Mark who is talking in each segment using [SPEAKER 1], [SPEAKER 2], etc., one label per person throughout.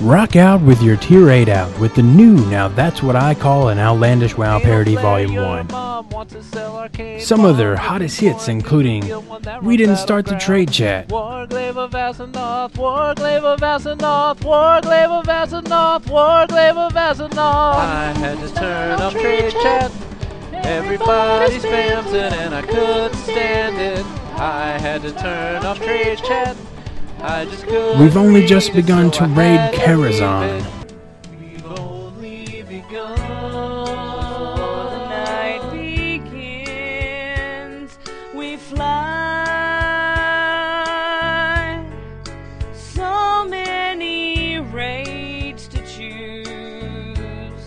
[SPEAKER 1] Rock out with your tirade out with the new Now That's What I Call an Outlandish Wow Parody Volume 1.
[SPEAKER 2] one.
[SPEAKER 1] Some of their hottest hits, including We Didn't Start the Trade Chat,
[SPEAKER 2] Warglaive of Asenoth, Warglaive of Asenoth, Warglaive of Asenoth, Warglaive of Asenoth. I had to turn off trade chat. Everybody spams it and I couldn't stand it. I had to turn off trade chat. I just couldn't
[SPEAKER 1] We've only
[SPEAKER 2] read
[SPEAKER 1] just
[SPEAKER 2] it,
[SPEAKER 1] begun
[SPEAKER 2] so
[SPEAKER 1] to
[SPEAKER 2] I
[SPEAKER 1] raid
[SPEAKER 2] had to
[SPEAKER 1] Karazhan.
[SPEAKER 2] leave it. We've only begun.
[SPEAKER 3] The night begins, we fly. So many rates to choose.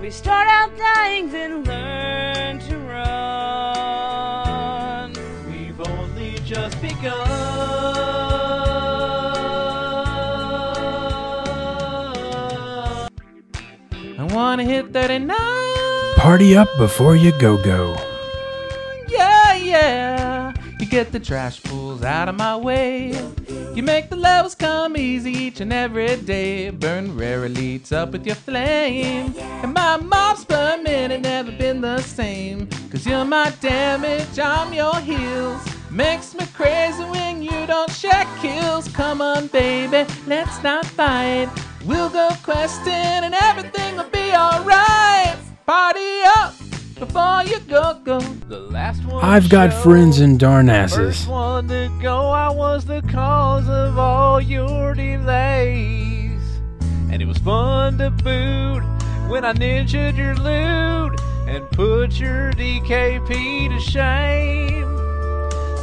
[SPEAKER 3] We start out dying, then learn to run.
[SPEAKER 2] We've only just begun. I wanna hit 39.
[SPEAKER 1] Party Up Before You Go Go.
[SPEAKER 2] Yeah, yeah. You get the trash fools out of my way. You make the levels come easy each and every day. Burn rarely, it's up with your flame. And my mob's per minute never been the same. Cause you're my damage, I'm your heels. Makes me crazy when you don't share kills. Come on, baby, let's not fight. We'll go questing and everything will be alright. Party up before you go go. The last one.
[SPEAKER 1] I've Got Friends in Darnassus.
[SPEAKER 2] First one to go, I was the cause of all your delays. And it was fun to boot when I ninja'd your loot and put your DKP to shame.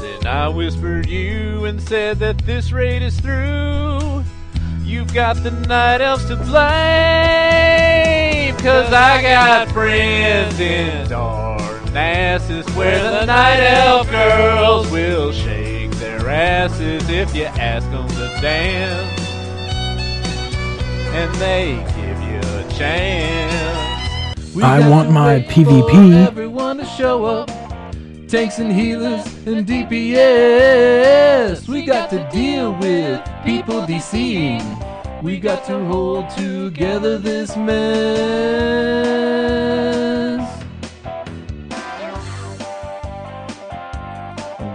[SPEAKER 2] Then I whispered you and said that this raid is through. You've got the night elves to blame. Cause I got friends in Darnassus where the night elf girls will shake their asses if you ask them to dance. And they give you a chance. We
[SPEAKER 1] I
[SPEAKER 2] got
[SPEAKER 1] want
[SPEAKER 2] to
[SPEAKER 1] my
[SPEAKER 2] wait
[SPEAKER 1] PvP.
[SPEAKER 2] for Everyone to show up tanks and healers and DPS. We got to deal with people DCing. We got to hold together this mess.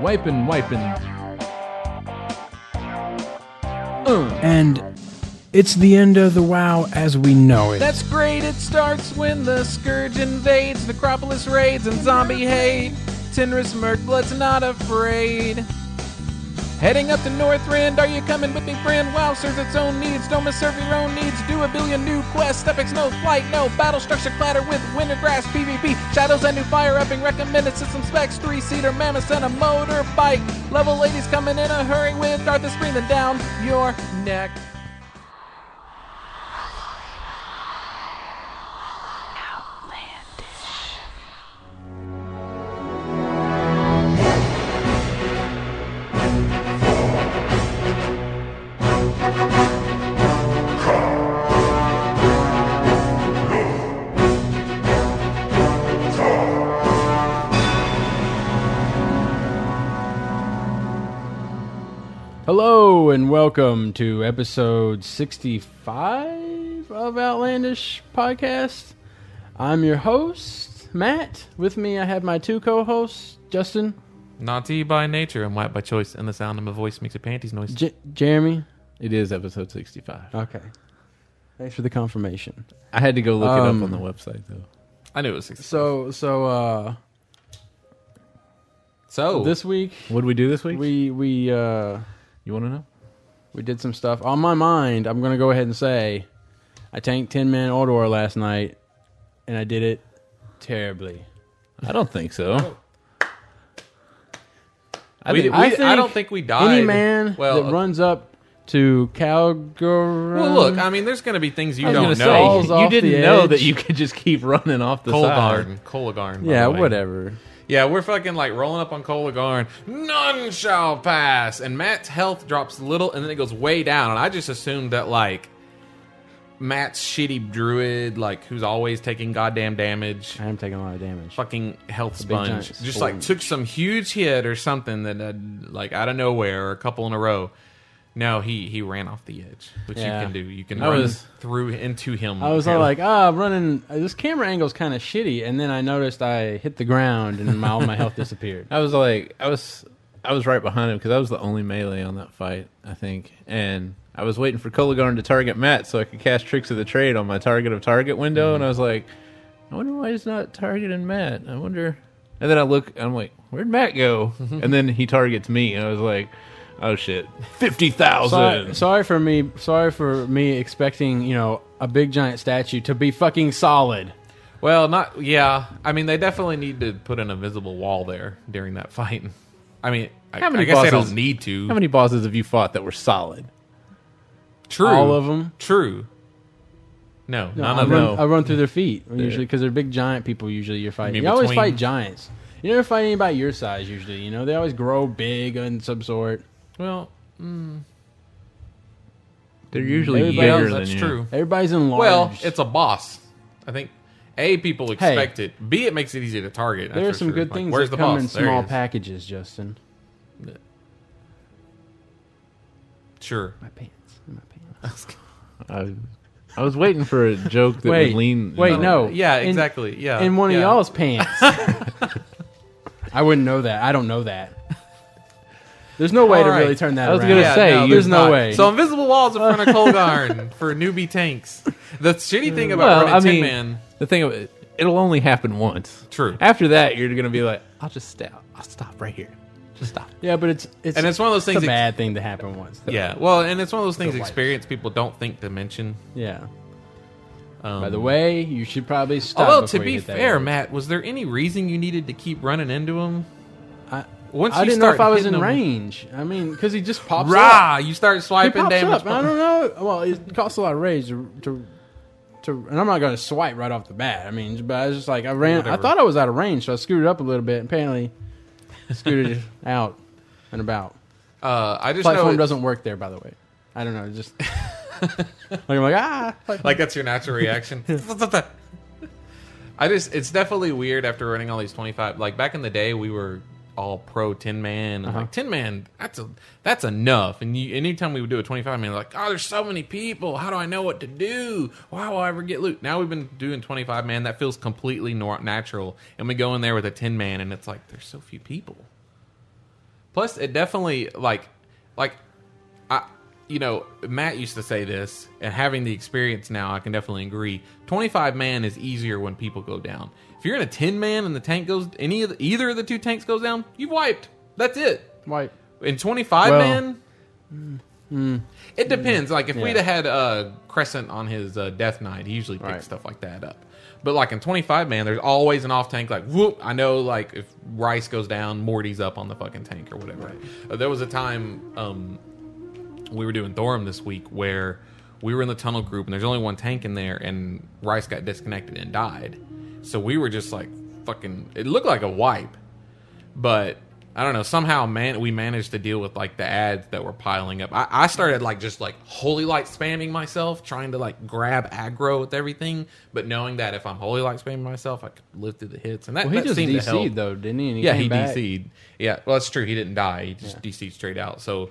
[SPEAKER 2] Wiping, wiping. Uh.
[SPEAKER 1] And it's the end of the WoW as we know it.
[SPEAKER 2] That's great, it starts when the Scourge invades, Necropolis raids, and zombie hate. Tenris Murkblood's not afraid. Heading up to Northrend, are you coming with me, friend? WoW serves its own needs, don't misserve your own needs. Do a billion new quests, epics, no flight, no battle structure clatter with wintergrass, PvP, shadows, and new fire upping. Recommended system specs, three seater mammoths, and a motorbike. Level ladies coming in a hurry with Darth is breathing down your neck.
[SPEAKER 4] Hello and welcome to episode 65 of Outlandish Podcast. I'm your host, Matt. With me, I have my two co hosts, Justin,
[SPEAKER 5] Naughty by nature and white by choice, and the sound of my voice makes a panties noise.
[SPEAKER 4] J- Jeremy. It is episode 65.
[SPEAKER 1] Okay.
[SPEAKER 4] Thanks for the confirmation.
[SPEAKER 6] I had to go look
[SPEAKER 4] Um,
[SPEAKER 6] it up on the website though.
[SPEAKER 5] I knew it was 60.
[SPEAKER 4] So, so, uh,
[SPEAKER 5] So,
[SPEAKER 4] this week
[SPEAKER 6] What did we do this week?
[SPEAKER 4] we, we, uh,
[SPEAKER 6] you want to know?
[SPEAKER 4] we did some stuff. On my mind, I'm going to go ahead and say I tanked 10 man Ordor last night and I did it terribly.
[SPEAKER 6] I don't think so. I
[SPEAKER 5] we,
[SPEAKER 6] think,
[SPEAKER 5] we-
[SPEAKER 4] I
[SPEAKER 5] I,
[SPEAKER 4] think
[SPEAKER 5] don't think we died.
[SPEAKER 4] any man
[SPEAKER 5] well, uh,
[SPEAKER 4] that runs up to Calgary.
[SPEAKER 5] well, look, I mean, there's going to be things you
[SPEAKER 4] I was
[SPEAKER 5] don't
[SPEAKER 4] gonna say,
[SPEAKER 5] know.
[SPEAKER 4] Balls
[SPEAKER 6] you
[SPEAKER 4] off
[SPEAKER 6] didn't
[SPEAKER 4] the
[SPEAKER 6] know
[SPEAKER 4] edge.
[SPEAKER 6] that you could just keep running off the side.
[SPEAKER 5] Colagarn. Colagarn. by
[SPEAKER 4] yeah,
[SPEAKER 5] the way.
[SPEAKER 4] whatever.
[SPEAKER 5] Yeah, we're fucking like rolling up on Colagarn. None shall pass. And Matt's health drops little and then it goes way down. And I just assumed that, like, Matt's shitty druid, like, who's always taking goddamn damage.
[SPEAKER 4] I am taking a lot of damage.
[SPEAKER 5] fucking health
[SPEAKER 4] big
[SPEAKER 5] sponge
[SPEAKER 4] giant
[SPEAKER 5] just like
[SPEAKER 4] sponge.
[SPEAKER 5] took some huge hit or something that uh, like out of nowhere or a couple in a row No, he he ran off the edge, which
[SPEAKER 4] Yeah.
[SPEAKER 5] you can do. You can
[SPEAKER 6] I
[SPEAKER 5] run
[SPEAKER 6] was-
[SPEAKER 5] through into him.
[SPEAKER 4] I was all
[SPEAKER 5] apparently.
[SPEAKER 4] like, ah, I'm running. This camera angle's kind of shitty. And then I noticed I hit the ground and my, all my health disappeared.
[SPEAKER 6] I was like, I was, I was right behind him because I was the only melee on that fight, I think, and I was waiting for Coligarn to target Matt so I could cast Tricks of the Trade on my target of target window, and I was like, I wonder why he's not targeting Matt. I wonder. And then I look, I'm like, where'd Matt go? and then he targets me, and I was like, oh shit, fifty
[SPEAKER 4] Sorry,
[SPEAKER 6] thousand.
[SPEAKER 4] sorry for me. Sorry for me expecting you know a big giant statue to be fucking solid.
[SPEAKER 5] well, not yeah. I mean, they definitely need to put an invisible wall there during that fight. I mean, I,
[SPEAKER 6] How many
[SPEAKER 5] I guess they
[SPEAKER 6] bosses-
[SPEAKER 5] don't need to.
[SPEAKER 6] How many bosses have you fought that were solid?
[SPEAKER 5] True,
[SPEAKER 4] All of them.
[SPEAKER 5] True. No, none
[SPEAKER 4] I uh,
[SPEAKER 5] of
[SPEAKER 4] run,
[SPEAKER 5] them.
[SPEAKER 4] I run through their feet usually because they're big giant people. Usually you're fighting.
[SPEAKER 5] mean
[SPEAKER 4] You, always
[SPEAKER 5] between-
[SPEAKER 4] fight giants. You never fight anybody your size. Usually, you know they always grow big in some sort.
[SPEAKER 5] Well,
[SPEAKER 6] They're usually
[SPEAKER 4] Everybody
[SPEAKER 6] bigger
[SPEAKER 4] else-
[SPEAKER 6] than
[SPEAKER 5] that's
[SPEAKER 6] you.
[SPEAKER 5] true.
[SPEAKER 4] Everybody's enlarged.
[SPEAKER 5] Well, it's a boss. I think a people expect it. B it makes it easy to target. that's
[SPEAKER 4] there are
[SPEAKER 5] for
[SPEAKER 4] some
[SPEAKER 5] sure.
[SPEAKER 4] good
[SPEAKER 5] Like,
[SPEAKER 4] things
[SPEAKER 5] where's
[SPEAKER 4] that
[SPEAKER 5] the
[SPEAKER 4] come
[SPEAKER 5] boss?
[SPEAKER 4] in
[SPEAKER 5] There he
[SPEAKER 4] small
[SPEAKER 5] is.
[SPEAKER 4] packages, Justin.
[SPEAKER 5] Sure.
[SPEAKER 4] My pants. My pants.
[SPEAKER 6] I, I was waiting for a joke that
[SPEAKER 4] Wait,
[SPEAKER 6] would lean.
[SPEAKER 4] wait, no.
[SPEAKER 5] Yeah,
[SPEAKER 4] In-
[SPEAKER 5] exactly. yeah,
[SPEAKER 4] in one
[SPEAKER 5] yeah.
[SPEAKER 4] of y'all's pants. I wouldn't know that. I don't know that. There's no way to
[SPEAKER 5] All right.
[SPEAKER 4] really turn that
[SPEAKER 6] I was
[SPEAKER 4] around.
[SPEAKER 6] gonna
[SPEAKER 5] Yeah,
[SPEAKER 6] say,
[SPEAKER 5] no,
[SPEAKER 6] you-
[SPEAKER 4] there's no
[SPEAKER 5] not.
[SPEAKER 4] way.
[SPEAKER 5] So invisible walls in front of Colgarn for newbie tanks. The shitty thing about
[SPEAKER 6] Well,
[SPEAKER 5] running
[SPEAKER 6] I
[SPEAKER 5] Tin
[SPEAKER 6] mean-
[SPEAKER 5] Man.
[SPEAKER 6] The thing of it, it'll only happen once.
[SPEAKER 5] True.
[SPEAKER 6] After that, you're gonna be like, I'll just stop. I'll stop right here. Just stop.
[SPEAKER 4] yeah, but it's it's
[SPEAKER 5] And it's one of those
[SPEAKER 4] it's
[SPEAKER 5] things.
[SPEAKER 4] a bad
[SPEAKER 5] ex-
[SPEAKER 4] thing to happen once. though.
[SPEAKER 5] yeah. Well, and it's one of those things
[SPEAKER 4] wipe.
[SPEAKER 5] experienced people don't think to mention.
[SPEAKER 4] Yeah.
[SPEAKER 5] Um,
[SPEAKER 4] By the way, you should probably stop.
[SPEAKER 5] although to
[SPEAKER 4] before you
[SPEAKER 5] be
[SPEAKER 4] hit that
[SPEAKER 5] fair,
[SPEAKER 4] area.
[SPEAKER 5] Matt, was there any reason you needed to keep running into him?
[SPEAKER 4] I,
[SPEAKER 5] Once
[SPEAKER 4] I
[SPEAKER 5] you
[SPEAKER 4] didn't know if
[SPEAKER 5] start
[SPEAKER 4] I was
[SPEAKER 5] hitting
[SPEAKER 4] in
[SPEAKER 5] him-
[SPEAKER 4] range. I mean, because he just pops up.
[SPEAKER 5] Rah! You start
[SPEAKER 4] He
[SPEAKER 5] swiping
[SPEAKER 4] pops
[SPEAKER 5] damage.
[SPEAKER 4] up. I don't know. Well, it costs a lot of rage to, to, to and I'm not going to swipe right off the bat. I mean, but I was just like, I ran. I
[SPEAKER 5] Whatever.
[SPEAKER 4] thought I was out of range, so I scooted up a little bit. And apparently, scooted out and about.
[SPEAKER 5] Uh, I just know
[SPEAKER 4] Platform
[SPEAKER 5] it-
[SPEAKER 4] doesn't work there, by the way. I don't know. it's Just like I'm like ah.
[SPEAKER 5] like that's your natural reaction. I just it's definitely weird after running all these 25 like back in the day we were all pro 10 man and
[SPEAKER 4] Uh-huh.
[SPEAKER 5] like 10 man that's a that's enough and you anytime we would do a 25 man like oh there's so many people how do I know what to do why will I ever get loot now we've been doing 25 man that feels completely nor- natural and we go in there with a 10 man and it's like there's so few people plus it definitely like like I, you know, Matt used to say this, and having the experience now, I can definitely agree. Twenty-five man is easier when people go down. If you're in a ten man and the tank goes, any of the, either of the two tanks goes down, you've wiped. That's it.
[SPEAKER 4] Like
[SPEAKER 5] In twenty-five
[SPEAKER 4] Well- mm,
[SPEAKER 5] man, it depends. Like if we'd
[SPEAKER 4] Yeah.
[SPEAKER 5] have had uh, Crescent on his uh, Death Knight, he usually picks
[SPEAKER 4] Right.
[SPEAKER 5] stuff like that up. But like in twenty-five man, there's always an off tank. Like whoop, I know. Like if Rice goes down, Morty's up on the fucking tank or whatever. Uh, there was a time. Um, we were doing Thorum this week where we were in the tunnel group and there's only one tank in there and Rice got disconnected and died. So we were just like fucking it looked like a wipe. But I don't know, somehow man we managed to deal with like the ads that were piling up. I, I started like just like holy light spamming myself, trying to like grab aggro with everything, but knowing that if I'm holy light spamming myself I could live through the hits and that,
[SPEAKER 4] well, he
[SPEAKER 5] that
[SPEAKER 4] just
[SPEAKER 5] seemed to help
[SPEAKER 4] DC'd though, didn't he? And he
[SPEAKER 5] yeah,
[SPEAKER 4] came
[SPEAKER 5] he
[SPEAKER 4] back.
[SPEAKER 5] DC'd. Yeah, well, that's true. He didn't die. He just DC'd straight out. So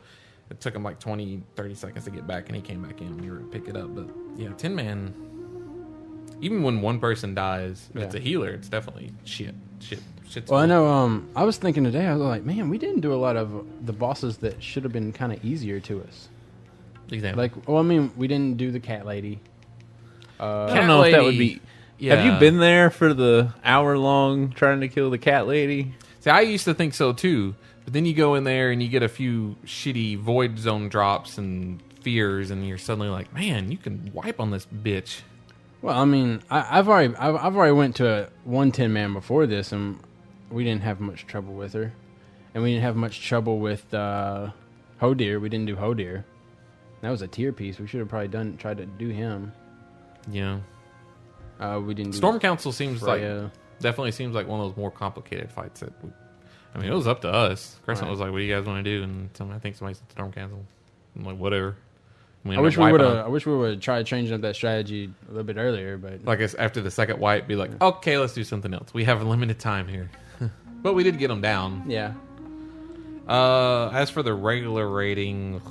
[SPEAKER 5] it took him like 20, 30 seconds to get back, and he came back in. We were to pick it up. But yeah, Tin Man, even when one person dies, if it's a
[SPEAKER 4] Yeah.
[SPEAKER 5] healer, it's definitely shit. Shit. Shit's
[SPEAKER 4] Well, I
[SPEAKER 5] full.
[SPEAKER 4] know. Um, I was thinking today. I was like, man, we didn't do a lot of the bosses that should have been kind of easier to us.
[SPEAKER 5] Example.
[SPEAKER 4] Like, well, I mean, we didn't do the cat lady.
[SPEAKER 6] I don't know if that would
[SPEAKER 5] Lady.
[SPEAKER 6] be.
[SPEAKER 5] Uh, Yeah.
[SPEAKER 6] Have you been there for the hour long trying to kill the cat lady?
[SPEAKER 5] See, I used to think so too, but then you go in there and you get a few shitty void zone drops and fears, and you're suddenly like, man, you can wipe on this bitch.
[SPEAKER 4] Well, I mean, I, I've already I've, I've already went to a one ten man before this, and we didn't have much trouble with her, and we didn't have much trouble with uh, Hodir. We didn't do Hodir. That was a tier piece. We should have probably done tried to do him.
[SPEAKER 5] Yeah.
[SPEAKER 4] Uh, we didn't.
[SPEAKER 5] Storm
[SPEAKER 4] do
[SPEAKER 5] Council seems like
[SPEAKER 4] Freya.
[SPEAKER 5] definitely seems like one of those more complicated fights that we, I mean it was up to us. Crescent
[SPEAKER 4] Right.
[SPEAKER 5] was like, "What do you guys want to do?" And some, I think somebody said storm cancel. I'm like, "Whatever." And
[SPEAKER 4] I
[SPEAKER 5] ended
[SPEAKER 4] wish
[SPEAKER 5] up
[SPEAKER 4] we would
[SPEAKER 5] wiping
[SPEAKER 4] have. I
[SPEAKER 5] on-
[SPEAKER 4] wish we would have tried changing up that strategy a little bit earlier, but
[SPEAKER 5] Like it's after the second wipe, be like, "Okay, let's do something else. We have limited time here." but we did get them down.
[SPEAKER 4] yeah.
[SPEAKER 5] Uh, as for the regular rating,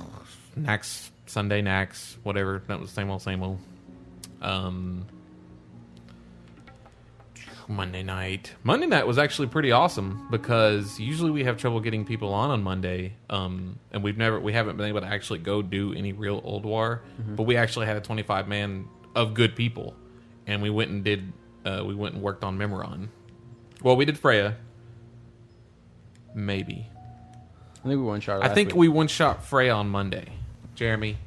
[SPEAKER 5] Nax Sunday Nax, whatever. That was same old, same old. Um, Monday night. Monday night was actually pretty awesome because usually we have trouble getting people on on Monday, um, and we've never we haven't been able to actually go do any real old war. But we actually had a twenty five man of good people, and we went and did uh, we went and worked on Memoron. Well, we did Freya. Maybe
[SPEAKER 4] I think we won Charlotte.
[SPEAKER 5] I think we one shot Freya on Monday. Jeremy,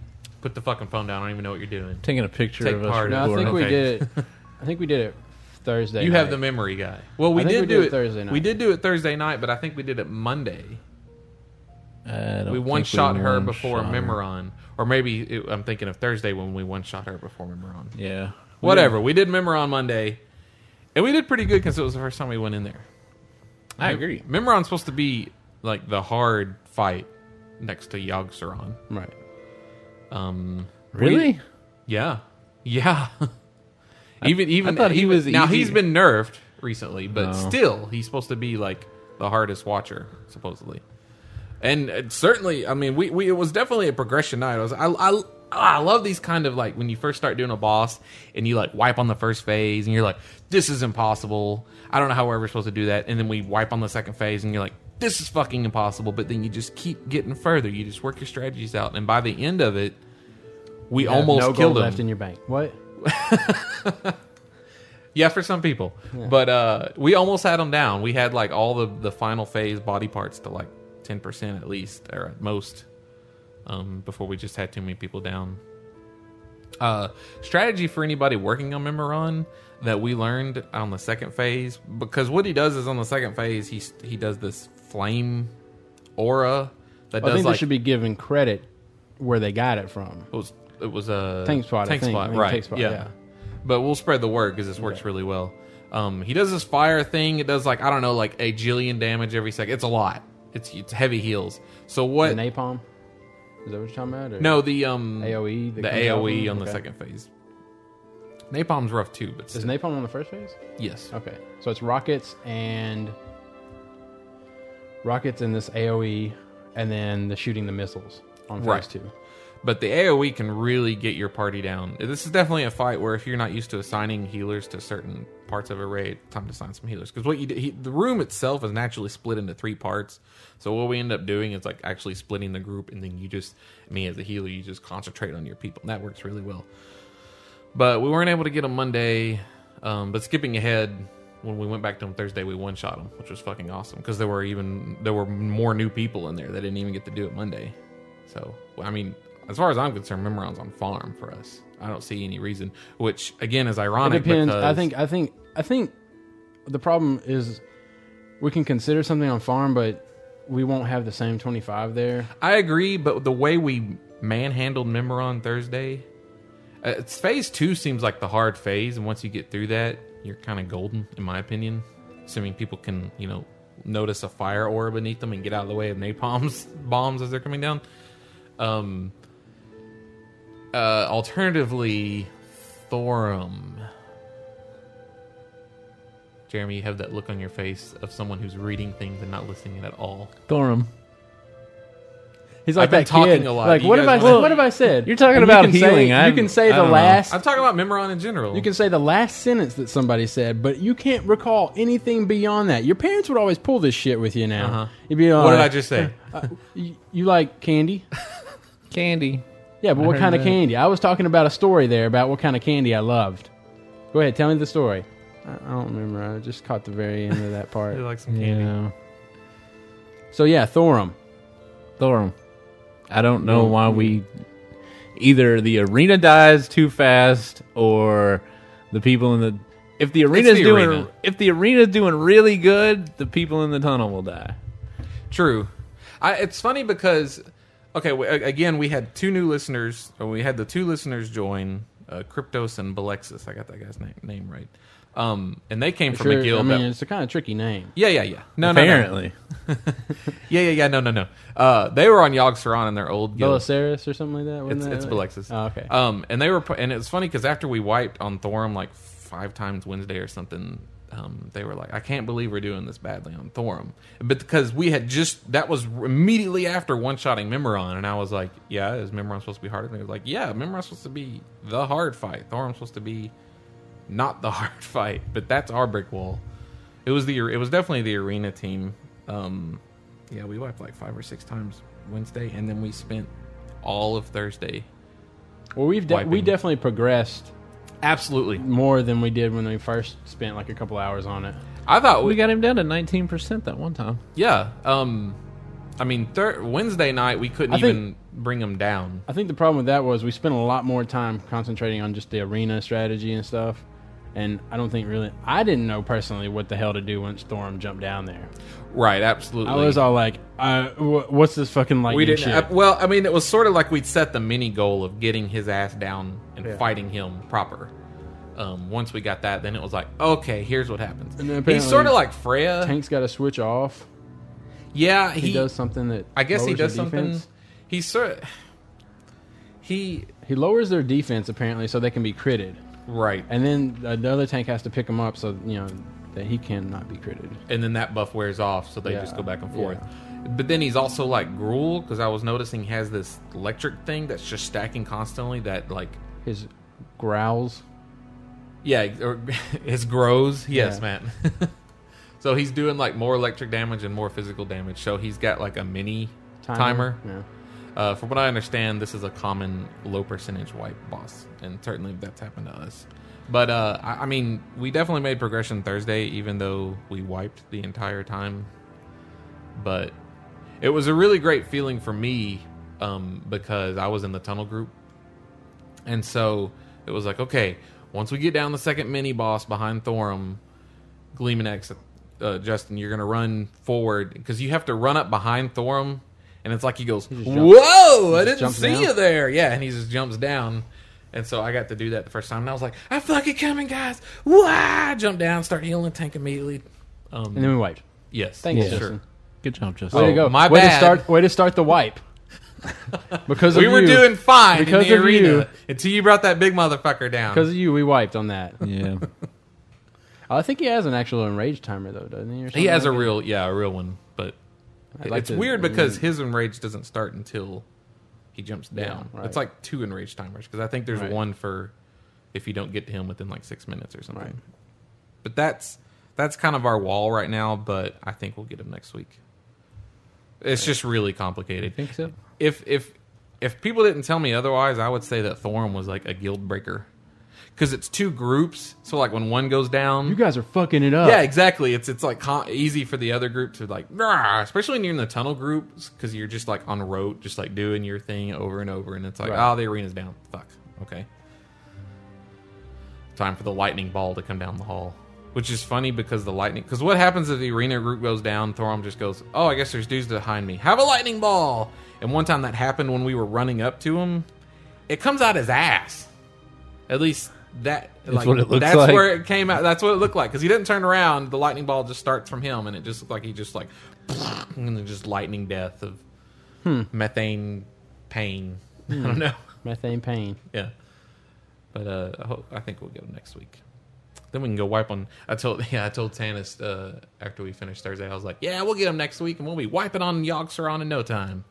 [SPEAKER 5] put the fucking phone down. I don't even know what you're doing.
[SPEAKER 6] Taking a picture
[SPEAKER 5] Take
[SPEAKER 6] of us.
[SPEAKER 5] part in
[SPEAKER 6] with
[SPEAKER 4] No,
[SPEAKER 5] it.
[SPEAKER 4] I
[SPEAKER 6] Gordon.
[SPEAKER 4] think we
[SPEAKER 5] Okay.
[SPEAKER 4] did. It. I think we did it Thursday.
[SPEAKER 5] You have
[SPEAKER 4] night.
[SPEAKER 5] the memory guy. Well, we
[SPEAKER 4] I think
[SPEAKER 5] did
[SPEAKER 4] we
[SPEAKER 5] do
[SPEAKER 4] did
[SPEAKER 5] it
[SPEAKER 4] Thursday night.
[SPEAKER 5] We did do it Thursday night, but I think we did it Monday.
[SPEAKER 6] I don't
[SPEAKER 5] We
[SPEAKER 6] think
[SPEAKER 5] one shot her
[SPEAKER 6] one
[SPEAKER 5] before
[SPEAKER 6] shot her.
[SPEAKER 5] Memoron, or maybe it, I'm thinking of Thursday when we one shot her before Memoron.
[SPEAKER 6] Yeah.
[SPEAKER 5] Whatever. We did Memoron Monday, and we did pretty good because it was the first time we went in there.
[SPEAKER 6] I agree.
[SPEAKER 5] Memoron's supposed to be like the hard fight next to Yogg-Saron.
[SPEAKER 4] right.
[SPEAKER 5] Um,
[SPEAKER 6] Really?
[SPEAKER 5] Yeah, yeah. even even
[SPEAKER 6] thought he
[SPEAKER 5] even-
[SPEAKER 6] was
[SPEAKER 5] now
[SPEAKER 6] easy.
[SPEAKER 5] he's been nerfed recently, but
[SPEAKER 6] No.
[SPEAKER 5] still he's supposed to be like the hardest watcher supposedly. And it certainly, I mean, we, we it was definitely a progression night. I was I, I ah, I love these kind of like when you first start doing a boss and you like wipe on the first phase and you're like this is impossible. I don't know how we're ever supposed to do that. And then we wipe on the second phase and you're like this is fucking impossible. But then you just keep getting further. You just work your strategies out, and by the end of it, we
[SPEAKER 4] You have
[SPEAKER 5] almost
[SPEAKER 4] no
[SPEAKER 5] killed
[SPEAKER 4] gold
[SPEAKER 5] him.
[SPEAKER 4] left in your bank. What?
[SPEAKER 5] Yeah, for some people. But uh, we almost had them down. We had like all the the final phase body parts to like ten percent at least, or at most, um, before we just had too many people down. Uh, strategy for anybody working on Memoron that we learned on the second phase because what he does is on the second phase he he does this flame aura that
[SPEAKER 4] I
[SPEAKER 5] does
[SPEAKER 4] think
[SPEAKER 5] like
[SPEAKER 4] they should be given credit where they got it from.
[SPEAKER 5] it was it was a
[SPEAKER 4] Tank Spot, I
[SPEAKER 5] Tank
[SPEAKER 4] think.
[SPEAKER 5] spot,
[SPEAKER 4] I mean,
[SPEAKER 5] right?
[SPEAKER 4] Tank Spot,
[SPEAKER 5] yeah.
[SPEAKER 4] yeah.
[SPEAKER 5] but we'll spread the word because this works really well. Um, he does this fire thing. It does like I don't know, like a jillion damage every second. It's a lot. It's it's heavy heals. So
[SPEAKER 4] The
[SPEAKER 5] what?
[SPEAKER 4] napalm. Is that what you're talking about? or-
[SPEAKER 5] no, the um
[SPEAKER 4] AOE that
[SPEAKER 5] the
[SPEAKER 4] comes out from
[SPEAKER 5] AOE
[SPEAKER 4] it?
[SPEAKER 5] on the
[SPEAKER 4] Okay.
[SPEAKER 5] second phase. Napalm's rough too, but
[SPEAKER 4] Is
[SPEAKER 5] still,
[SPEAKER 4] napalm on the first phase?
[SPEAKER 5] yes,
[SPEAKER 4] Okay, so it's rockets and rockets in this AOE, and then the shooting the missiles on phase
[SPEAKER 5] Right.
[SPEAKER 4] two.
[SPEAKER 5] but the AOE can really get your party down. This is definitely a fight where if you're not used to assigning healers to certain parts of a raid, time to assign some healers. Because what you do, he, the room itself is naturally split into three parts. So what we end up doing is like actually splitting the group, and then you just me as a healer, you just concentrate on your people. And that works really well. But we weren't able to get him Monday. Um, but skipping ahead, when we went back to him Thursday, we one shot him, which was fucking awesome because there were even there were more new people in there that didn't even get to do it Monday. So I mean, as far as I'm concerned, Memoron's on farm for us. I don't see any reason. Which again is
[SPEAKER 4] It
[SPEAKER 5] ironic.
[SPEAKER 4] depends.
[SPEAKER 5] Because,
[SPEAKER 4] I think. I think. I think. The problem is, we can consider something on farm, but we won't have the same twenty five there.
[SPEAKER 5] I agree, but the way we manhandled Memoron Thursday, uh, it's phase two seems like the hard phase, and once you get through that, you're kind of golden, in my opinion. Assuming people can, you know, notice a fire aura beneath them and get out of the way of napalm's bombs as they're coming down. Um, uh, alternatively, Thorum. Jeremy, you have that look on your face of someone who's reading things and not listening at all.
[SPEAKER 6] Thorum.
[SPEAKER 4] He's like
[SPEAKER 5] I've been
[SPEAKER 4] that
[SPEAKER 5] talking
[SPEAKER 4] kid.
[SPEAKER 5] a lot.
[SPEAKER 4] Like
[SPEAKER 5] You
[SPEAKER 4] what have I?
[SPEAKER 5] guys wanna-
[SPEAKER 4] what have I said?
[SPEAKER 6] You're talking
[SPEAKER 4] And
[SPEAKER 6] about
[SPEAKER 4] you can
[SPEAKER 6] healing.
[SPEAKER 4] Say, you
[SPEAKER 6] I'm-
[SPEAKER 4] can say the
[SPEAKER 6] I don't know.
[SPEAKER 4] last.
[SPEAKER 5] I'm talking about Memoron in general.
[SPEAKER 4] You can say the last sentence that somebody said, but you can't recall anything beyond that. Your parents would always pull this shit with you now.
[SPEAKER 5] Uh-huh.
[SPEAKER 4] You'd be
[SPEAKER 5] What did I
[SPEAKER 4] like,
[SPEAKER 5] just say?
[SPEAKER 4] You, you like candy?
[SPEAKER 6] Candy.
[SPEAKER 4] Yeah, but
[SPEAKER 6] I
[SPEAKER 4] what
[SPEAKER 6] heard
[SPEAKER 4] kind of
[SPEAKER 6] that.
[SPEAKER 4] candy? I was talking about a story there about what kind of candy I loved. Go ahead, tell me the story. I, I don't remember. I just caught the very end of that part.
[SPEAKER 5] You like some candy.
[SPEAKER 6] Yeah.
[SPEAKER 4] So yeah, Thorum.
[SPEAKER 6] Thorum. I don't know why we either the arena dies too fast or the people in the if the arena's
[SPEAKER 5] the
[SPEAKER 6] doing
[SPEAKER 5] arena.
[SPEAKER 6] if the arena's doing really good, the people in the tunnel will die.
[SPEAKER 5] True. I, it's funny because, okay, w- a- again, we had two new listeners. Or we had the two listeners join uh, Cryptos and Belexis. I got that guy's name, name right. Um, and they came from a
[SPEAKER 4] Sure,
[SPEAKER 5] guild.
[SPEAKER 4] I mean,
[SPEAKER 5] that-
[SPEAKER 4] it's a kind of tricky name.
[SPEAKER 5] yeah, yeah, yeah. No, no, no.
[SPEAKER 6] Apparently.
[SPEAKER 5] Yeah, yeah, yeah. No, no, no. Uh, they were on Yogg Saron in their old guild.
[SPEAKER 4] Belisarius or something like that. wasn't
[SPEAKER 5] It's,
[SPEAKER 4] that
[SPEAKER 5] it's
[SPEAKER 4] right?
[SPEAKER 5] Belexis.
[SPEAKER 4] Oh, okay.
[SPEAKER 5] Um, and they were, pu- and it's funny because after we wiped on Thorum like five times Wednesday or something, um, they were like, I can't believe we're doing this badly on Thorum. But because we had just, that was immediately after one shotting Memoron. And I was like, yeah, is Memoron supposed to be harder? And they was like, yeah, Memoron's supposed to be the hard fight. Thorum's supposed to be not the hard fight, but that's our brick wall. It was the it was definitely the arena team. Um, yeah, we wiped like five or six times Wednesday, and then we spent all of Thursday.
[SPEAKER 4] Well, we've de- we
[SPEAKER 5] Wiping.
[SPEAKER 4] definitely progressed
[SPEAKER 5] Absolutely,
[SPEAKER 4] more than we did when we first spent like a couple hours on it.
[SPEAKER 5] I thought
[SPEAKER 6] We
[SPEAKER 5] we
[SPEAKER 6] got him down to 19% that one time.
[SPEAKER 5] yeah. Um, I mean, thir- Wednesday night we couldn't
[SPEAKER 4] I think-
[SPEAKER 5] even bring them down.
[SPEAKER 4] I think the problem with that was we spent a lot more time concentrating on just the arena strategy and stuff. And I don't think really, I didn't know personally what the hell to do once Storm jumped down there.
[SPEAKER 5] Right, absolutely.
[SPEAKER 4] I was all like, uh, wh- "What's this fucking lightning
[SPEAKER 5] we didn't.
[SPEAKER 4] shit?"
[SPEAKER 5] uh, well, I mean, it was sort of like we'd set the mini goal of getting his ass down and fighting him proper. Um, once we got that, then it was like, okay, here's what happens.
[SPEAKER 4] And then
[SPEAKER 5] He's
[SPEAKER 4] apparently
[SPEAKER 5] sort of like Freya.
[SPEAKER 4] Tank's got to switch off.
[SPEAKER 5] yeah,
[SPEAKER 4] He, does something that
[SPEAKER 5] I guess he
[SPEAKER 4] lowers their
[SPEAKER 5] does something.
[SPEAKER 4] defense.
[SPEAKER 5] He sort. He
[SPEAKER 4] He lowers their defense apparently, so they can be critted.
[SPEAKER 5] right,
[SPEAKER 4] And then another tank has to pick him up, so you know that he cannot be critted.
[SPEAKER 5] and then that buff wears off, so they
[SPEAKER 4] Yeah,
[SPEAKER 5] just go back and forth. But then he's also like gruel because I was noticing he has this electric thing that's just stacking constantly. That like
[SPEAKER 4] His growls.
[SPEAKER 5] yeah, or his grows. Yes,
[SPEAKER 4] Yeah.
[SPEAKER 5] man. so he's doing like more electric damage and more physical damage. So he's got like a mini timer.
[SPEAKER 4] Yeah.
[SPEAKER 5] Uh, from what I understand, this is a common low percentage wipe boss, and certainly that's happened to us. But uh, I, I mean, we definitely made progression Thursday, even though we wiped the entire time. But it was a really great feeling for me um, because I was in the tunnel group, and so it was like, okay, once we get down the second mini boss behind Thorum, Gleeman X, uh, Justin, you're gonna run forward because you have to run up behind Thorum, and it's like he goes,
[SPEAKER 4] jumps.
[SPEAKER 5] "Whoa, I didn't
[SPEAKER 4] jumps
[SPEAKER 5] see
[SPEAKER 4] down.
[SPEAKER 5] you there!" Yeah, and he just jumps down, and so I got to do that the first time, and I was like, "I'm fucking coming, guys!" Wah! Jump down, start healing the tank immediately. Um,
[SPEAKER 4] And then we wiped.
[SPEAKER 5] yes,
[SPEAKER 4] Thank you,
[SPEAKER 5] sure.
[SPEAKER 4] Justin.
[SPEAKER 6] Good job,
[SPEAKER 4] Way
[SPEAKER 6] Justin.
[SPEAKER 4] to go.
[SPEAKER 5] my
[SPEAKER 4] way
[SPEAKER 5] bad.
[SPEAKER 4] To start, way to start the wipe. Because
[SPEAKER 5] We
[SPEAKER 4] of
[SPEAKER 5] were
[SPEAKER 4] you-
[SPEAKER 5] doing fine
[SPEAKER 4] Because
[SPEAKER 5] in the
[SPEAKER 4] of
[SPEAKER 5] arena
[SPEAKER 4] you.
[SPEAKER 5] until you brought that big motherfucker down.
[SPEAKER 4] Because of you, we wiped on that.
[SPEAKER 6] Yeah.
[SPEAKER 4] I think he has an actual enrage timer though, doesn't he? Or
[SPEAKER 5] He has a
[SPEAKER 4] something like
[SPEAKER 5] real, yeah, a real one, but
[SPEAKER 4] that? I'd like
[SPEAKER 5] it's
[SPEAKER 4] to-
[SPEAKER 5] weird
[SPEAKER 4] I mean,
[SPEAKER 5] because his enrage doesn't start until he jumps down.
[SPEAKER 4] right.
[SPEAKER 5] It's like two enrage timers because I think there's
[SPEAKER 4] Right.
[SPEAKER 5] one for if you don't get to him within like six minutes or something.
[SPEAKER 4] Right.
[SPEAKER 5] But that's that's kind of our wall right now. But I think we'll get him next week. It's just really complicated.
[SPEAKER 4] think so.
[SPEAKER 5] If if if people didn't tell me otherwise, I would say that Thorm was like a guild breaker because it's two groups. So like when one goes down,
[SPEAKER 4] You guys are fucking it up.
[SPEAKER 5] yeah, exactly. It's it's like con- easy for the other group to like, "Rah," especially when you're in the tunnel groups because you're just like on road, just like doing your thing over and over, and it's like,
[SPEAKER 4] Right.
[SPEAKER 5] oh, the arena's down. Fuck. Okay. Time for the lightning ball to come down the hall, which is funny because the lightning. Because what happens if the arena group goes down? Thorum just goes, oh, I guess there's dudes behind me. Have a lightning ball. And one time that happened when we were running up to him. It comes out his ass. At least that like,
[SPEAKER 6] what it looks
[SPEAKER 5] that's
[SPEAKER 6] like.
[SPEAKER 5] where it came out. That's what it looked like because he didn't turn around. The lightning ball just starts from him, and it just looked like he just like and then just lightning death of
[SPEAKER 6] Hmm.
[SPEAKER 5] methane pain. I don't know.
[SPEAKER 4] Methane pain.
[SPEAKER 5] Yeah, but uh, I, hope, I think we'll get him next week. Then we can go wipe on. I told yeah, I told Tanis uh, after we finished Thursday. I was like, yeah, we'll get him next week, and we'll be wiping on Yogg-Saron in no time.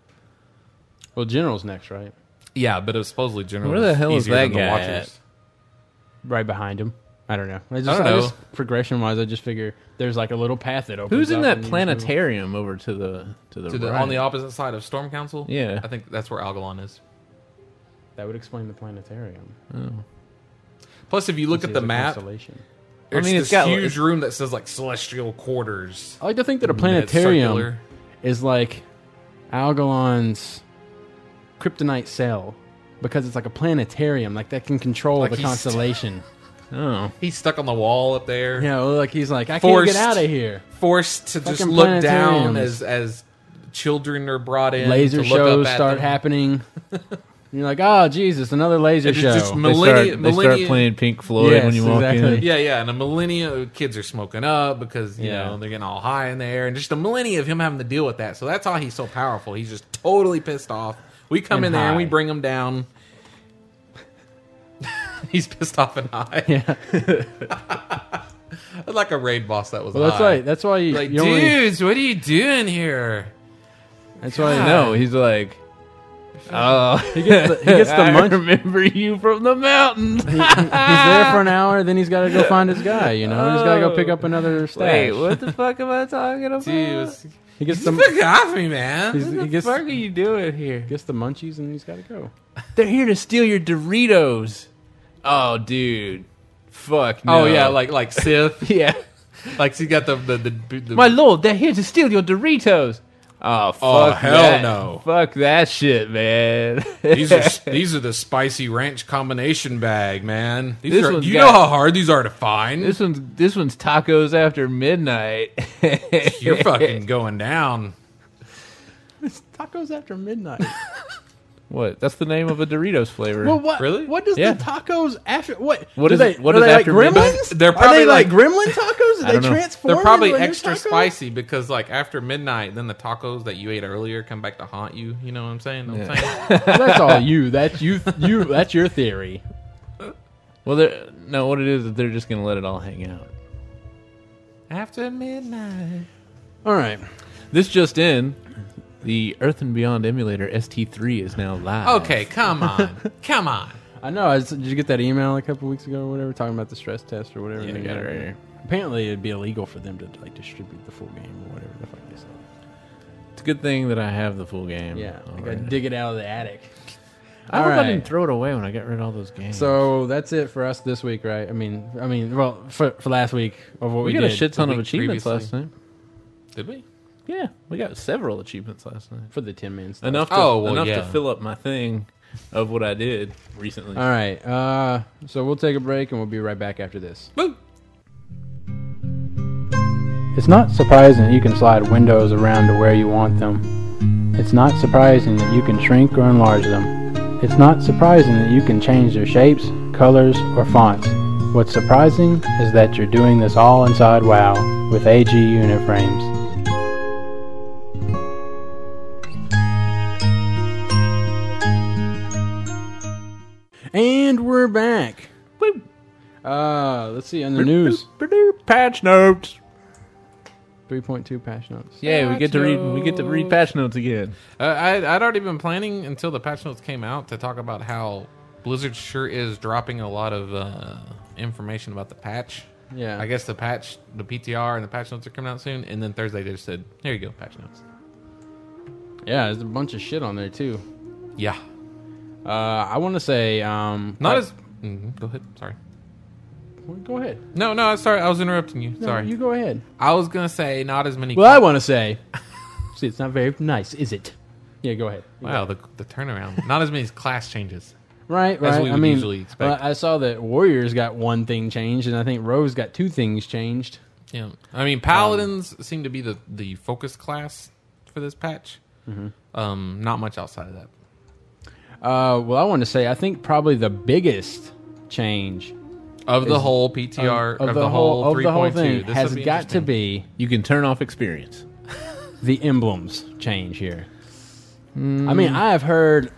[SPEAKER 4] Well, General's next, right?
[SPEAKER 5] Yeah, but it was supposedly generally
[SPEAKER 6] Where the hell is
[SPEAKER 5] easier
[SPEAKER 6] that
[SPEAKER 5] than the
[SPEAKER 6] guy
[SPEAKER 5] Watchers.
[SPEAKER 6] at?
[SPEAKER 4] Right behind him. I don't know. I just,
[SPEAKER 5] don't know.
[SPEAKER 4] just progression wise, I just figure there's like a little path that opens.
[SPEAKER 6] Who's in
[SPEAKER 4] up
[SPEAKER 6] that
[SPEAKER 4] and you just move.
[SPEAKER 6] planetarium over to the to the,
[SPEAKER 5] to the,
[SPEAKER 6] right?
[SPEAKER 5] on the opposite side of Storm Council.
[SPEAKER 6] Yeah.
[SPEAKER 5] I think that's where Algalon is.
[SPEAKER 4] That would explain the planetarium.
[SPEAKER 5] Plus, if you look at
[SPEAKER 4] See,
[SPEAKER 5] the
[SPEAKER 4] it's a
[SPEAKER 5] map,
[SPEAKER 4] constellation.
[SPEAKER 5] I mean,
[SPEAKER 6] it's
[SPEAKER 5] it's got
[SPEAKER 6] got-
[SPEAKER 5] huge
[SPEAKER 6] it's-
[SPEAKER 5] room that says like Celestial Quarters.
[SPEAKER 4] I like to think that a
[SPEAKER 5] And it's
[SPEAKER 4] planetarium
[SPEAKER 5] circular.
[SPEAKER 4] is like Algalon's kryptonite cell because it's like a planetarium, like that can control
[SPEAKER 5] Like
[SPEAKER 4] the
[SPEAKER 5] he's-
[SPEAKER 4] constellation.
[SPEAKER 6] Oh.
[SPEAKER 5] He's stuck on the wall up there,
[SPEAKER 4] you know, like he's like, I
[SPEAKER 5] Forced.
[SPEAKER 4] can't get out of here.
[SPEAKER 5] forced to just
[SPEAKER 4] Fucking
[SPEAKER 5] look down
[SPEAKER 4] planetariums.
[SPEAKER 5] as as children are brought in.
[SPEAKER 4] Laser
[SPEAKER 5] to look up
[SPEAKER 4] shows
[SPEAKER 5] at
[SPEAKER 4] start
[SPEAKER 5] them.
[SPEAKER 4] happening. And you're like, oh Jesus, another laser
[SPEAKER 5] It's
[SPEAKER 4] show.
[SPEAKER 5] just
[SPEAKER 6] They
[SPEAKER 5] millennia,
[SPEAKER 6] start, they start
[SPEAKER 5] millennia-
[SPEAKER 6] playing Pink Floyd
[SPEAKER 4] Yes,
[SPEAKER 6] when you walk in.
[SPEAKER 4] exactly.
[SPEAKER 5] Yeah, yeah, and a millennia kids are smoking up because you
[SPEAKER 4] Yeah.
[SPEAKER 5] know they're getting all high in there, and just a millennia of him having to deal with that. So that's how he's so powerful. He's just totally pissed off. We come
[SPEAKER 4] And
[SPEAKER 5] in there and we
[SPEAKER 4] high.
[SPEAKER 5] bring him down. he's pissed off and high.
[SPEAKER 4] yeah.
[SPEAKER 5] I'd like a raid boss that was.
[SPEAKER 4] Well, that's
[SPEAKER 5] high.
[SPEAKER 4] right. That's why you,
[SPEAKER 5] like,
[SPEAKER 4] you only-
[SPEAKER 5] dudes, what are you doing here?
[SPEAKER 4] That's
[SPEAKER 6] I
[SPEAKER 4] why you know.
[SPEAKER 6] know. He's like, oh, he
[SPEAKER 4] gets the- he gets the
[SPEAKER 6] I
[SPEAKER 4] munch-
[SPEAKER 6] remember you from the mountains.
[SPEAKER 4] He's there for an hour, then he's got to go find his guy. You know, he's got to go pick up another stash.
[SPEAKER 6] the fuck am I talking about?
[SPEAKER 5] Dude, what's-
[SPEAKER 4] He gets the
[SPEAKER 5] Get the fuck off me, man.
[SPEAKER 4] Uh, he's- he gets
[SPEAKER 6] are you doing here?
[SPEAKER 4] gets the munchies, and he's got to go.
[SPEAKER 6] They're here to steal your Doritos. Oh, dude, fuck.
[SPEAKER 5] Oh
[SPEAKER 6] no.
[SPEAKER 5] yeah, like like Sith,
[SPEAKER 6] yeah.
[SPEAKER 5] like he got the the, the, the
[SPEAKER 6] My lord, they're here to steal your Doritos. Oh, fuck
[SPEAKER 5] Oh, hell
[SPEAKER 6] that.
[SPEAKER 5] no.
[SPEAKER 6] Fuck that shit, man.
[SPEAKER 5] these are these are the spicy ranch combination bag, man. These
[SPEAKER 6] This
[SPEAKER 5] are,
[SPEAKER 6] one's
[SPEAKER 5] you
[SPEAKER 6] got-
[SPEAKER 5] know how hard these are to find.
[SPEAKER 6] this one's this one's tacos after midnight.
[SPEAKER 5] You're fucking going down.
[SPEAKER 4] It's tacos after midnight.
[SPEAKER 6] what? That's the name of a Doritos flavor.
[SPEAKER 4] well, what?
[SPEAKER 5] Really?
[SPEAKER 4] What does
[SPEAKER 6] Yeah.
[SPEAKER 4] the tacos after? What?
[SPEAKER 6] What
[SPEAKER 4] do
[SPEAKER 6] is
[SPEAKER 4] they,
[SPEAKER 6] it- what
[SPEAKER 4] are
[SPEAKER 6] is
[SPEAKER 4] they
[SPEAKER 6] after
[SPEAKER 4] like
[SPEAKER 6] midnight?
[SPEAKER 4] gremlins?
[SPEAKER 5] They're
[SPEAKER 4] are
[SPEAKER 5] probably
[SPEAKER 4] they like,
[SPEAKER 5] like-
[SPEAKER 4] gremlin tacos?
[SPEAKER 6] I
[SPEAKER 4] Are
[SPEAKER 6] don't
[SPEAKER 4] they
[SPEAKER 6] know.
[SPEAKER 4] transform?
[SPEAKER 5] They're probably
[SPEAKER 4] into a new
[SPEAKER 5] extra
[SPEAKER 4] taco?
[SPEAKER 5] spicy because like after midnight, then the tacos that you ate earlier come back to haunt you. You know what I'm saying? Know what I'm saying?
[SPEAKER 4] That's all you. That's you. You. That's your theory.
[SPEAKER 6] Well, they're, no, what it is is they're just gonna let it all hang out.
[SPEAKER 5] after midnight.
[SPEAKER 4] All right.
[SPEAKER 6] This just in, the Earth and Beyond emulator ST3 is now live.
[SPEAKER 5] Okay, come on, come on.
[SPEAKER 4] I know. I was, did you get that email a couple weeks ago or whatever talking about the stress test or whatever?
[SPEAKER 6] Yeah, I
[SPEAKER 4] they
[SPEAKER 6] got it
[SPEAKER 4] got?
[SPEAKER 6] right here.
[SPEAKER 4] Apparently, it'd be illegal for them to like distribute the full game or whatever the fuck they said.
[SPEAKER 6] It's a good thing that I have the full game.
[SPEAKER 4] Yeah, I gotta
[SPEAKER 6] already.
[SPEAKER 4] dig it out of the attic.
[SPEAKER 6] Mm. I hope I
[SPEAKER 4] Alright.
[SPEAKER 6] didn't throw it away when I got rid of all those games.
[SPEAKER 4] So that's it for us this week, right? I mean, I mean, well, for, for last week of what
[SPEAKER 6] we,
[SPEAKER 4] we,
[SPEAKER 6] got
[SPEAKER 4] did
[SPEAKER 6] a shit ton
[SPEAKER 5] the
[SPEAKER 6] of
[SPEAKER 5] week
[SPEAKER 6] achievements
[SPEAKER 5] previously.
[SPEAKER 6] last night.
[SPEAKER 5] Did we?
[SPEAKER 6] Yeah, we got several achievements last night.
[SPEAKER 4] for the ten man stuff.
[SPEAKER 6] Enough. To,
[SPEAKER 5] Oh, well,
[SPEAKER 6] enough to
[SPEAKER 5] yeah.
[SPEAKER 6] fill up my thing of what I did recently.
[SPEAKER 4] All right, uh, so we'll take a break and we'll be right back after this.
[SPEAKER 5] Boo.
[SPEAKER 1] It's not surprising that you can slide windows around to where you want them. It's not surprising that you can shrink or enlarge them. It's not surprising that you can change their shapes, colors, or fonts. What's surprising is that you're doing this all inside WoW with AG unit frames.
[SPEAKER 4] And we're back. Uh, let's see on the news.
[SPEAKER 6] Patch notes.
[SPEAKER 4] Three point two patch notes.
[SPEAKER 6] Yeah, we get to read. We get to read patch notes again.
[SPEAKER 5] Uh, I, I'd already been planning until the patch notes came out to talk about how Blizzard sure is dropping a lot of uh, information about the patch.
[SPEAKER 4] Yeah.
[SPEAKER 5] I guess the patch, the PTR, and the patch notes are coming out soon. And then Thursday they just said, "Here you go, patch notes."
[SPEAKER 4] Yeah, there's a bunch of shit on there too.
[SPEAKER 5] Yeah,
[SPEAKER 4] Uh, I want to say, um,
[SPEAKER 5] not
[SPEAKER 4] I-
[SPEAKER 5] as. mhm, go ahead. Sorry.
[SPEAKER 4] Go ahead.
[SPEAKER 5] No, no. Sorry, I was interrupting you.
[SPEAKER 4] No,
[SPEAKER 5] sorry.
[SPEAKER 4] you go ahead.
[SPEAKER 5] I was gonna say not as many.
[SPEAKER 4] Well, I want to say, see, it's not very nice, is it? Yeah, go ahead.
[SPEAKER 5] wow, the, the turnaround. Not as many class changes.
[SPEAKER 4] Right, right.
[SPEAKER 5] As we
[SPEAKER 4] I
[SPEAKER 5] would
[SPEAKER 4] mean,
[SPEAKER 5] usually expect.
[SPEAKER 4] well, I saw that Warriors got one thing changed, and I think Rose got two things changed.
[SPEAKER 5] Yeah, I mean, paladins
[SPEAKER 4] Um,
[SPEAKER 5] seem to be the the focus class for this patch.
[SPEAKER 4] Mm-hmm.
[SPEAKER 5] Um, not much outside of that.
[SPEAKER 4] Uh, well, I want to say I think probably the biggest change
[SPEAKER 5] of the whole PTR of, the, whole,
[SPEAKER 4] of the whole
[SPEAKER 5] 3.2.
[SPEAKER 4] thing
[SPEAKER 5] This
[SPEAKER 4] has
[SPEAKER 5] would be
[SPEAKER 4] got to
[SPEAKER 5] interesting.
[SPEAKER 4] be
[SPEAKER 6] You can turn off experience.
[SPEAKER 4] the emblems change here. I mean, I have heard.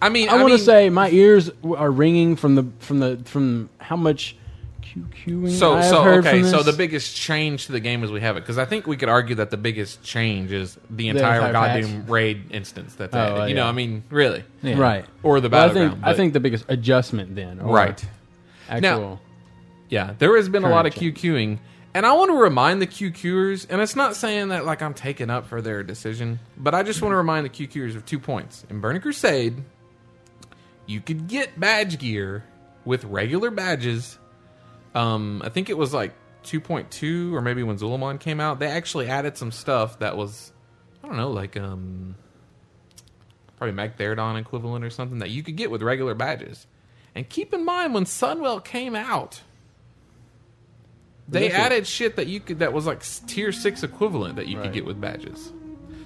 [SPEAKER 5] I mean,
[SPEAKER 4] I, want
[SPEAKER 5] mean,
[SPEAKER 4] to say my ears w- are ringing from the from the from how much QQing
[SPEAKER 5] so.
[SPEAKER 4] I have
[SPEAKER 5] So
[SPEAKER 4] heard
[SPEAKER 5] okay.
[SPEAKER 4] from
[SPEAKER 5] So
[SPEAKER 4] this.
[SPEAKER 5] the biggest change to the game as we have it, because I think we could argue that the biggest change is the entire,
[SPEAKER 4] entire patch.
[SPEAKER 5] goddamn raid instance that's
[SPEAKER 4] Oh,
[SPEAKER 5] added.
[SPEAKER 4] uh,
[SPEAKER 5] you know,
[SPEAKER 4] yeah.
[SPEAKER 5] I mean, really,
[SPEAKER 6] Yeah.
[SPEAKER 4] right
[SPEAKER 5] or the
[SPEAKER 4] Well, I
[SPEAKER 5] battleground.
[SPEAKER 4] think I
[SPEAKER 5] but-
[SPEAKER 4] think the biggest adjustment then or
[SPEAKER 5] right.
[SPEAKER 4] actual.
[SPEAKER 5] Yeah, there has been a lot of
[SPEAKER 4] Current
[SPEAKER 5] QQing, and I want to remind the QQers, and it's not saying that like I'm taking up for their decision, but I just want to remind the QQers of two points. In Burning Crusade, you could get badge gear with regular badges. Um, I think it was like 2.2 or maybe when Zulamon came out, they actually added some stuff that was I don't know, like um probably Magtheridon equivalent or something that you could get with regular badges. And keep in mind when Sunwell came out, they
[SPEAKER 4] That's it.
[SPEAKER 5] added shit that you could that was like s- tier 6 equivalent that you could
[SPEAKER 4] Right.
[SPEAKER 5] get with badges.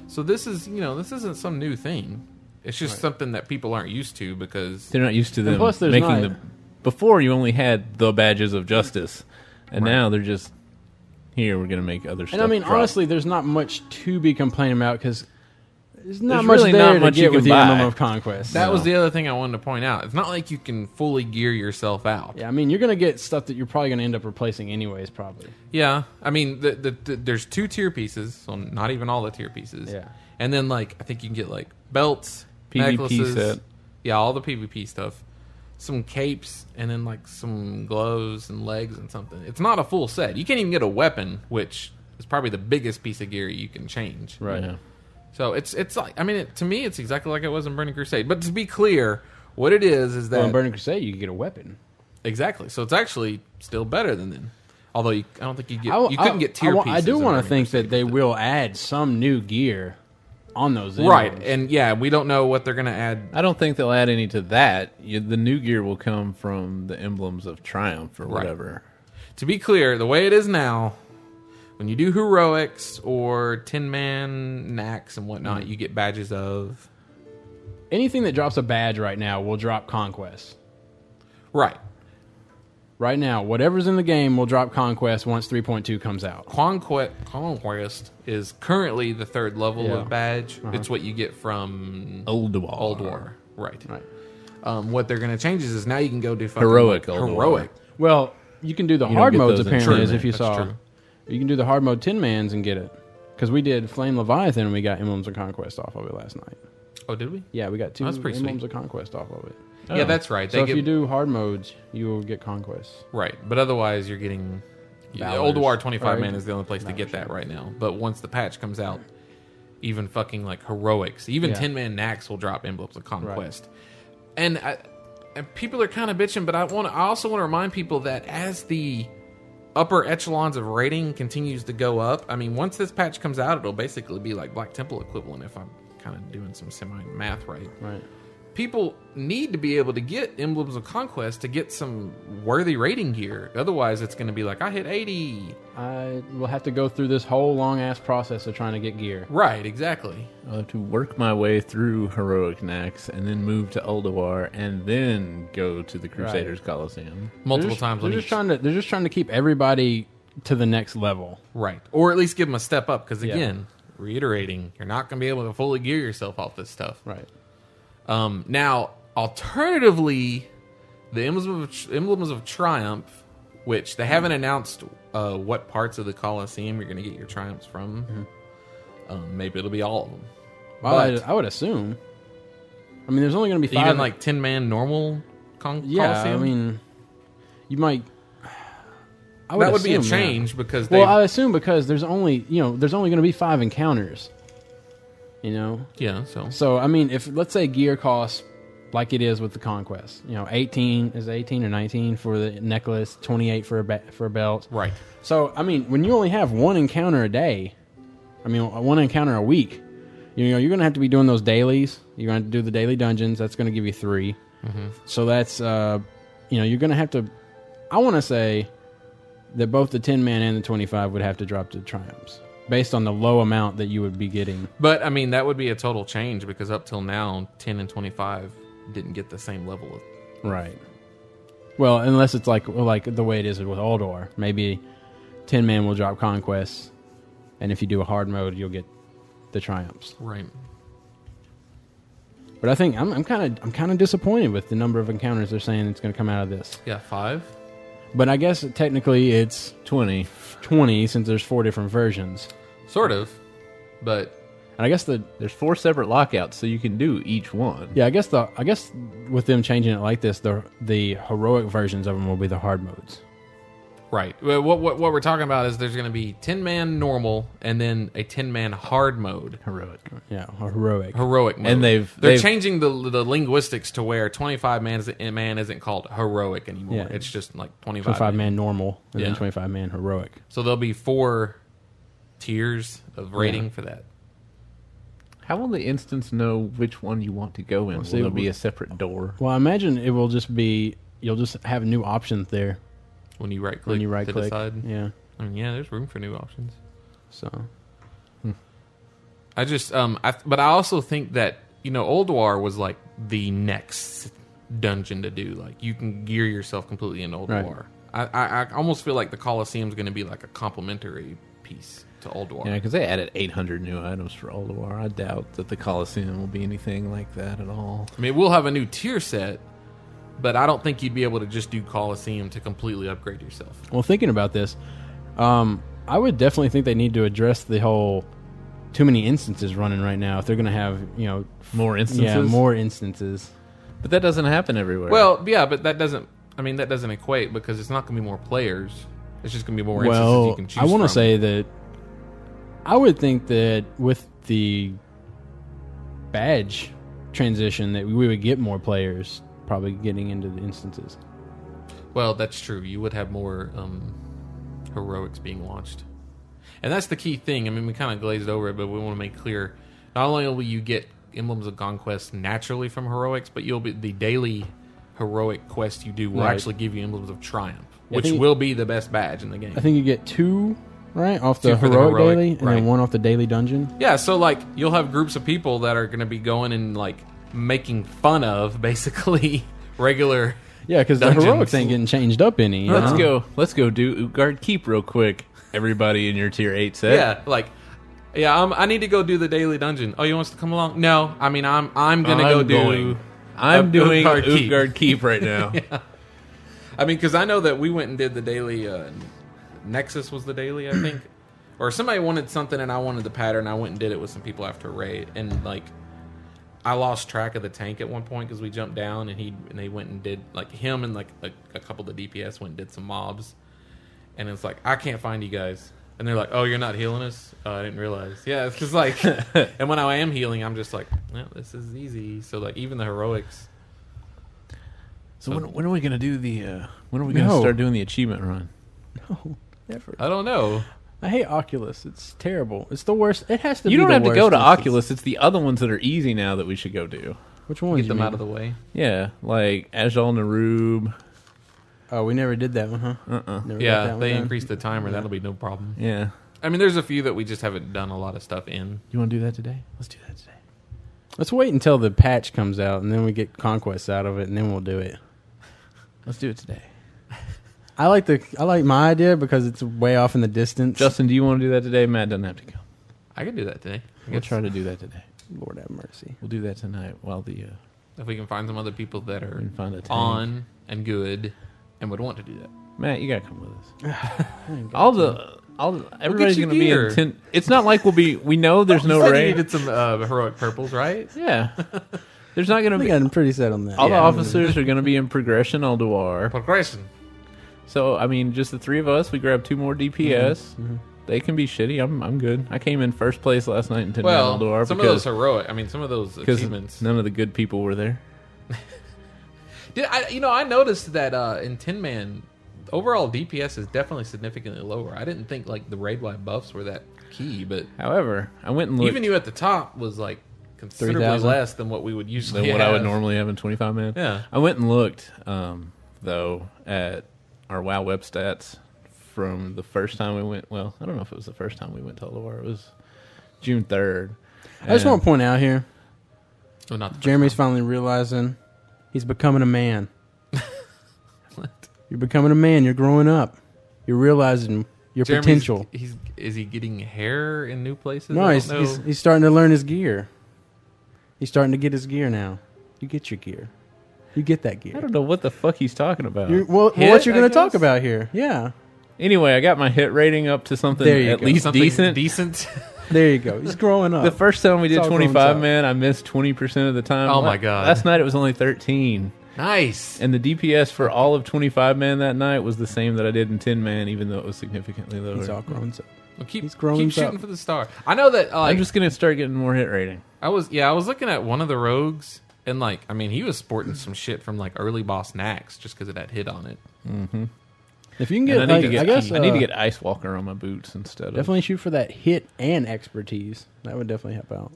[SPEAKER 5] So this is, you know, this isn't some new thing. It's just something that people aren't used to because
[SPEAKER 6] They're not used to them
[SPEAKER 4] plus there's
[SPEAKER 6] making
[SPEAKER 4] not-
[SPEAKER 6] the. Before you only had the badges of justice, and now they're just here. We're gonna make other stuff.
[SPEAKER 4] And I mean,
[SPEAKER 6] drop.
[SPEAKER 4] honestly, there's not much to be complaining about because There's not
[SPEAKER 6] There's
[SPEAKER 4] much
[SPEAKER 6] really
[SPEAKER 4] there
[SPEAKER 6] not
[SPEAKER 4] to
[SPEAKER 6] much you
[SPEAKER 4] get
[SPEAKER 6] can
[SPEAKER 4] with your
[SPEAKER 6] buy.
[SPEAKER 4] MMO conquest.
[SPEAKER 5] That was the other thing I wanted to point out. It's not like you can fully gear yourself out.
[SPEAKER 4] yeah, I mean, you're gonna get stuff that you're probably gonna end up replacing anyways, probably.
[SPEAKER 5] Yeah, I mean, the, the, the, there's two tier pieces, so not even all the tier pieces.
[SPEAKER 4] Yeah.
[SPEAKER 5] and then like I think you can get like belts,
[SPEAKER 6] PvP
[SPEAKER 5] necklaces,
[SPEAKER 6] set.
[SPEAKER 5] yeah, all the PvP stuff, some capes, and then like some gloves and legs and something. It's not a full set. You can't even get a weapon, which is probably the biggest piece of gear you can change.
[SPEAKER 4] Right.
[SPEAKER 6] Yeah.
[SPEAKER 5] So it's it's like I mean, it, to me, it's exactly like it was in Burning Crusade. But to be clear, what it is is that
[SPEAKER 4] Well, in Burning Crusade, you could get a weapon.
[SPEAKER 5] exactly. So it's actually still better than then. Although you, I don't think you get
[SPEAKER 4] I,
[SPEAKER 5] you couldn't
[SPEAKER 4] I-
[SPEAKER 5] get
[SPEAKER 4] I,
[SPEAKER 5] tier
[SPEAKER 4] wa-
[SPEAKER 5] pieces.
[SPEAKER 4] I do
[SPEAKER 5] in
[SPEAKER 4] want
[SPEAKER 5] Burning
[SPEAKER 4] to think
[SPEAKER 5] Crusade.
[SPEAKER 4] that they will add some new gear on those.
[SPEAKER 5] Right,
[SPEAKER 4] inroads.
[SPEAKER 5] and yeah, we don't know what they're going to add.
[SPEAKER 6] I don't think they'll add any to that. You, the new gear will come from the emblems of triumph or whatever.
[SPEAKER 5] To be clear, the way it is now, when you do heroics or Tin Man knacks and whatnot, you get badges of
[SPEAKER 4] anything that drops a badge right now will drop conquest.
[SPEAKER 5] right.
[SPEAKER 4] Right now, whatever's in the game will drop conquest once 3.2 comes out.
[SPEAKER 5] Conquest, Conquest is currently the third level
[SPEAKER 4] Yeah.
[SPEAKER 5] of badge. It's what you get from
[SPEAKER 6] Old War.
[SPEAKER 5] Old War, right?
[SPEAKER 4] Right.
[SPEAKER 5] Um, what they're going to change is, is now you can go do fucking
[SPEAKER 6] Heroic Old War.
[SPEAKER 5] heroic.
[SPEAKER 4] Well, you can do the
[SPEAKER 6] don't
[SPEAKER 4] hard
[SPEAKER 6] get
[SPEAKER 4] modes
[SPEAKER 6] those in
[SPEAKER 4] apparently,
[SPEAKER 6] Tin
[SPEAKER 4] as
[SPEAKER 6] Man.
[SPEAKER 4] if you
[SPEAKER 5] That's
[SPEAKER 4] saw.
[SPEAKER 5] true.
[SPEAKER 4] You can do the hard mode Tin Mans and get it. Because we did Flame Leviathan and we got Emblems of Conquest off of it last night.
[SPEAKER 5] Oh, did we?
[SPEAKER 4] Yeah, we got two
[SPEAKER 5] That's pretty
[SPEAKER 4] Emblems
[SPEAKER 5] sweet.
[SPEAKER 4] of Conquest off of it.
[SPEAKER 5] Yeah, that's right.
[SPEAKER 4] So if you do hard modes, you will get Conquest.
[SPEAKER 5] Right, but otherwise you're getting
[SPEAKER 4] Valors.
[SPEAKER 5] Old War 25
[SPEAKER 4] Right.
[SPEAKER 5] man is the only place to get that right now. But once the patch comes out, even fucking like heroics, even
[SPEAKER 4] Yeah.
[SPEAKER 5] 10 man Nax will drop emblems of conquest. And I, and people are kind of bitching, but I want I also want to remind people that as the upper echelons of rating continues to go up, I mean, once this patch comes out, it'll basically be like Black Temple equivalent if I'm kind of doing some semi math right
[SPEAKER 4] Right.
[SPEAKER 5] people need to be able to get emblems of conquest to get some worthy rating gear otherwise it's going to be like i hit 80
[SPEAKER 4] I will have to go through this whole long ass process of trying to get gear.
[SPEAKER 5] right exactly
[SPEAKER 6] I'll have to work my way through heroic knacks and then move to Oldawar and then go to the Crusaders Coliseum.
[SPEAKER 4] They're
[SPEAKER 5] multiple
[SPEAKER 4] just-
[SPEAKER 5] times
[SPEAKER 4] They're
[SPEAKER 5] on
[SPEAKER 4] just
[SPEAKER 5] each
[SPEAKER 4] trying to. They're just trying to keep everybody to the next level.
[SPEAKER 5] right or at least give them a step up because again reiterating you're not going to be able to fully gear yourself off this stuff
[SPEAKER 4] Right.
[SPEAKER 5] Um, now, alternatively, the emblems of, emblems of triumph, which they haven't announced uh, what parts of the Colosseum you're going to get your triumphs from.
[SPEAKER 4] Mm-hmm.
[SPEAKER 5] Um, maybe it'll be all of them.
[SPEAKER 4] Well, I,
[SPEAKER 5] But-
[SPEAKER 4] I would assume. I mean, there's only going to be five.
[SPEAKER 5] Even like ten man normal con-
[SPEAKER 4] yeah,
[SPEAKER 5] Colosseum.
[SPEAKER 4] I mean, you might. I
[SPEAKER 5] that would be a
[SPEAKER 4] assume, yeah.
[SPEAKER 5] change because they
[SPEAKER 4] Well, I assume because there's only you know there's only going to be five encounters. You know,
[SPEAKER 5] yeah. So
[SPEAKER 4] so I mean, if let's say gear costs like it is with the conquest, you know, 18 is it 18 or 19 for the necklace, 28 for a ba- for a belt,
[SPEAKER 5] right,
[SPEAKER 4] So I mean, when you only have one encounter a day, I mean uh, one encounter a week, you know you're gonna have to be doing those dailies. You're gonna have to do the daily dungeons. That's gonna give you 3 So that's uh, you know you're gonna have to. I want to say that both the ten man and the twenty five would have to drop to triumphs based on the low amount that you would be getting.
[SPEAKER 5] but I mean that would be a total change because up till now, ten and twenty five didn't get the same level of
[SPEAKER 4] Right. Well, unless it's like well, like the way it is with Aldor, maybe ten man will drop conquests, and if you do a hard mode, you'll get the triumphs.
[SPEAKER 5] right.
[SPEAKER 4] But I think I'm kind of I'm kind of disappointed with the number of encounters they're saying that's going to come out of this.
[SPEAKER 5] Yeah, five.
[SPEAKER 4] But I guess technically it's
[SPEAKER 6] 20.
[SPEAKER 4] 20 since there's four different versions.
[SPEAKER 5] Sort of, but
[SPEAKER 4] And I guess the
[SPEAKER 6] There's four separate lockouts, so you can do each one.
[SPEAKER 4] yeah I guess the I guess with them changing it like this, the the heroic versions of them will be the hard modes.
[SPEAKER 5] Right. Well, What, what what we're talking about is there's going to be ten man normal and then a ten man hard mode,
[SPEAKER 6] Heroic.
[SPEAKER 4] Yeah, or heroic.
[SPEAKER 5] heroic mode.
[SPEAKER 6] And they've-
[SPEAKER 5] they're
[SPEAKER 6] they've-
[SPEAKER 5] changing the the linguistics to where twenty five man is man isn't called heroic anymore.
[SPEAKER 4] Yeah.
[SPEAKER 5] It's just like twenty
[SPEAKER 4] 25
[SPEAKER 5] five man.
[SPEAKER 4] man normal and then
[SPEAKER 5] Yeah.
[SPEAKER 4] 25 man heroic.
[SPEAKER 5] So there'll be four tiers of rating for that.
[SPEAKER 6] How will the instance know which one you want to go in? Will
[SPEAKER 4] see,
[SPEAKER 6] there be
[SPEAKER 4] we-
[SPEAKER 6] a separate door?
[SPEAKER 4] Well, I imagine it will just be you'll just have new options there
[SPEAKER 5] When you right click,
[SPEAKER 4] when you right
[SPEAKER 5] to
[SPEAKER 4] click.
[SPEAKER 5] decide.
[SPEAKER 4] Yeah.
[SPEAKER 5] I mean, yeah, there's room for new options.
[SPEAKER 4] So
[SPEAKER 5] I just um, I, but I also think that you know, Old War was like the next dungeon to do. Like you can gear yourself completely in Old
[SPEAKER 4] Right.
[SPEAKER 5] War. I, I, I almost feel like the Colosseum's going to be like a complimentary piece to Ulduar.
[SPEAKER 6] Yeah, because they added 800 new items for Olduar. I doubt that the Colosseum will be anything like that at all.
[SPEAKER 5] I mean, we'll have a new tier set, but I don't think you'd be able to just do Colosseum to completely upgrade yourself.
[SPEAKER 4] Well, thinking about this, um, I would definitely think they need to address the whole too many instances running right now. If they're going to have, you know,
[SPEAKER 6] More instances.
[SPEAKER 4] yeah, more instances.
[SPEAKER 6] But that doesn't happen everywhere.
[SPEAKER 5] Well, yeah, but that doesn't. I mean, that doesn't equate because it's not going to be more players. It's just going to be more instances you
[SPEAKER 4] well,
[SPEAKER 5] can choose.
[SPEAKER 4] I want
[SPEAKER 5] from.
[SPEAKER 4] to say that I would think that with the badge transition, that we would get more players probably getting into the instances.
[SPEAKER 5] Well, that's true. You would have more um, heroics being launched. And that's the key thing. I mean, we kind of glazed over it, but we want to make clear not only will you get emblems of conquest naturally from heroics, but you'll be the daily heroic quest you do will
[SPEAKER 4] Right.
[SPEAKER 5] actually give you emblems of triumph, which
[SPEAKER 4] think-
[SPEAKER 5] will be the best badge in the game.
[SPEAKER 4] I think you get two right off the
[SPEAKER 5] Two for
[SPEAKER 4] heroic,
[SPEAKER 5] the heroic,
[SPEAKER 4] daily, and
[SPEAKER 5] right.
[SPEAKER 4] then one off the daily dungeon.
[SPEAKER 5] Yeah, so like you'll have groups of people that are going to be going and like making fun of basically regular.
[SPEAKER 4] Yeah, because the
[SPEAKER 5] Dungeons.
[SPEAKER 4] heroic thing getting changed up any.
[SPEAKER 6] let's go. Let's go do Guard Keep real quick. Everybody in your tier eight set.
[SPEAKER 5] Yeah, like yeah, um, I need to go do the daily dungeon. Oh, you want us to come along? No, I mean I'm I'm gonna
[SPEAKER 6] I'm
[SPEAKER 5] go do.
[SPEAKER 6] going. I'm
[SPEAKER 5] Up-
[SPEAKER 6] doing
[SPEAKER 5] Utgard
[SPEAKER 6] Utgard
[SPEAKER 5] Keep.
[SPEAKER 6] Keep. right now.
[SPEAKER 5] I mean, because I know that we went and did the daily. Uh, Nexus was the daily, I think, or somebody wanted something and I wanted the pattern. I went and did it with some people after a raid, and like I lost track of the tank at one point because we jumped down and he and they went and did like him and like a, a couple of the DPS went and did some mobs, and it's like I can't find you guys. And they're like, "Oh, you're not healing us." Oh, I didn't realize. Yeah, it's because like, and when I am healing, I'm just like, "Well, this is easy." So like, even the heroics,
[SPEAKER 6] So when, when are we gonna do the? Uh, when are we gonna
[SPEAKER 4] No.
[SPEAKER 6] start doing the achievement run?
[SPEAKER 4] Never.
[SPEAKER 5] I don't know.
[SPEAKER 4] I hate Oculus. It's terrible. It's the worst. It has to.
[SPEAKER 6] You
[SPEAKER 4] be
[SPEAKER 6] don't
[SPEAKER 4] the
[SPEAKER 6] have to go
[SPEAKER 4] worst
[SPEAKER 6] to
[SPEAKER 4] instance.
[SPEAKER 6] Oculus. It's the other ones that are easy now that we should go do.
[SPEAKER 4] Which one?
[SPEAKER 5] Get them out of the way.
[SPEAKER 6] Yeah, like Agile Narub.
[SPEAKER 4] Oh, we never did that one, huh?
[SPEAKER 6] Uh-uh.
[SPEAKER 4] Never got that
[SPEAKER 5] Yeah,
[SPEAKER 4] one
[SPEAKER 5] they
[SPEAKER 4] done.
[SPEAKER 5] increased the timer. That'll be no problem.
[SPEAKER 6] Yeah.
[SPEAKER 5] I mean, there's a few that we just haven't done a lot of stuff in.
[SPEAKER 6] You want to do that today? Let's do that today.
[SPEAKER 4] Let's wait until the patch comes out, and then we get conquests out of it, and then we'll do it.
[SPEAKER 6] Let's do it today.
[SPEAKER 4] I like the I like my idea because it's way off in the distance.
[SPEAKER 6] Justin, do you want to do that today? Matt doesn't have to go.
[SPEAKER 5] I could do that today. I
[SPEAKER 6] We'll
[SPEAKER 5] guess
[SPEAKER 6] try to do that today.
[SPEAKER 4] Lord have mercy.
[SPEAKER 6] We'll do that tonight while the uh,
[SPEAKER 5] if we can find some other people that
[SPEAKER 6] we
[SPEAKER 5] are
[SPEAKER 6] can find a tank.
[SPEAKER 5] on and good and would want to do that.
[SPEAKER 6] Matt, you gotta come with us. all the all everybody's
[SPEAKER 5] you
[SPEAKER 6] gonna be
[SPEAKER 5] gear.
[SPEAKER 6] in ten. It's not like we'll be. We know there's no
[SPEAKER 5] You said
[SPEAKER 6] raid.
[SPEAKER 5] You needed some uh, heroic purples, right?
[SPEAKER 6] Yeah, there's not gonna
[SPEAKER 4] I
[SPEAKER 6] be.
[SPEAKER 4] think I'm pretty set on that.
[SPEAKER 6] All the
[SPEAKER 4] Yeah.
[SPEAKER 6] officers are gonna be in progression Alduar.
[SPEAKER 5] Progression.
[SPEAKER 6] So I mean, just the three of us. We grab two more DPS.
[SPEAKER 5] Mm-hmm.
[SPEAKER 6] They can be shitty. I'm I'm good. I came in first place last night in ten
[SPEAKER 5] Well,
[SPEAKER 6] Alduar
[SPEAKER 5] some of those
[SPEAKER 6] because
[SPEAKER 5] heroic. I mean, some of those achievements.
[SPEAKER 6] because none of the good people were there.
[SPEAKER 5] Did I, you know, I noticed that uh, in Tin Man, overall DPS is definitely significantly lower. I didn't think like the raid wide buffs were that key, but
[SPEAKER 6] However, I went and looked
[SPEAKER 5] even you at the top was like considerably
[SPEAKER 4] 3,000?
[SPEAKER 5] less than what we would
[SPEAKER 6] than
[SPEAKER 5] usually
[SPEAKER 6] what I would
[SPEAKER 5] have.
[SPEAKER 6] normally have in 25 man.
[SPEAKER 5] Yeah.
[SPEAKER 6] I went and looked, um, though, at our WoW web stats from the first time we went. Well, I don't know if it was the first time we went to Alor. It was June 3rd.
[SPEAKER 4] I just want to point out here,
[SPEAKER 5] Well, not the
[SPEAKER 4] Jeremy's finally realizing he's becoming a man. You're becoming a man. You're growing up. You're realizing your
[SPEAKER 5] Jeremy's-
[SPEAKER 4] potential.
[SPEAKER 5] He's is he getting hair in new places?
[SPEAKER 4] No,
[SPEAKER 5] I
[SPEAKER 4] he's,
[SPEAKER 5] don't
[SPEAKER 4] he's
[SPEAKER 5] know.
[SPEAKER 4] he's starting to learn his gear. He's starting to get his gear now. You get your gear. You get that
[SPEAKER 6] I
[SPEAKER 4] gear.
[SPEAKER 6] don't know what the fuck he's talking about.
[SPEAKER 4] You're, well,
[SPEAKER 5] Hit,
[SPEAKER 4] what you're
[SPEAKER 5] I
[SPEAKER 4] going to talk
[SPEAKER 5] guess?
[SPEAKER 4] about here? Yeah,
[SPEAKER 6] Anyway, I got my hit rating up to something
[SPEAKER 4] There you
[SPEAKER 6] at
[SPEAKER 4] go.
[SPEAKER 6] least
[SPEAKER 5] Something
[SPEAKER 6] decent.
[SPEAKER 5] Decent.
[SPEAKER 4] there you go. He's growing up.
[SPEAKER 6] the first time we
[SPEAKER 4] It's
[SPEAKER 6] did
[SPEAKER 4] all grown
[SPEAKER 6] 25
[SPEAKER 4] up.
[SPEAKER 6] man, I missed 20% of the time.
[SPEAKER 5] Oh, my
[SPEAKER 6] La-
[SPEAKER 5] God.
[SPEAKER 6] Last night it was only 13.
[SPEAKER 5] nice.
[SPEAKER 6] And the DPS for all of 25 man that night was the same that I did in 10 man, even though it was significantly lower.
[SPEAKER 4] he's all grown up.
[SPEAKER 5] Well, keep
[SPEAKER 4] he's growing
[SPEAKER 5] keep shooting
[SPEAKER 4] up.
[SPEAKER 5] for the star. I know that. uh, Like,
[SPEAKER 6] I'm just gonna start getting more hit rating.
[SPEAKER 5] I was yeah. I was looking at one of the rogues and like I mean he was sporting some shit from like early boss Nax just because it had hit on it.
[SPEAKER 4] If you can
[SPEAKER 6] And
[SPEAKER 4] get,
[SPEAKER 6] I need
[SPEAKER 4] like,
[SPEAKER 6] to get
[SPEAKER 4] I guess
[SPEAKER 6] I need to
[SPEAKER 4] uh,
[SPEAKER 6] get Ice Walker on my boots instead of
[SPEAKER 4] definitely shoot for that hit and expertise. That would definitely help out.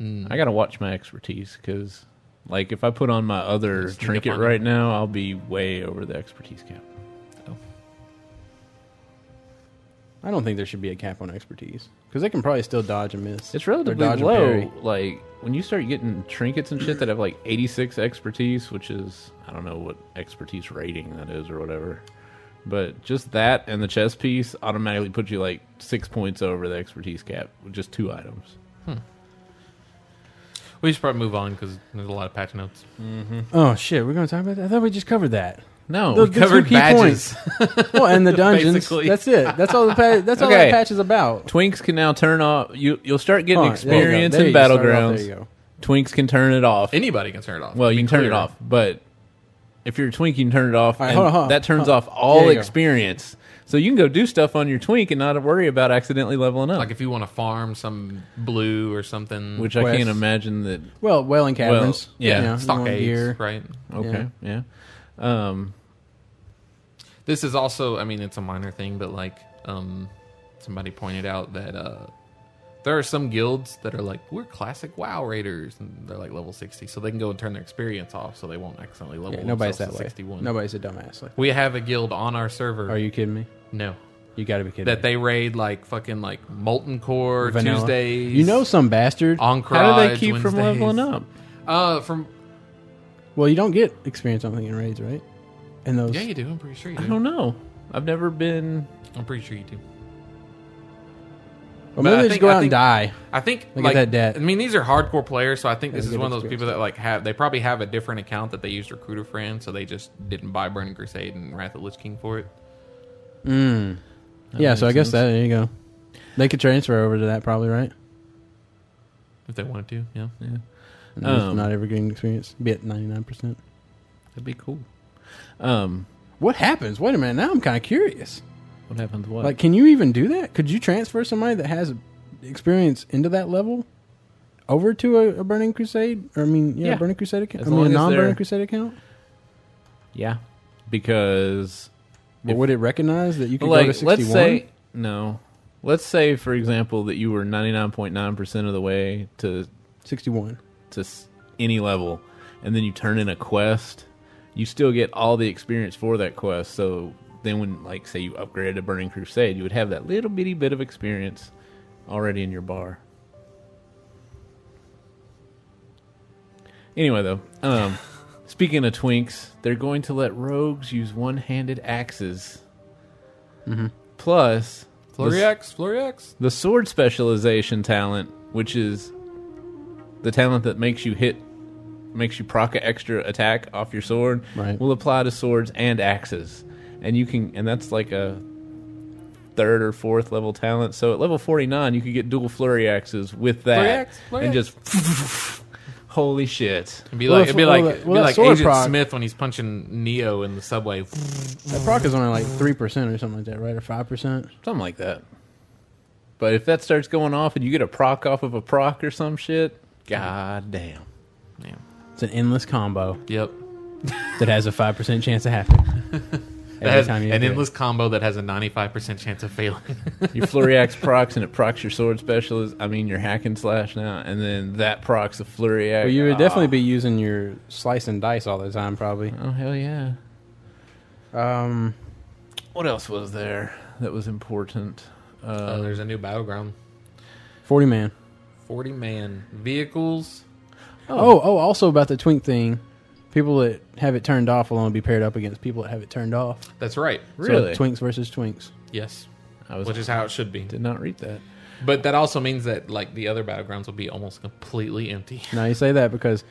[SPEAKER 6] I gotta watch my expertise because like if I put on my other
[SPEAKER 5] Sneak up
[SPEAKER 6] trinket
[SPEAKER 5] on
[SPEAKER 6] right now, I'll be way over the expertise cap.
[SPEAKER 4] I don't think there should be a cap on expertise because they can probably still dodge and miss.
[SPEAKER 6] It's
[SPEAKER 4] Or
[SPEAKER 6] relatively
[SPEAKER 4] dodge and
[SPEAKER 6] low.
[SPEAKER 4] parry.
[SPEAKER 6] Like when you start getting trinkets and shit that have like 86 expertise, which is I don't know what expertise rating that is or whatever, But just that and the chess piece automatically put you like six points over the expertise cap with just two items.
[SPEAKER 5] We should probably move on because there's a lot of patch notes.
[SPEAKER 4] Oh shit, we're gonna talk about that. I thought we just covered that.
[SPEAKER 6] No,
[SPEAKER 4] Those-
[SPEAKER 6] we
[SPEAKER 4] the two
[SPEAKER 6] covered
[SPEAKER 4] key
[SPEAKER 6] badges.
[SPEAKER 4] Well, and the dungeons.
[SPEAKER 6] Basically.
[SPEAKER 4] That's it. That's all the pa- that's all that
[SPEAKER 6] Okay.
[SPEAKER 4] patch is about.
[SPEAKER 6] Twinks can now turn off. You you'll start getting
[SPEAKER 4] Alright, there you go.
[SPEAKER 6] experience
[SPEAKER 4] There
[SPEAKER 6] in
[SPEAKER 4] you go. Start off,
[SPEAKER 6] battlegrounds.
[SPEAKER 4] There you go.
[SPEAKER 6] Twinks can turn it off.
[SPEAKER 5] Anybody can turn it off.
[SPEAKER 6] well, you
[SPEAKER 5] Be
[SPEAKER 6] can turn it
[SPEAKER 5] clear.
[SPEAKER 6] off, but if you're a twink, you can turn it off.
[SPEAKER 4] Alright,
[SPEAKER 6] and
[SPEAKER 4] hold on, hold on,
[SPEAKER 6] that turns
[SPEAKER 4] hold on.
[SPEAKER 6] off all
[SPEAKER 4] There you go.
[SPEAKER 6] experience. So you can go do stuff on your twink and not worry about accidentally leveling up.
[SPEAKER 5] Like if you want to farm some blue or something,
[SPEAKER 6] which I
[SPEAKER 4] Quest.
[SPEAKER 6] can't imagine that.
[SPEAKER 4] Well, whaling caverns.
[SPEAKER 6] yeah,
[SPEAKER 4] you know, you want gear.
[SPEAKER 5] stockades, right?
[SPEAKER 6] Okay, yeah. Um,
[SPEAKER 5] This is also, I mean, it's a minor thing, but like, um, somebody pointed out that uh, there are some guilds that are like, we're classic WoW raiders, and they're like level sixty, so they can go and turn their experience off, so they won't accidentally level
[SPEAKER 4] Yeah, nobody's that
[SPEAKER 5] themselves
[SPEAKER 4] way.
[SPEAKER 5] to sixty-one.
[SPEAKER 4] Nobody's a dumbass. Like,
[SPEAKER 5] We have a guild on our server.
[SPEAKER 4] are you kidding me?
[SPEAKER 5] no,
[SPEAKER 4] You got to be kidding.
[SPEAKER 5] that
[SPEAKER 4] me.
[SPEAKER 5] they raid like fucking like molten core
[SPEAKER 4] Vanilla.
[SPEAKER 5] Tuesdays.
[SPEAKER 4] You know some bastard.
[SPEAKER 5] on
[SPEAKER 6] how do they keep from leveling up?
[SPEAKER 5] Uh, from
[SPEAKER 4] Well, you don't get experience on thinking raids, right? And those.
[SPEAKER 5] yeah, you do. I'm pretty sure you do.
[SPEAKER 6] I don't know. I've never been.
[SPEAKER 5] I'm pretty sure you do.
[SPEAKER 4] Well,
[SPEAKER 5] But
[SPEAKER 4] maybe
[SPEAKER 5] I
[SPEAKER 4] they
[SPEAKER 5] think-
[SPEAKER 4] just go
[SPEAKER 5] I
[SPEAKER 4] out and
[SPEAKER 5] think-
[SPEAKER 4] die.
[SPEAKER 5] I think
[SPEAKER 4] Look at
[SPEAKER 5] like
[SPEAKER 4] that debt.
[SPEAKER 5] I mean, these are hardcore players, so I think this
[SPEAKER 4] Gotta
[SPEAKER 5] is
[SPEAKER 4] get
[SPEAKER 5] one of those
[SPEAKER 4] experience.
[SPEAKER 5] people that like have they probably have a different account that they used Recruiter Friend, so they just didn't buy Burning Crusade and Wrath of Lich King for it.
[SPEAKER 4] yeah, so I
[SPEAKER 6] makes
[SPEAKER 4] guess
[SPEAKER 6] sense.
[SPEAKER 4] that. There you go. They could transfer over to that probably, right?
[SPEAKER 5] If they wanted to, yeah.
[SPEAKER 4] And
[SPEAKER 6] Um,
[SPEAKER 4] not ever getting experience. Be at ninety nine percent.
[SPEAKER 6] That'd be cool. Um,
[SPEAKER 4] What happens? Wait a minute. Now I'm kind of curious.
[SPEAKER 6] what happened? What?
[SPEAKER 4] Like, can you even do that? Could you transfer somebody that has experience into that level over to a, a Burning Crusade? Or I mean, yeah,
[SPEAKER 6] Yeah.
[SPEAKER 4] Burning Crusade account.
[SPEAKER 6] As
[SPEAKER 4] I mean,
[SPEAKER 6] long
[SPEAKER 4] a
[SPEAKER 6] as
[SPEAKER 4] non Burning
[SPEAKER 6] they're-
[SPEAKER 4] Crusade account.
[SPEAKER 6] yeah, because
[SPEAKER 4] But would it recognize that you could go to
[SPEAKER 6] like
[SPEAKER 4] sixty
[SPEAKER 6] let's
[SPEAKER 4] one?
[SPEAKER 6] say no. Let's say, for example, that you were ninety nine point nine percent of the way to
[SPEAKER 4] sixty one.
[SPEAKER 6] to s- any level, and then you turn in a quest, you still get all the experience for that quest. So then, when like say you upgraded to Burning Crusade, you would have that little bitty bit of experience already in your bar. Anyway, though, um, speaking of twinks, they're going to let rogues use one-handed axes. Plus, the
[SPEAKER 5] Flurryax, Flurryax.
[SPEAKER 6] the sword specialization talent, which is the talent that makes you hit, makes you proc an extra attack off your sword,
[SPEAKER 4] Right.
[SPEAKER 6] will apply to swords and axes, and you can, and that's like a third or fourth level talent. So at level forty nine, you could get dual flurry axes with that,
[SPEAKER 5] Flurry axe, flurry
[SPEAKER 6] and just holy shit.
[SPEAKER 5] It'd be
[SPEAKER 4] Well, if-
[SPEAKER 5] like it'd be
[SPEAKER 4] well,
[SPEAKER 5] like
[SPEAKER 4] that-
[SPEAKER 5] it'd
[SPEAKER 4] well,
[SPEAKER 5] be
[SPEAKER 4] that
[SPEAKER 5] like
[SPEAKER 4] sword
[SPEAKER 5] Agent
[SPEAKER 4] proc-
[SPEAKER 5] Smith when he's punching Neo in the subway.
[SPEAKER 4] That proc is only like three percent or something like that, right? Or five percent.
[SPEAKER 6] Something like that. But if that starts going off and you get a proc off of a proc or some shit,
[SPEAKER 4] Ah,
[SPEAKER 6] god damn.
[SPEAKER 5] Yeah.
[SPEAKER 4] It's an endless combo
[SPEAKER 5] Yep.
[SPEAKER 4] that has a five percent chance of happening.
[SPEAKER 5] That has
[SPEAKER 4] time you
[SPEAKER 5] an
[SPEAKER 4] do it.
[SPEAKER 5] endless combo that has a 95% chance of failing.
[SPEAKER 6] your Flurryax procs and it procs your sword specialist. I mean your hack and slash now, and then that procs a Flurryax.
[SPEAKER 4] Well, you would
[SPEAKER 6] Ah.
[SPEAKER 4] definitely be using your slice and dice all the time, probably.
[SPEAKER 6] Oh hell yeah!
[SPEAKER 4] Um,
[SPEAKER 6] What else was there that was important?
[SPEAKER 5] uh,
[SPEAKER 6] Uh,
[SPEAKER 5] there's a new battleground.
[SPEAKER 4] forty man.
[SPEAKER 5] 40 man vehicles.
[SPEAKER 4] Oh, oh, also about the twink thing. People that have it turned off will only be paired up against people that have it turned off.
[SPEAKER 5] That's right.
[SPEAKER 6] really?
[SPEAKER 4] So twinks versus twinks.
[SPEAKER 5] Yes.
[SPEAKER 6] I was,
[SPEAKER 5] Which is how it should be.
[SPEAKER 6] did not read that.
[SPEAKER 5] But that also means that like the other battlegrounds will be almost completely empty.
[SPEAKER 4] Now you say that because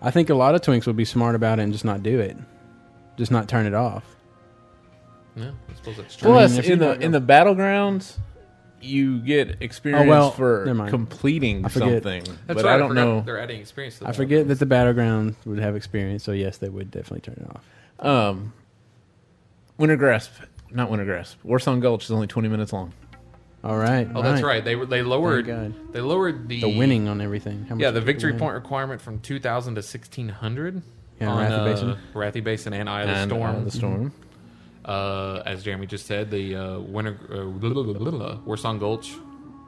[SPEAKER 4] I think a lot of twinks would be smart about it and just not do it, just not turn it off.
[SPEAKER 5] No, I suppose that's true.
[SPEAKER 6] Plus,
[SPEAKER 4] if you
[SPEAKER 6] in the
[SPEAKER 4] don't
[SPEAKER 6] in the battlegrounds, you get experience
[SPEAKER 4] Oh, well, never
[SPEAKER 6] for
[SPEAKER 4] mind.
[SPEAKER 6] completing
[SPEAKER 4] I forget.
[SPEAKER 6] something,
[SPEAKER 5] That's
[SPEAKER 6] but
[SPEAKER 5] right,
[SPEAKER 6] I don't
[SPEAKER 5] forgot
[SPEAKER 6] know.
[SPEAKER 5] They're adding experience. To the
[SPEAKER 4] I forget that the battleground would have experience, so yes, they would definitely turn it off.
[SPEAKER 6] Um, Winter Grasp, not Winter Grasp. Warsong Gulch is only twenty minutes long.
[SPEAKER 4] All right.
[SPEAKER 5] Oh, that's right. They were they lowered
[SPEAKER 4] God.
[SPEAKER 5] they lowered the,
[SPEAKER 4] The winning on everything. How much
[SPEAKER 5] Yeah, the
[SPEAKER 4] did you
[SPEAKER 5] victory
[SPEAKER 4] win?
[SPEAKER 5] point requirement from 2000 to 1600
[SPEAKER 4] Yeah,
[SPEAKER 5] on
[SPEAKER 4] Wrathy
[SPEAKER 5] uh,
[SPEAKER 4] Basin.
[SPEAKER 5] Wrathy Basin and Eye of the
[SPEAKER 6] And, uh,
[SPEAKER 5] Storm.
[SPEAKER 6] the
[SPEAKER 4] Mm-hmm.
[SPEAKER 6] storm.
[SPEAKER 5] Uh, as Jeremy just said, the uh, winter uh, blah, blah, blah, blah, blah, Warsong Gulch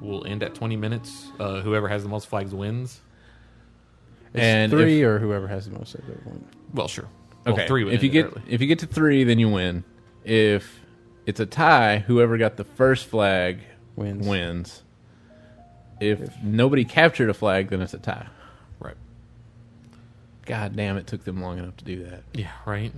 [SPEAKER 5] will end at 20 minutes. Uh, whoever has the most flags wins.
[SPEAKER 4] It's
[SPEAKER 6] And if-
[SPEAKER 4] three or whoever has the most at that point.
[SPEAKER 5] Well, sure. Well,
[SPEAKER 6] Okay.
[SPEAKER 5] three would
[SPEAKER 6] if you
[SPEAKER 5] end
[SPEAKER 6] get
[SPEAKER 5] early.
[SPEAKER 6] if you get to three, then you win. If it's a tie, whoever got the first flag
[SPEAKER 4] Wins.
[SPEAKER 6] wins. If, nobody captured a flag, then it's a tie.
[SPEAKER 5] right.
[SPEAKER 6] God damn, it took them long enough to do that.
[SPEAKER 5] Yeah, right.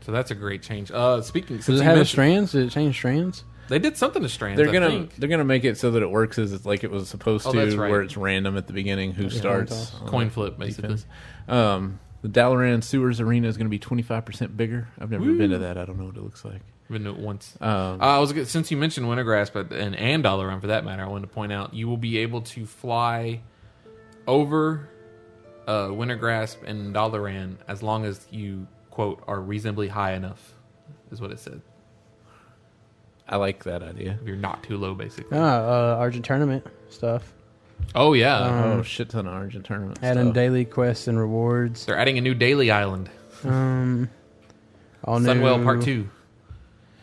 [SPEAKER 5] So that's a great change. Uh, speaking, since
[SPEAKER 4] Does it
[SPEAKER 5] you
[SPEAKER 4] have a
[SPEAKER 5] mentioned-
[SPEAKER 4] strands? Did it change strands?
[SPEAKER 5] They did something to strands.
[SPEAKER 6] They're
[SPEAKER 5] I
[SPEAKER 6] gonna
[SPEAKER 5] think.
[SPEAKER 6] they're gonna make it so that it works as it's like it was supposed
[SPEAKER 5] Oh,
[SPEAKER 6] to,
[SPEAKER 5] that's right.
[SPEAKER 6] where it's random at the beginning who starts.
[SPEAKER 4] Oh,
[SPEAKER 6] on
[SPEAKER 5] coin
[SPEAKER 6] the
[SPEAKER 5] flip basically.
[SPEAKER 6] defense. Um, the Dalaran Sewers Arena is gonna be twenty five percent bigger. I've never been to that. I don't know what it looks like.
[SPEAKER 5] Been to it once.
[SPEAKER 6] Um,
[SPEAKER 5] Uh, I was gonna- since you mentioned Wintergrass, but and and Dalaran for that matter. I wanted to point out you will be able to fly over uh, Wintergrass and Dalaran as long as you quote are reasonably high enough, is what it said.
[SPEAKER 6] I like that idea.
[SPEAKER 5] If you're not too low, basically.
[SPEAKER 4] Ah, uh, Argent tournament stuff.
[SPEAKER 5] oh yeah,
[SPEAKER 4] uh,
[SPEAKER 6] oh shit ton of Argent tournament
[SPEAKER 4] Adding
[SPEAKER 6] stuff.
[SPEAKER 4] daily quests and rewards.
[SPEAKER 5] they're adding a new daily island,
[SPEAKER 4] Um, all new.
[SPEAKER 5] Sunwell Part Two.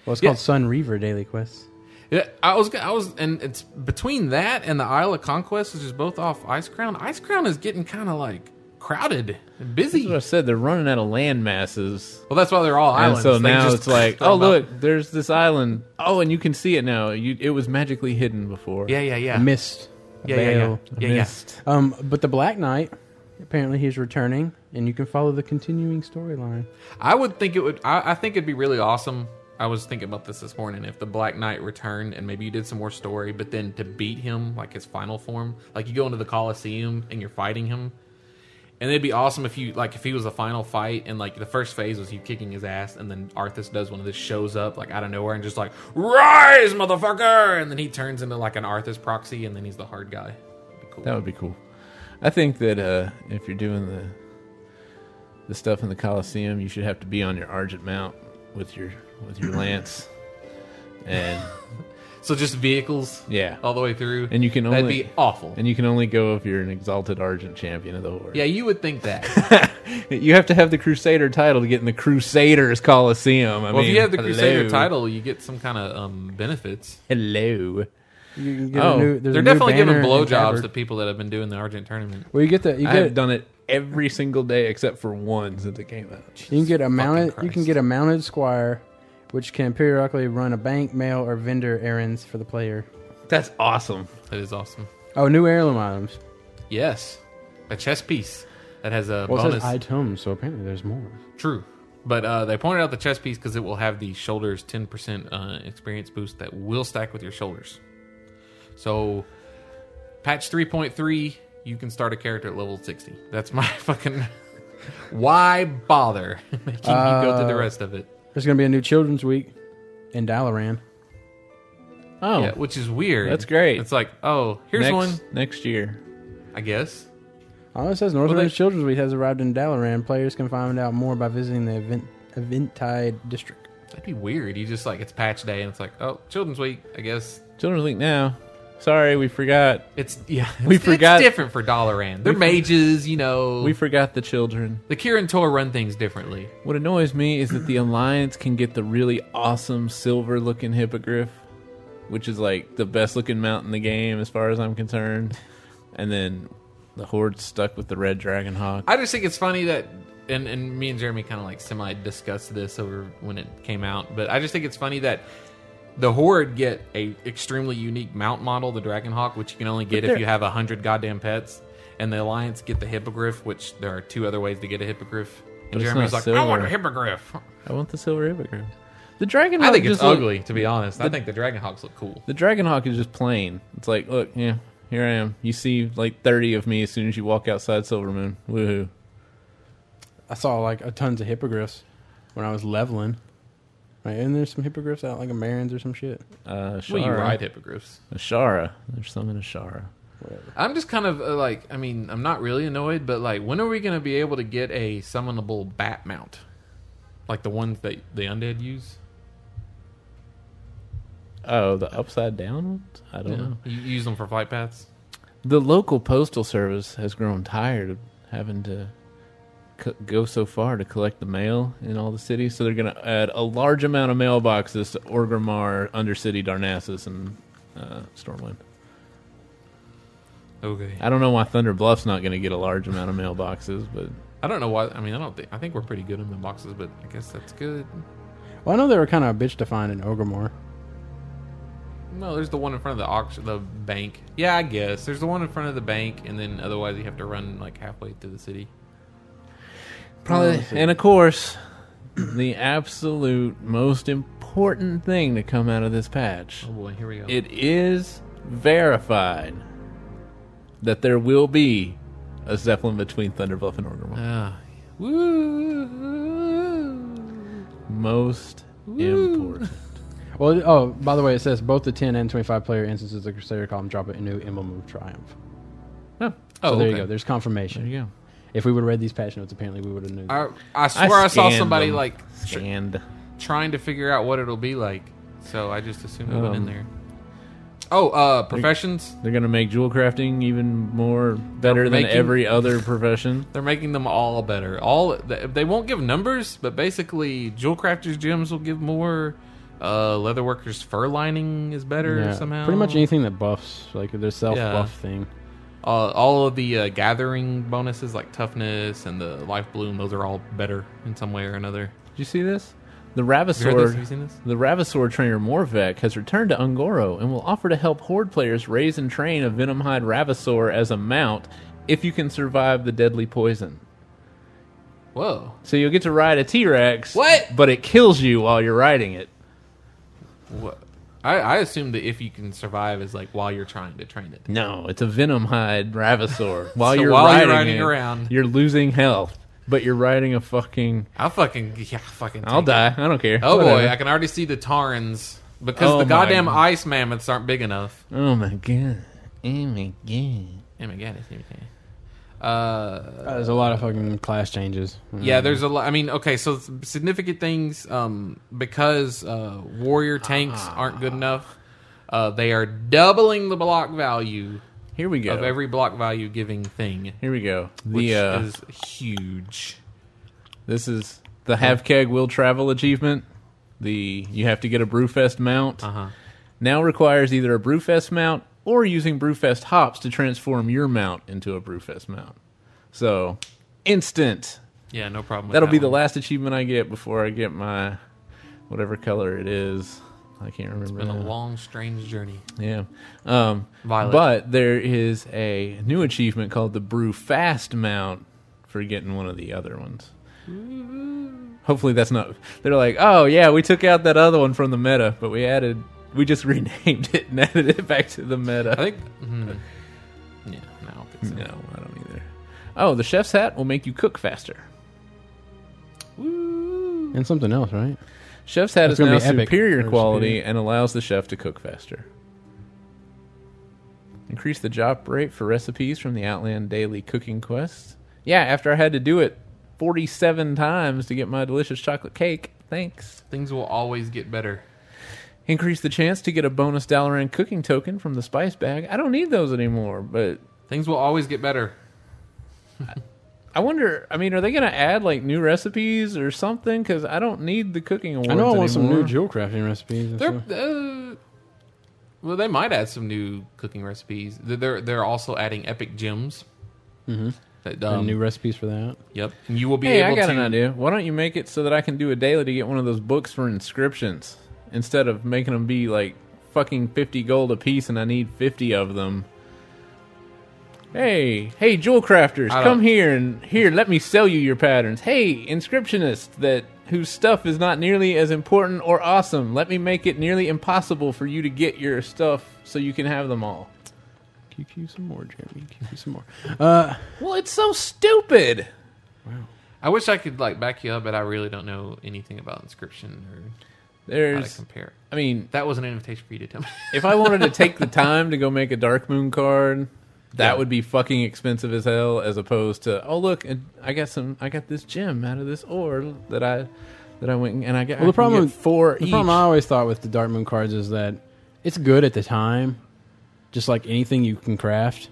[SPEAKER 4] Well, it's
[SPEAKER 5] Yeah.
[SPEAKER 4] called Sun Reaver daily quests.
[SPEAKER 5] Yeah, I was, I was, and it's between that and the Isle of Conquest, which is both off Ice Crown. Ice Crown is getting kind of like crowded and busy.
[SPEAKER 6] That's what I said. They're running out of land masses.
[SPEAKER 5] Well, that's why they're all islands.
[SPEAKER 6] And so
[SPEAKER 5] They
[SPEAKER 6] now
[SPEAKER 5] just
[SPEAKER 6] it's like,
[SPEAKER 5] throw
[SPEAKER 6] oh
[SPEAKER 5] 'em out.
[SPEAKER 6] look, there's this island. Oh, and you can see it now. You, it was magically hidden before.
[SPEAKER 5] yeah, yeah, yeah,
[SPEAKER 4] A mist. A
[SPEAKER 5] yeah, yeah, yeah,
[SPEAKER 4] veil.
[SPEAKER 5] yeah, yeah.
[SPEAKER 6] Mist.
[SPEAKER 4] Um, but the Black Knight, apparently he's returning, and you can follow the continuing storyline.
[SPEAKER 5] I would think it would. I, I think it'd be really awesome. I was thinking about this this morning. If the Black Knight returned and maybe you did some more story, but then to beat him like his final form, like you go into the Coliseum and you're fighting him, and it'd be awesome if you like if he was the final fight and like the first phase was you kicking his ass, and then Arthas does one of this shows up like out of nowhere and just like rise, motherfucker, and then he turns into like an Arthas proxy, and then he's the hard guy. That'd be cool.
[SPEAKER 6] That would be cool. I think that uh, if you're doing the the stuff in the Coliseum, you should have to be on your Argent mount with your with your lance, and
[SPEAKER 5] so just vehicles,
[SPEAKER 6] yeah,
[SPEAKER 5] all the way through,
[SPEAKER 6] and you can
[SPEAKER 5] Oh, that'd
[SPEAKER 6] only
[SPEAKER 5] be awful.
[SPEAKER 6] and you can only go if you're an exalted Argent champion of the Horde.
[SPEAKER 5] yeah, you would think that.
[SPEAKER 6] you have to have the Crusader title to get in the Crusaders Coliseum. I
[SPEAKER 5] Well,
[SPEAKER 6] mean,
[SPEAKER 5] if you have the
[SPEAKER 6] hello.
[SPEAKER 5] Crusader title, you get some kind of um, benefits.
[SPEAKER 6] hello.
[SPEAKER 4] You can get a
[SPEAKER 6] Oh,
[SPEAKER 4] new- there's a
[SPEAKER 5] They're
[SPEAKER 4] new
[SPEAKER 5] definitely giving
[SPEAKER 4] banner and
[SPEAKER 5] blowjobs
[SPEAKER 4] tabard.
[SPEAKER 5] to people that have been doing the Argent tournament.
[SPEAKER 4] Well, you get the you
[SPEAKER 6] I have
[SPEAKER 4] get
[SPEAKER 6] done it every single day except for one since it came out.
[SPEAKER 4] you can get a mounted you can
[SPEAKER 5] Christ.
[SPEAKER 4] get a mounted squire, which can periodically run a bank, mail, or vendor errands for the player.
[SPEAKER 6] That's awesome.
[SPEAKER 5] That is awesome.
[SPEAKER 4] Oh, new heirloom items.
[SPEAKER 5] Yes, a chess piece that has a
[SPEAKER 1] Well, it says
[SPEAKER 5] bonus.
[SPEAKER 1] items, so apparently there's more.
[SPEAKER 5] True, but uh, they pointed out the chess piece because it will have the shoulders ten percent uh, experience boost that will stack with your shoulders. So, patch three point three, you can start a character at level sixty. That's my fucking. Why bother making you go through the
[SPEAKER 4] Uh,
[SPEAKER 5] rest of it?
[SPEAKER 4] There's gonna be a new children's week in Dalaran.
[SPEAKER 6] Oh,
[SPEAKER 5] Yeah, which is weird.
[SPEAKER 6] That's great.
[SPEAKER 5] It's like, oh, here's
[SPEAKER 6] next,
[SPEAKER 5] one,
[SPEAKER 6] next year.
[SPEAKER 5] I guess.
[SPEAKER 4] Oh, it says Northern
[SPEAKER 5] they-
[SPEAKER 4] Children's Week has arrived in Dalaran. Players can find out more by visiting the event Eventide district.
[SPEAKER 5] That'd be weird. You just like it's patch day and it's like, oh, children's week, I guess.
[SPEAKER 6] Children's League now. Sorry, we forgot.
[SPEAKER 5] It's yeah,
[SPEAKER 6] We
[SPEAKER 5] it's,
[SPEAKER 6] forgot-
[SPEAKER 5] It's different for Dalaran. They're mages, you know.
[SPEAKER 6] We forgot the children.
[SPEAKER 5] the Kirin Tor run things differently.
[SPEAKER 6] What annoys me is that the Alliance can get the really awesome silver looking hippogriff, which is like the best looking mount in the game as far as I'm concerned. And then the Horde's stuck with the red dragon hawk.
[SPEAKER 5] I just think it's funny that, and, and me and Jeremy kind of like semi discussed this over when it came out, but I just think it's funny that the Horde get a extremely unique mount model, the Dragonhawk, which you can only get if you have a hundred goddamn pets, and the Alliance get the Hippogriff, which there are two other ways to get a Hippogriff.
[SPEAKER 6] But
[SPEAKER 5] And
[SPEAKER 6] it's
[SPEAKER 5] Jeremy's
[SPEAKER 6] not
[SPEAKER 5] like, I want a
[SPEAKER 6] silver."
[SPEAKER 5] Hippogriff.
[SPEAKER 6] I want the silver hippogriff. The dragon hawk
[SPEAKER 5] I think it's
[SPEAKER 6] just look-
[SPEAKER 5] ugly, to be honest. I think the Dragonhawks look cool.
[SPEAKER 6] The dragon hawk is just plain. It's like, look, yeah, here I am. You see like 30 of me as soon as you walk outside Silvermoon. Woohoo.
[SPEAKER 4] I saw like a tons of hippogriffs when I was leveling. Right, and there's some hippogriffs out like a Marins or some shit.
[SPEAKER 6] Uh, Shara.
[SPEAKER 5] Well, you ride Hippogriffs.
[SPEAKER 6] Ashara. There's some in Ashara.
[SPEAKER 5] I'm just kind of uh, like, I mean, I'm not really annoyed, but like, when are we going to be able to get a summonable bat mount? Like the ones that the undead use?
[SPEAKER 6] Oh, the upside down ones? I don't know.
[SPEAKER 5] You you use them for flight paths?
[SPEAKER 6] The local postal service has grown tired of having to c- go so far to collect the mail in all the cities, so they're going to add a large amount of mailboxes to Orgrimmar, Undercity, Darnassus, and uh, Stormwind.
[SPEAKER 5] Okay.
[SPEAKER 6] I don't know why Thunder Bluff's not going to get a large amount of mailboxes, but
[SPEAKER 5] I don't know why. I mean, I don't think, I think we're pretty good in the boxes, but I guess that's good.
[SPEAKER 4] Well, I know they were kind of a bitch to find in Ogremore.
[SPEAKER 5] No, there's the one in front of the auction, the bank. Yeah, I guess. There's the one in front of the bank, and then otherwise you have to run like halfway through the city.
[SPEAKER 6] Probably, and of Uh, course, the absolute most important thing to come out of this patch.
[SPEAKER 5] Oh boy, here we go.
[SPEAKER 6] It is verified that there will be a Zeppelin between Thunderbluff and Orgrimmar.
[SPEAKER 5] Ah. woo.
[SPEAKER 6] Most important.
[SPEAKER 4] Well, oh, by the way, it says both the 10 and 25 player instances of Crusader Column drop a new emblem of triumph.
[SPEAKER 6] Oh,
[SPEAKER 5] Oh,
[SPEAKER 4] So there you
[SPEAKER 5] okay.
[SPEAKER 4] go. There's confirmation.
[SPEAKER 6] there you go.
[SPEAKER 4] If we would have read these patch notes, apparently we would have knew.
[SPEAKER 5] I, I swear I, saw
[SPEAKER 6] scanned
[SPEAKER 5] somebody
[SPEAKER 6] them.
[SPEAKER 5] like tr-
[SPEAKER 6] scanned.
[SPEAKER 5] trying to figure out what it'll be like, so I just assumed it went in
[SPEAKER 6] Um,
[SPEAKER 5] there. Oh, uh, professions.
[SPEAKER 6] They're gonna make jewel crafting even more better than
[SPEAKER 5] making-
[SPEAKER 6] every other profession.
[SPEAKER 5] They're making them all better. All they they won't give numbers, but basically, jewel crafters' gems will give more. Uh, leatherworkers' fur lining is better
[SPEAKER 4] Yeah,
[SPEAKER 5] somehow.
[SPEAKER 4] Pretty much anything that buffs, like their self buff thing.
[SPEAKER 5] Uh, all of the uh, gathering bonuses, like toughness and the life bloom, those are all better in some way or another.
[SPEAKER 6] Did you see this? The
[SPEAKER 5] Have you heard this? Have you
[SPEAKER 6] Ravasaur,
[SPEAKER 5] seen this?
[SPEAKER 6] the Ravasaur trainer Morvek has returned to Ungoro and will offer to help Horde players raise and train a Venomhide Ravasaur as a mount if you can survive the deadly poison.
[SPEAKER 5] Whoa!
[SPEAKER 6] So you'll get to ride a T Rex.
[SPEAKER 5] What?
[SPEAKER 6] But it kills you while you're riding it.
[SPEAKER 5] What? I, I assume that if you can survive is like while you're trying to train it.
[SPEAKER 6] No, it's a Venomhide Ravasaur. while
[SPEAKER 5] So
[SPEAKER 6] you're
[SPEAKER 5] while
[SPEAKER 6] riding,
[SPEAKER 5] you're riding
[SPEAKER 6] it,
[SPEAKER 5] around.
[SPEAKER 6] you're losing health, but you're riding a fucking.
[SPEAKER 5] I'll fucking yeah, I'll fucking.
[SPEAKER 6] I'll
[SPEAKER 5] take it.
[SPEAKER 6] die. I don't care.
[SPEAKER 5] Oh boy,
[SPEAKER 6] Whatever.
[SPEAKER 5] I can already see the Tarns because
[SPEAKER 6] Oh
[SPEAKER 5] the
[SPEAKER 6] my
[SPEAKER 5] goddamn
[SPEAKER 6] God.
[SPEAKER 5] ice mammoths aren't big enough.
[SPEAKER 6] Oh my god. Oh my god.
[SPEAKER 5] Oh my god, it's everything. Uh,
[SPEAKER 4] Uh, there's a lot of fucking class changes.
[SPEAKER 5] yeah, there's a lot. I mean, okay, so s- significant things um, because uh, warrior tanks aren't good enough. Uh, they are doubling the block value
[SPEAKER 6] Here we go.
[SPEAKER 5] of every block value giving thing,
[SPEAKER 6] Here we go.
[SPEAKER 5] which
[SPEAKER 6] The uh,
[SPEAKER 5] is huge.
[SPEAKER 6] this is the Have Keg Will Travel achievement. The you have to get a Brewfest mount.
[SPEAKER 5] Uh-huh.
[SPEAKER 6] Now requires either a Brewfest mount or using Brewfest hops to transform your mount into a Brewfest mount. So instant.
[SPEAKER 5] Yeah, no problem. With
[SPEAKER 6] That'll
[SPEAKER 5] that
[SPEAKER 6] be the
[SPEAKER 5] one.
[SPEAKER 6] last achievement I get before I get my whatever color it is. I can't remember.
[SPEAKER 5] Been a
[SPEAKER 6] now.
[SPEAKER 5] long, strange journey.
[SPEAKER 6] Yeah. Um,
[SPEAKER 5] Violet.
[SPEAKER 6] But there is a new achievement called the Brew Fast Mount for getting one of the other ones. Hopefully that's not. They're like, oh yeah, we took out that other one from the meta, but we added, we just renamed it and added it back to the meta.
[SPEAKER 5] I think. hmm. Yeah, no, I don't think so.
[SPEAKER 6] No, I don't either. Oh, the chef's hat will make you cook faster.
[SPEAKER 4] Mm. And something else, right?
[SPEAKER 6] Chef's hat
[SPEAKER 4] That's
[SPEAKER 6] is
[SPEAKER 4] gonna
[SPEAKER 6] now
[SPEAKER 4] be epic
[SPEAKER 6] superior
[SPEAKER 4] or
[SPEAKER 6] quality
[SPEAKER 4] superior.
[SPEAKER 6] and allows the chef to cook faster. Increase the drop rate for recipes from the Outland Daily Cooking Quest. Yeah, after I had to do it 47 times to get my delicious chocolate cake. Thanks.
[SPEAKER 5] Things will always get better.
[SPEAKER 6] Increase the chance to get a bonus Dalaran cooking token from the spice bag. I don't need those anymore, but
[SPEAKER 5] Things will always get better.
[SPEAKER 6] I wonder, I mean, are they going to add like new recipes or something? Because I don't need the cooking awards
[SPEAKER 4] I know I want some new
[SPEAKER 6] anymore.
[SPEAKER 4] jewel crafting recipes. and
[SPEAKER 5] They're
[SPEAKER 4] stuff.
[SPEAKER 5] uh, well, they might add some new cooking recipes. They're- They're they're also adding epic gems. Mm-hmm. That,
[SPEAKER 4] And
[SPEAKER 5] um,
[SPEAKER 4] new recipes for that.
[SPEAKER 5] yep, And you will be
[SPEAKER 6] Hey,
[SPEAKER 5] able
[SPEAKER 6] I got
[SPEAKER 5] to.
[SPEAKER 6] an idea. Why don't you make it so that I can do a daily to get one of those books for inscriptions instead of making them be like fucking 50 gold a piece and I need 50 of them? Hey, hey, jewel crafters,
[SPEAKER 5] I
[SPEAKER 6] come
[SPEAKER 5] don't-
[SPEAKER 6] here and here, let me sell you your patterns. Hey, inscriptionist that whose stuff is not nearly as important or awesome, let me make it nearly impossible for you to get your stuff so you can have them all.
[SPEAKER 4] QQ some more, Jeremy. QQ some more.
[SPEAKER 6] Well, it's so stupid.
[SPEAKER 5] I wish I could like back you up, but I really don't know anything about inscription or how to
[SPEAKER 6] There's,
[SPEAKER 5] compare.
[SPEAKER 6] I mean,
[SPEAKER 5] That was an invitation for you to tell me.
[SPEAKER 6] if I wanted to take the time to go make a Dark Moon card, that
[SPEAKER 5] Yeah.
[SPEAKER 6] would be fucking expensive as hell. As opposed to, oh look, and I got some, I got this gem out of this ore that I that I went and I got.
[SPEAKER 4] Well, the problem with
[SPEAKER 6] four
[SPEAKER 4] The
[SPEAKER 6] each.
[SPEAKER 4] problem I always thought with the Dark Moon cards is that it's good at the time, just like anything you can craft.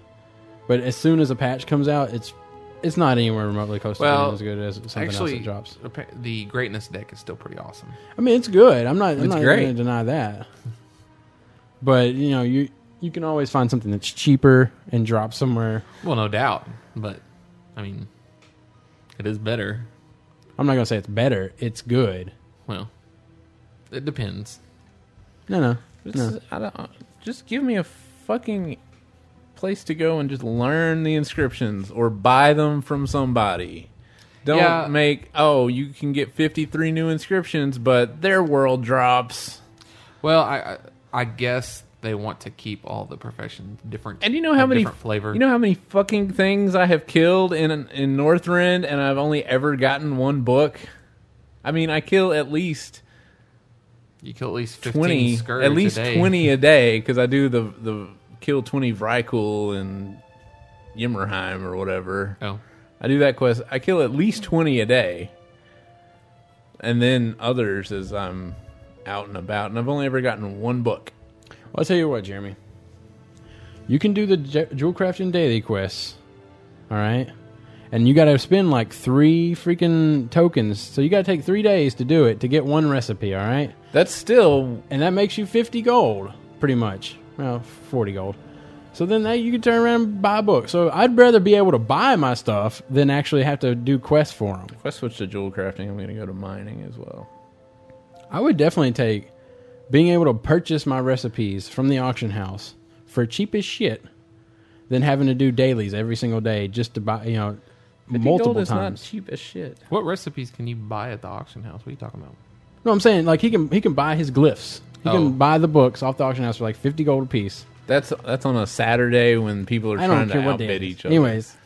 [SPEAKER 4] But as soon as a patch comes out, it's it's not anywhere remotely close to
[SPEAKER 5] Well,
[SPEAKER 4] being as good as something
[SPEAKER 5] Actually,
[SPEAKER 4] else that drops.
[SPEAKER 5] appa- the greatness deck is still pretty awesome.
[SPEAKER 4] I mean, it's good. I'm not. I'm
[SPEAKER 5] It's
[SPEAKER 4] not
[SPEAKER 5] great.
[SPEAKER 4] going to deny that. But you know, you you can always find something that's cheaper and drop somewhere.
[SPEAKER 5] Well, no doubt, but I mean, it is better.
[SPEAKER 4] I'm not going to say it's better. It's good.
[SPEAKER 5] Well, it depends.
[SPEAKER 4] No, no,
[SPEAKER 6] This
[SPEAKER 4] no.
[SPEAKER 6] is- I don't, just give me a fucking place to go and just learn the inscriptions or buy them from somebody. Don't
[SPEAKER 5] Yeah.
[SPEAKER 6] make oh you can get fifty three new inscriptions, but their world drops.
[SPEAKER 5] Well, I I I guess they want to keep all the professions different.
[SPEAKER 6] And you know how
[SPEAKER 5] have
[SPEAKER 6] many
[SPEAKER 5] different flavor.
[SPEAKER 6] You know how many fucking things I have killed in in Northrend, and I've only ever gotten one book. I mean, I kill at least
[SPEAKER 5] you kill at least 15
[SPEAKER 6] twenty,
[SPEAKER 5] scourge
[SPEAKER 6] at least
[SPEAKER 5] a day.
[SPEAKER 6] twenty a day, because I do the the kill twenty Vrykul and Yimmerheim or whatever.
[SPEAKER 5] Oh,
[SPEAKER 6] I do that quest. I kill at least twenty a day, and then others as I'm out and about. And I've only ever gotten one book.
[SPEAKER 4] Well, I'll tell you what, Jeremy. You can do the Je- jewel crafting daily quests, all right? And you got to spend like three freaking tokens. So you got to take three days to do it to get one recipe, all right?
[SPEAKER 6] That's still
[SPEAKER 4] And that makes you 50 gold, pretty much. Well, 40 gold. So then that you can turn around and buy a book. So I'd rather be able to buy my stuff than actually have to do quests for them.
[SPEAKER 6] if I switch to jewel crafting, I'm going to go to mining as well.
[SPEAKER 4] I would definitely take being able to purchase my recipes from the auction house for cheap as shit than having to do dailies every single day just to buy, you know, multiple times.
[SPEAKER 6] cheap as shit.
[SPEAKER 5] what recipes can you buy at the auction house? What are you talking about?
[SPEAKER 4] No, I'm saying like he can he can buy his glyphs. He
[SPEAKER 5] Oh.
[SPEAKER 4] can buy the books off the auction house for like 50 gold a piece.
[SPEAKER 6] That's that's on a Saturday when people are
[SPEAKER 4] I
[SPEAKER 6] trying
[SPEAKER 4] don't
[SPEAKER 6] to
[SPEAKER 4] care what day.
[SPEAKER 6] outbid
[SPEAKER 4] it is.
[SPEAKER 6] each other.
[SPEAKER 4] Anyways,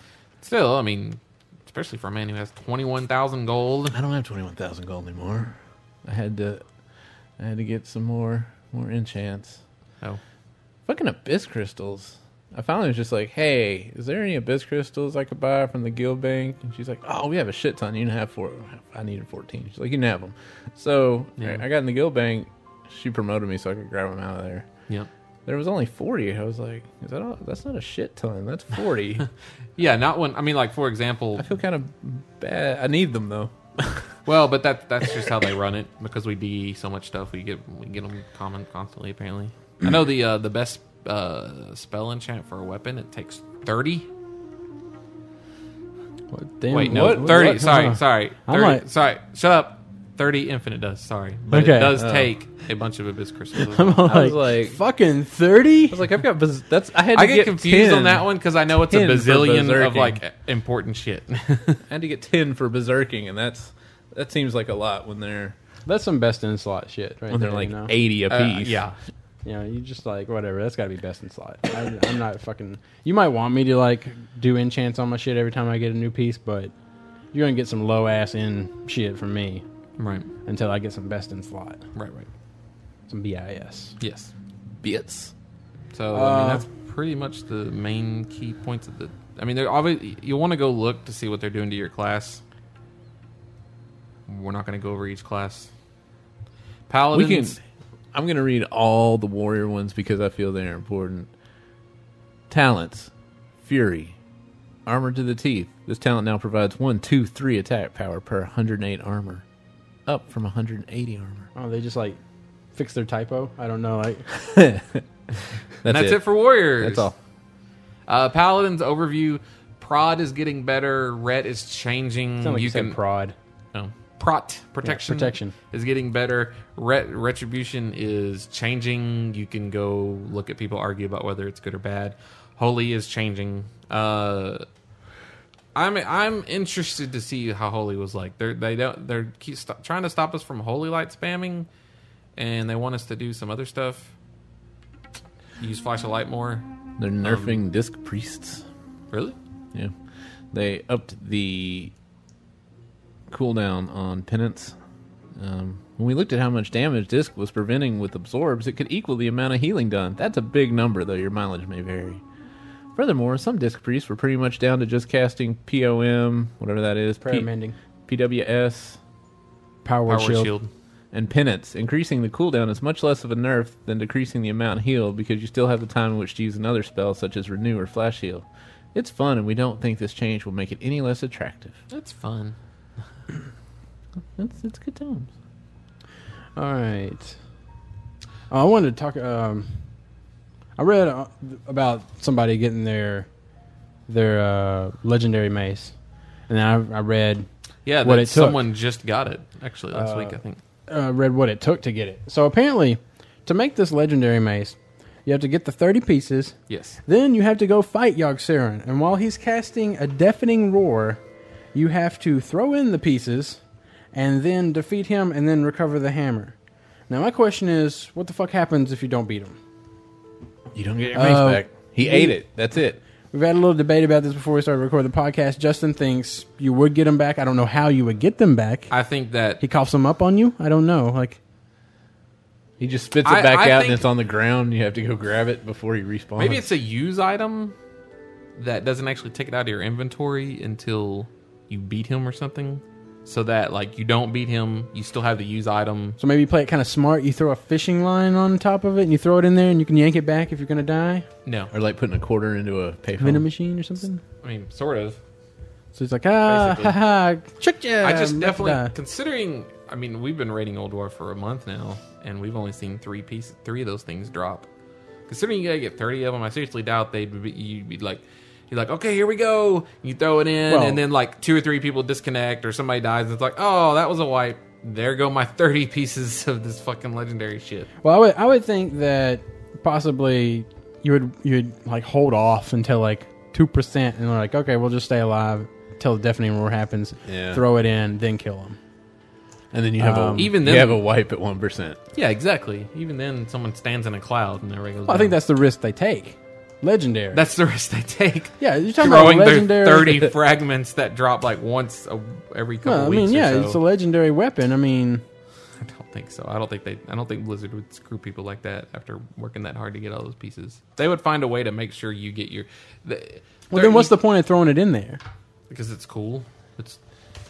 [SPEAKER 5] Still, I mean, especially for a man who has twenty-one thousand gold.
[SPEAKER 6] I don't have twenty one thousand gold anymore. I had to I had to get some more more enchants.
[SPEAKER 5] Oh,
[SPEAKER 6] Fucking abyss crystals. I finally was just like, "Hey, is there any abyss crystals I could buy from the guild bank?" And she's like, "Oh, we have a shit ton. You can have four. I needed fourteen. She's like, "You can have them." So
[SPEAKER 5] Yeah.
[SPEAKER 6] I I got in the guild bank. She promoted me so I could grab them out of there.
[SPEAKER 5] yeah,
[SPEAKER 6] There was only forty. I was like, "Is that all? That's not a shit ton. That's forty.
[SPEAKER 5] yeah. Not when I mean, like for example.
[SPEAKER 6] I feel kind of bad. I need them though.
[SPEAKER 5] Well, but that that's just how they run it because we de so much stuff. We get we get them common constantly. Apparently, I know the uh, the best uh, spell enchant for a weapon it takes thirty.
[SPEAKER 4] what, damn,
[SPEAKER 5] Wait, no,
[SPEAKER 4] what- what-
[SPEAKER 5] thirty.
[SPEAKER 4] what-
[SPEAKER 5] sorry,
[SPEAKER 4] uh,
[SPEAKER 5] sorry,
[SPEAKER 4] I'm
[SPEAKER 5] 30,
[SPEAKER 4] like-
[SPEAKER 5] sorry. Shut up. Thirty infinite does. Sorry, but it
[SPEAKER 4] Okay.
[SPEAKER 5] does
[SPEAKER 6] Oh.
[SPEAKER 5] take a bunch of abyss crystals.
[SPEAKER 4] I'm like,
[SPEAKER 6] I was like-
[SPEAKER 4] fucking
[SPEAKER 6] I
[SPEAKER 4] 30?
[SPEAKER 6] was like, I've got biz- that's. I had to
[SPEAKER 5] I get, confused
[SPEAKER 6] 10.
[SPEAKER 5] on that one because I know it's a
[SPEAKER 6] 10 for
[SPEAKER 5] bazillion of
[SPEAKER 6] berserking.
[SPEAKER 5] like important shit.
[SPEAKER 6] I had to get ten for berserking, and that's that seems like a lot when they're
[SPEAKER 4] That's some best in slot shit right
[SPEAKER 6] when they're
[SPEAKER 4] there,
[SPEAKER 6] like
[SPEAKER 4] you know?
[SPEAKER 6] eighty
[SPEAKER 5] Uh,
[SPEAKER 6] apiece.
[SPEAKER 5] yeah,
[SPEAKER 4] You know, you just like whatever. That's got to be best in slot. I, I'm not fucking. You might want me to like do enchants on my shit every time I get a new piece, but you're gonna get some low ass in shit from me
[SPEAKER 5] right,
[SPEAKER 4] until I get some best in slot,
[SPEAKER 5] right, right.
[SPEAKER 4] some BIS.
[SPEAKER 5] Yes.
[SPEAKER 6] bits.
[SPEAKER 5] So I mean, that's pretty much the main key points of the. I mean, they're obviously you want to go look to see what they're doing to your class. We're not going to go over each class.
[SPEAKER 6] We can.
[SPEAKER 5] Paladins.
[SPEAKER 6] I'm gonna read all the warrior ones because I feel they're important. Talents, fury, armor to the teeth. This talent now provides one, two, three attack power per 108 armor, up from 180 armor.
[SPEAKER 4] Oh, they just like fix their typo. I don't know. Like
[SPEAKER 6] That's,
[SPEAKER 5] that's it. for warriors.
[SPEAKER 6] That's all.
[SPEAKER 5] Uh, Paladins overview. Prod is getting better. Ret is changing.
[SPEAKER 4] sound like you,
[SPEAKER 5] you
[SPEAKER 4] said
[SPEAKER 5] can
[SPEAKER 4] prod.
[SPEAKER 5] No. Prot protection,
[SPEAKER 4] Oh. protection.
[SPEAKER 5] is getting better. Ret- retribution is changing. You can go look at people argue about whether it's good or bad. Holy is changing. Uh, I'm I'm interested to see how Holy was like. They're they don't they're keep st- trying to stop us from Holy light spamming, and they want us to do some other stuff. Use flash of light more.
[SPEAKER 6] They're nerfing disc priests.
[SPEAKER 5] Really?
[SPEAKER 6] Yeah. They upped the cooldown on penance. Um, when we looked at how much damage disc was preventing with absorbs, it could equal the amount of healing done. That's a big number, though your mileage may vary. Furthermore, some disc priests were pretty much down to just casting POM, whatever that is,
[SPEAKER 4] Prayer
[SPEAKER 6] P-
[SPEAKER 4] mending.
[SPEAKER 6] PWS,
[SPEAKER 4] Power,
[SPEAKER 5] Power
[SPEAKER 4] word shield.
[SPEAKER 5] shield.
[SPEAKER 6] and penance. Increasing the cooldown is much less of a nerf than decreasing the amount healed because you still have the time in which to use another spell such as renew or flash heal. It's fun, and we don't think this change will make it any less attractive.
[SPEAKER 5] That's fun.
[SPEAKER 6] It's, it's good times.
[SPEAKER 4] All right. Oh, I wanted to talk. Um, I read uh, about somebody getting their their uh, legendary mace, and then I, I read
[SPEAKER 5] Yeah,
[SPEAKER 4] What
[SPEAKER 5] that
[SPEAKER 4] it took.
[SPEAKER 5] someone just got it actually last week. I think.
[SPEAKER 4] uh, read what it took to get it. So apparently, to make this legendary mace, you have to get the thirty pieces.
[SPEAKER 5] Yes.
[SPEAKER 4] Then you have to go fight Yogg-Saron, and while he's casting a deafening roar, you have to throw in the pieces and then defeat him and then recover the hammer. Now, my question is what the fuck happens if you don't beat him?
[SPEAKER 6] You don't get your mace
[SPEAKER 4] Uh,
[SPEAKER 6] back. He ate it. That's it.
[SPEAKER 4] We've had a little debate about this before we started recording the podcast. Justin thinks you would get them back. I don't know how you would get them back.
[SPEAKER 5] I think that
[SPEAKER 4] He coughs them up on you? I don't know. Like,
[SPEAKER 6] He just spits it
[SPEAKER 5] I-
[SPEAKER 6] back
[SPEAKER 5] I
[SPEAKER 6] out and
[SPEAKER 5] think-
[SPEAKER 6] it's on the ground. You have to go grab it before he respawns.
[SPEAKER 5] maybe it's a use item that doesn't actually take it out of your inventory until you beat him or something. So that like you don't beat him, you still have the use item.
[SPEAKER 4] so maybe you play it kind of smart. You throw a fishing line on top of it and you throw it in there and you can yank it back if you're going to die.
[SPEAKER 5] No,
[SPEAKER 6] or like putting a quarter into a
[SPEAKER 5] Oh.
[SPEAKER 4] Vending
[SPEAKER 6] payphone.
[SPEAKER 4] machine or something.
[SPEAKER 5] I mean sort of.
[SPEAKER 4] So he's like, ah,
[SPEAKER 6] Basically.
[SPEAKER 4] haha, tricked ya.
[SPEAKER 5] I just
[SPEAKER 4] meant to
[SPEAKER 5] definitely
[SPEAKER 4] die."
[SPEAKER 5] considering. I mean, we've been rating Old Dwarf for a month now, and we've only seen three pieces, three of those things drop. Considering you gotta get thirty of them, I seriously doubt they'd be. You'd be like, you're like, okay, here we go. You throw it in,
[SPEAKER 4] Well-
[SPEAKER 5] and then like two or three people disconnect, or somebody dies, and it's like, oh, that was a wipe. There go my thirty pieces of this fucking legendary shit.
[SPEAKER 4] Well, I would, I would think that possibly you would you would like hold off until like two percent, and they're like, okay, we'll just stay alive till the deafening roar happens.
[SPEAKER 6] Yeah.
[SPEAKER 4] Throw it in, then kill him.
[SPEAKER 6] And then you have a
[SPEAKER 5] Even
[SPEAKER 6] even
[SPEAKER 5] then-
[SPEAKER 6] you have a wipe at one percent.
[SPEAKER 5] Yeah, exactly. Even then, someone stands in a cloud, and everybody goes.
[SPEAKER 4] Well, I
[SPEAKER 5] down.
[SPEAKER 4] think that's the risk they take. Legendary.
[SPEAKER 5] that's the risk they take.
[SPEAKER 4] yeah, you're talking about
[SPEAKER 5] Throwing their
[SPEAKER 4] legendary.
[SPEAKER 5] thirty fragments that drop like once a, every couple
[SPEAKER 4] Well, I
[SPEAKER 5] weeks.
[SPEAKER 4] mean,
[SPEAKER 5] or
[SPEAKER 4] yeah,
[SPEAKER 5] so.
[SPEAKER 4] it's a legendary weapon. I mean,
[SPEAKER 5] I don't think so. I don't think they. I don't think Blizzard would screw people like that after working that hard to get all those pieces. They would find a way to make sure you get your. The,
[SPEAKER 4] well, then what's the point of throwing it in there?
[SPEAKER 5] Because it's cool. It's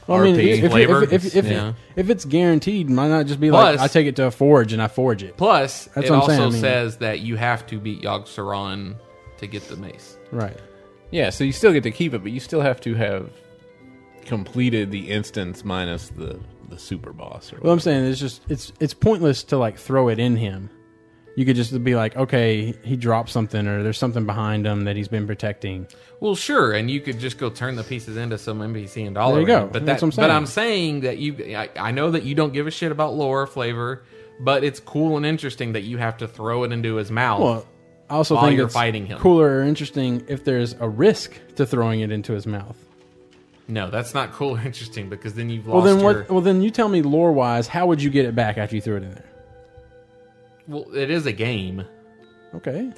[SPEAKER 4] Well, I mean,
[SPEAKER 6] RP
[SPEAKER 4] if, if,
[SPEAKER 5] flavor.
[SPEAKER 4] if, if, if,
[SPEAKER 5] Yeah.
[SPEAKER 4] if it's guaranteed, might not just be
[SPEAKER 5] Plus-
[SPEAKER 4] like I take it to a forge and I forge it.
[SPEAKER 5] plus.
[SPEAKER 4] That's
[SPEAKER 5] it
[SPEAKER 4] what I'm
[SPEAKER 5] also
[SPEAKER 4] saying, I mean-
[SPEAKER 5] says that you have to beat Yogg Saron to get the mace.
[SPEAKER 4] Right.
[SPEAKER 6] Yeah, so you still get to keep it, but you still have to have completed the instance minus the the super boss. Or
[SPEAKER 4] Well, I'm
[SPEAKER 6] whatever.
[SPEAKER 4] saying it's just it's it's pointless to like throw it in him. You could just be like, okay, he dropped something, or there's something behind him that he's been protecting.
[SPEAKER 5] Well, sure, and you could just go turn the pieces into some NPC and dollar.
[SPEAKER 4] There you go.
[SPEAKER 5] But
[SPEAKER 4] That's
[SPEAKER 5] that,
[SPEAKER 4] what I'm
[SPEAKER 5] But
[SPEAKER 4] saying.
[SPEAKER 5] I'm saying that you. I, I know that you don't give a shit about lore or flavor, but it's cool and interesting that you have to throw it into his mouth.
[SPEAKER 4] Well, I also
[SPEAKER 5] While
[SPEAKER 4] think
[SPEAKER 5] you're
[SPEAKER 4] it's
[SPEAKER 5] fighting him.
[SPEAKER 4] cooler or interesting if there's a risk to throwing it into his mouth.
[SPEAKER 5] No, that's not cool or interesting because then you've
[SPEAKER 4] Well,
[SPEAKER 5] lost
[SPEAKER 4] then
[SPEAKER 5] your.
[SPEAKER 4] what? Well, then you tell me lore wise, how would you get it back after you threw it in there?
[SPEAKER 5] Well, it is a game.
[SPEAKER 4] Okay,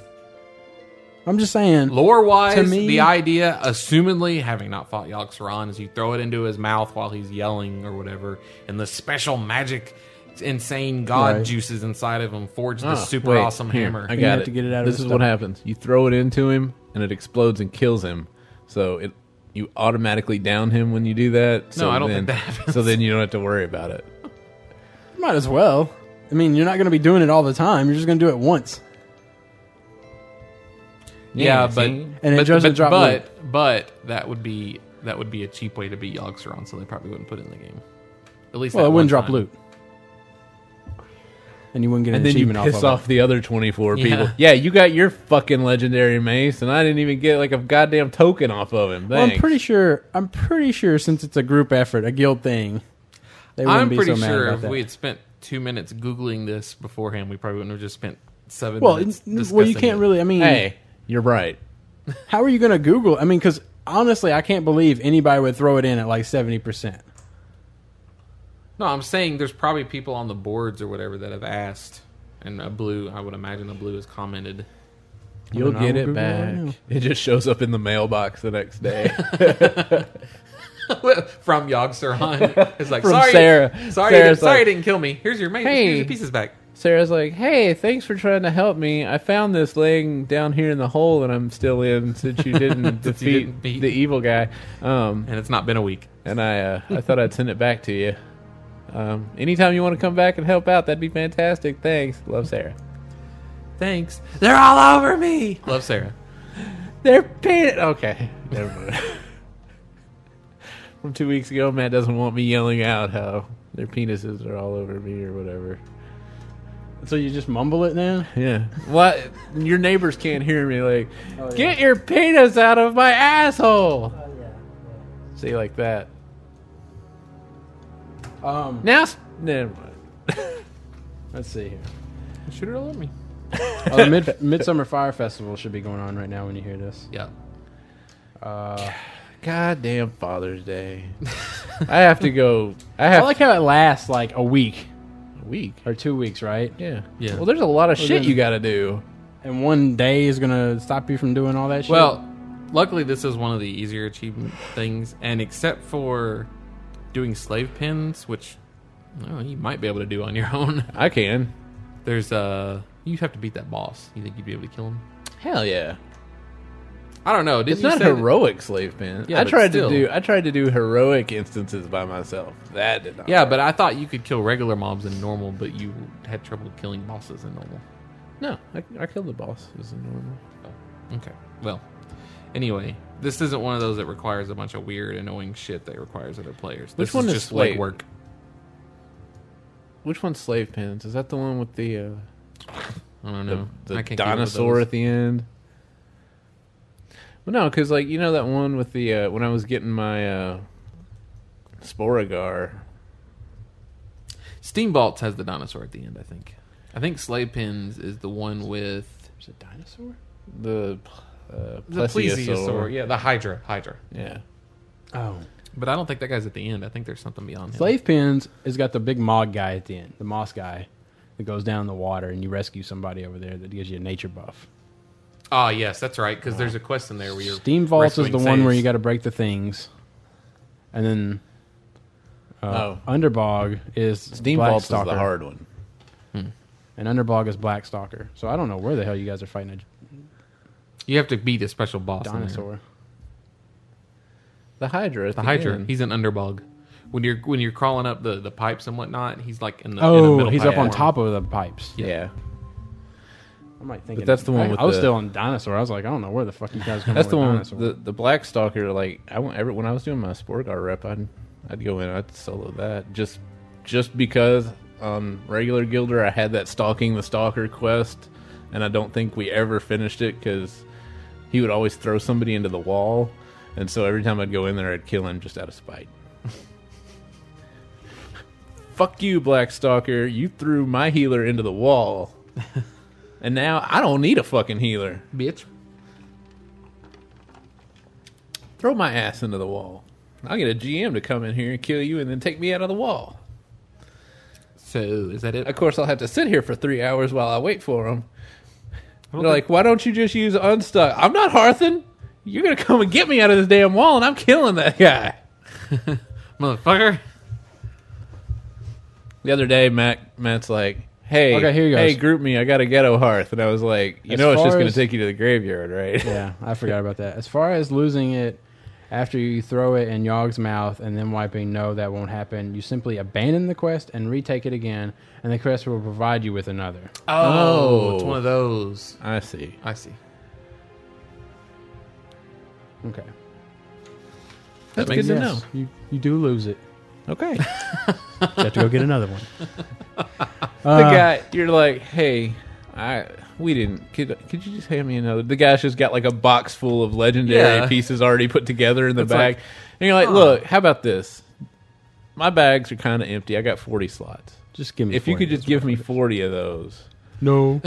[SPEAKER 4] I'm just saying.
[SPEAKER 5] Lore wise,
[SPEAKER 4] To me-
[SPEAKER 5] the idea, assumingly, having not fought Yogg Saron, is you throw it into his mouth while he's yelling or whatever, and the special magic, insane god
[SPEAKER 4] Right.
[SPEAKER 5] juices inside of him forge
[SPEAKER 6] Ah,
[SPEAKER 5] this super
[SPEAKER 6] wait,
[SPEAKER 5] awesome
[SPEAKER 6] here,
[SPEAKER 5] hammer.
[SPEAKER 6] I
[SPEAKER 4] you
[SPEAKER 6] got
[SPEAKER 4] have
[SPEAKER 6] it.
[SPEAKER 4] to get it out of
[SPEAKER 6] This
[SPEAKER 4] his
[SPEAKER 6] is what
[SPEAKER 4] stomach.
[SPEAKER 6] happens. You throw it into him, and it explodes and kills him. So it you automatically down him when you do that. so
[SPEAKER 5] I don't
[SPEAKER 6] then,
[SPEAKER 5] think that happens.
[SPEAKER 6] So then you don't have to worry about it.
[SPEAKER 4] Might as well. I mean, you're not going to be doing it all the time. You're just going to do it once.
[SPEAKER 5] yeah, but
[SPEAKER 6] see?
[SPEAKER 4] And it
[SPEAKER 5] but,
[SPEAKER 4] doesn't
[SPEAKER 5] but,
[SPEAKER 4] drop
[SPEAKER 5] but, but that would be that would be a cheap way to beat Yogg Saron, so they probably wouldn't put it in the game. At least
[SPEAKER 4] Well,
[SPEAKER 5] that
[SPEAKER 4] it
[SPEAKER 5] one
[SPEAKER 4] wouldn't drop
[SPEAKER 5] time.
[SPEAKER 4] loot, and you wouldn't get an
[SPEAKER 6] And then you
[SPEAKER 4] achievement
[SPEAKER 6] piss
[SPEAKER 4] off
[SPEAKER 6] off,
[SPEAKER 4] of it.
[SPEAKER 6] the other twenty-four
[SPEAKER 5] Yeah.
[SPEAKER 6] people. Yeah, you got your fucking legendary mace, and I didn't even get like a goddamn token off of him.
[SPEAKER 4] Well, I'm
[SPEAKER 6] Thanks.
[SPEAKER 4] pretty sure. I'm pretty sure since it's a group effort, a guild thing, they wouldn't
[SPEAKER 5] I'm
[SPEAKER 4] be
[SPEAKER 5] pretty
[SPEAKER 4] so mad
[SPEAKER 5] sure
[SPEAKER 4] about
[SPEAKER 5] if
[SPEAKER 4] that.
[SPEAKER 5] we had spent two minutes googling this beforehand, we probably wouldn't have just spent seven.
[SPEAKER 4] well,
[SPEAKER 5] minutes
[SPEAKER 4] it's- well, you
[SPEAKER 5] discussing
[SPEAKER 4] can't
[SPEAKER 5] it.
[SPEAKER 4] really. I mean,
[SPEAKER 6] Hey, you're right.
[SPEAKER 4] how are you going to Google? I mean, because honestly, I can't believe anybody would throw it in at like seventy percent.
[SPEAKER 5] No, I'm saying there's probably people on the boards or whatever that have asked, and a blue. I would imagine a blue has commented.
[SPEAKER 6] You'll
[SPEAKER 4] then I
[SPEAKER 6] get
[SPEAKER 4] will
[SPEAKER 6] it
[SPEAKER 4] Google right
[SPEAKER 6] back.
[SPEAKER 4] now.
[SPEAKER 6] it just shows up in the mailbox the next day.
[SPEAKER 5] From Yogg-Saron. It's like,
[SPEAKER 6] From
[SPEAKER 5] sorry,
[SPEAKER 6] Sarah.
[SPEAKER 5] Sorry,
[SPEAKER 6] Sarah's
[SPEAKER 5] sorry
[SPEAKER 6] like-
[SPEAKER 5] it didn't kill me. Here's your mace.
[SPEAKER 6] Hey.
[SPEAKER 5] Here's your pieces back.
[SPEAKER 6] Sarah's like, "Hey, thanks for trying to help me. I found this laying down here in the hole that I'm still in since you didn't
[SPEAKER 5] Since
[SPEAKER 6] defeat
[SPEAKER 5] you didn't beat-
[SPEAKER 6] the evil guy. Um,
[SPEAKER 5] And it's not been a week.
[SPEAKER 6] and I, uh, I thought I'd send it back to you. Um, anytime you want to come back and help out, that'd be fantastic. Thanks, love, Sarah.
[SPEAKER 5] Thanks. They're all over me. Love Sarah.
[SPEAKER 6] They're painted. Okay, never mind. From two weeks ago, Matt doesn't want me yelling out how their penises are all over me or whatever.
[SPEAKER 4] So you just mumble it now.
[SPEAKER 6] Yeah. What? Your neighbors can't hear me. Like, get your penis out of my asshole. Say like that.
[SPEAKER 4] Um,
[SPEAKER 6] Now, s- never mind.
[SPEAKER 4] let's see here.
[SPEAKER 5] Shoot it all over me.
[SPEAKER 4] Oh, the Mid- Midsummer Fire Festival should be going on right now when you hear this.
[SPEAKER 5] Yeah.
[SPEAKER 4] Uh,
[SPEAKER 6] goddamn Father's Day. I have to go. I have
[SPEAKER 4] I like how it lasts like a week
[SPEAKER 6] a week.
[SPEAKER 4] or two weeks, right?
[SPEAKER 6] Yeah.
[SPEAKER 5] Yeah.
[SPEAKER 6] Well, there's a lot of shit
[SPEAKER 4] then-
[SPEAKER 6] you got to do.
[SPEAKER 4] And one day is gonna stop you from doing all that shit.
[SPEAKER 5] Well, luckily this is one of the easier achievement things, and except for doing slave pins, which oh, you might be able to do on your own.
[SPEAKER 6] I can.
[SPEAKER 5] There's uh, you have to beat that boss. You think you'd be able to kill him?
[SPEAKER 6] Hell yeah.
[SPEAKER 5] I don't know. Didn't
[SPEAKER 6] It's
[SPEAKER 5] you
[SPEAKER 6] not
[SPEAKER 5] say that-
[SPEAKER 6] heroic slave pen.
[SPEAKER 5] Yeah,
[SPEAKER 6] I
[SPEAKER 5] but
[SPEAKER 6] tried
[SPEAKER 5] still.
[SPEAKER 6] to do I tried to do heroic instances by myself. That did not.
[SPEAKER 5] Yeah, but I thought you could kill regular mobs in normal, but you had trouble killing bosses in normal.
[SPEAKER 6] no, I, I killed the boss. It was normal.
[SPEAKER 5] Okay. Well, anyway, this isn't one of those that requires a bunch of weird, annoying shit that requires other players.
[SPEAKER 6] Which
[SPEAKER 5] this
[SPEAKER 6] one
[SPEAKER 5] is
[SPEAKER 6] is
[SPEAKER 5] just
[SPEAKER 6] Slate?
[SPEAKER 5] legwork.
[SPEAKER 6] Which one's slave pins? Is that the one with the uh,
[SPEAKER 5] I don't know.
[SPEAKER 6] the,
[SPEAKER 5] I
[SPEAKER 6] the
[SPEAKER 5] can't keep up with
[SPEAKER 6] dinosaur
[SPEAKER 5] those.
[SPEAKER 6] at the end? Well, no, because like you know that one with the uh, when I was getting my uh, Sporagar.
[SPEAKER 5] Steambolt has the dinosaur at the end, I think. I think Slave Pins is the one with
[SPEAKER 4] there's a dinosaur.
[SPEAKER 6] The uh,
[SPEAKER 5] the plesiosaur.
[SPEAKER 6] plesiosaur.
[SPEAKER 5] Yeah, the Hydra. Hydra.
[SPEAKER 6] Yeah.
[SPEAKER 4] Oh,
[SPEAKER 5] But I don't think that guy's at the end. I think there's something beyond him.
[SPEAKER 4] slave pins has got the big mog guy at the end, the moss guy that goes down in the water, and you rescue somebody over there that gives you a nature buff.
[SPEAKER 5] Ah, yes, that's right. Because there's a quest in there where you're
[SPEAKER 4] Steam vaults is
[SPEAKER 5] rescuing
[SPEAKER 4] the one where
[SPEAKER 5] saves.
[SPEAKER 4] you got to break the things, and then uh,
[SPEAKER 6] Oh.
[SPEAKER 4] Underbog is
[SPEAKER 6] Steam
[SPEAKER 4] Black
[SPEAKER 6] Vaults is
[SPEAKER 4] Stalker,
[SPEAKER 6] the hard one.
[SPEAKER 4] and Underbog is Black Stalker. So I don't know where the hell you guys are fighting
[SPEAKER 5] You have to beat a special boss.
[SPEAKER 4] a
[SPEAKER 5] in there.
[SPEAKER 4] dinosaur.
[SPEAKER 6] The Hydra. at
[SPEAKER 5] The Hydra.
[SPEAKER 6] end.
[SPEAKER 5] He's an underbog. When you're when you're crawling up the, the pipes and whatnot, he's like in the in the
[SPEAKER 4] Oh,
[SPEAKER 5] middle
[SPEAKER 4] he's up on
[SPEAKER 5] platform.
[SPEAKER 4] top of the pipes.
[SPEAKER 6] Yeah.
[SPEAKER 4] I'm like thinking
[SPEAKER 6] that's the one
[SPEAKER 4] I,
[SPEAKER 6] with
[SPEAKER 4] I was
[SPEAKER 6] the-
[SPEAKER 4] still on dinosaur. I was like, I don't know where the fuck you guys. Come
[SPEAKER 6] That's
[SPEAKER 4] with
[SPEAKER 6] the one.
[SPEAKER 4] Dinosaur.
[SPEAKER 6] The the Black Stalker. Like I went every, when I was doing my Sporgar rep, I'd I'd go in. I'd solo that just just because on regular Gilder I had that stalking the Stalker quest, and I don't think we ever finished it because he would always throw somebody into the wall, and so every time I'd go in there, I'd kill him just out of spite. Fuck you, Black Stalker! You threw my healer into the wall, and now I don't need a fucking healer.
[SPEAKER 5] bitch.
[SPEAKER 6] Throw my ass into the wall. I'll get a GM to come in here and kill you and then take me out of the wall.
[SPEAKER 5] So is that it?
[SPEAKER 6] Of course, I'll have to sit here for three hours while I wait for them. They're like, why don't you just use unstuck? I'm not Hearthen. You're going to come and get me out of this damn wall, and I'm killing that guy.
[SPEAKER 5] Motherfucker.
[SPEAKER 6] The other day, Matt, Matt's like, hey,
[SPEAKER 4] Okay, here he
[SPEAKER 6] hey,
[SPEAKER 4] goes.
[SPEAKER 6] group me. I got a ghetto hearth. And I was like, you
[SPEAKER 4] As
[SPEAKER 6] know, it's just
[SPEAKER 4] far
[SPEAKER 6] going to
[SPEAKER 4] as-
[SPEAKER 6] take you to the graveyard, right?
[SPEAKER 4] Yeah, I forgot about that. As far as losing it after you throw it in Yogg's mouth and then wiping, no, that won't happen. You simply abandon the quest and retake it again, and the quest will provide you with another.
[SPEAKER 5] Oh,
[SPEAKER 6] Oh.
[SPEAKER 5] it's one of those.
[SPEAKER 6] I see.
[SPEAKER 5] I see.
[SPEAKER 4] Okay.
[SPEAKER 6] That's
[SPEAKER 5] makes
[SPEAKER 6] good to know.
[SPEAKER 5] sense.
[SPEAKER 4] You, you do lose it.
[SPEAKER 6] Okay.
[SPEAKER 4] You have to go get another one.
[SPEAKER 6] the
[SPEAKER 4] Uh,
[SPEAKER 6] guy you're like hey i we didn't could, could you just hand me another the guy's just got like a box full of legendary
[SPEAKER 5] Yeah.
[SPEAKER 6] pieces already put together in the
[SPEAKER 5] It's
[SPEAKER 6] bag
[SPEAKER 5] like,
[SPEAKER 6] and you're like look how about this my bags are kind of empty i got 40 slots
[SPEAKER 4] Just give me.
[SPEAKER 6] if you
[SPEAKER 4] 40
[SPEAKER 6] could just
[SPEAKER 4] is
[SPEAKER 6] give me
[SPEAKER 4] what
[SPEAKER 6] 40 of those
[SPEAKER 4] it is. no,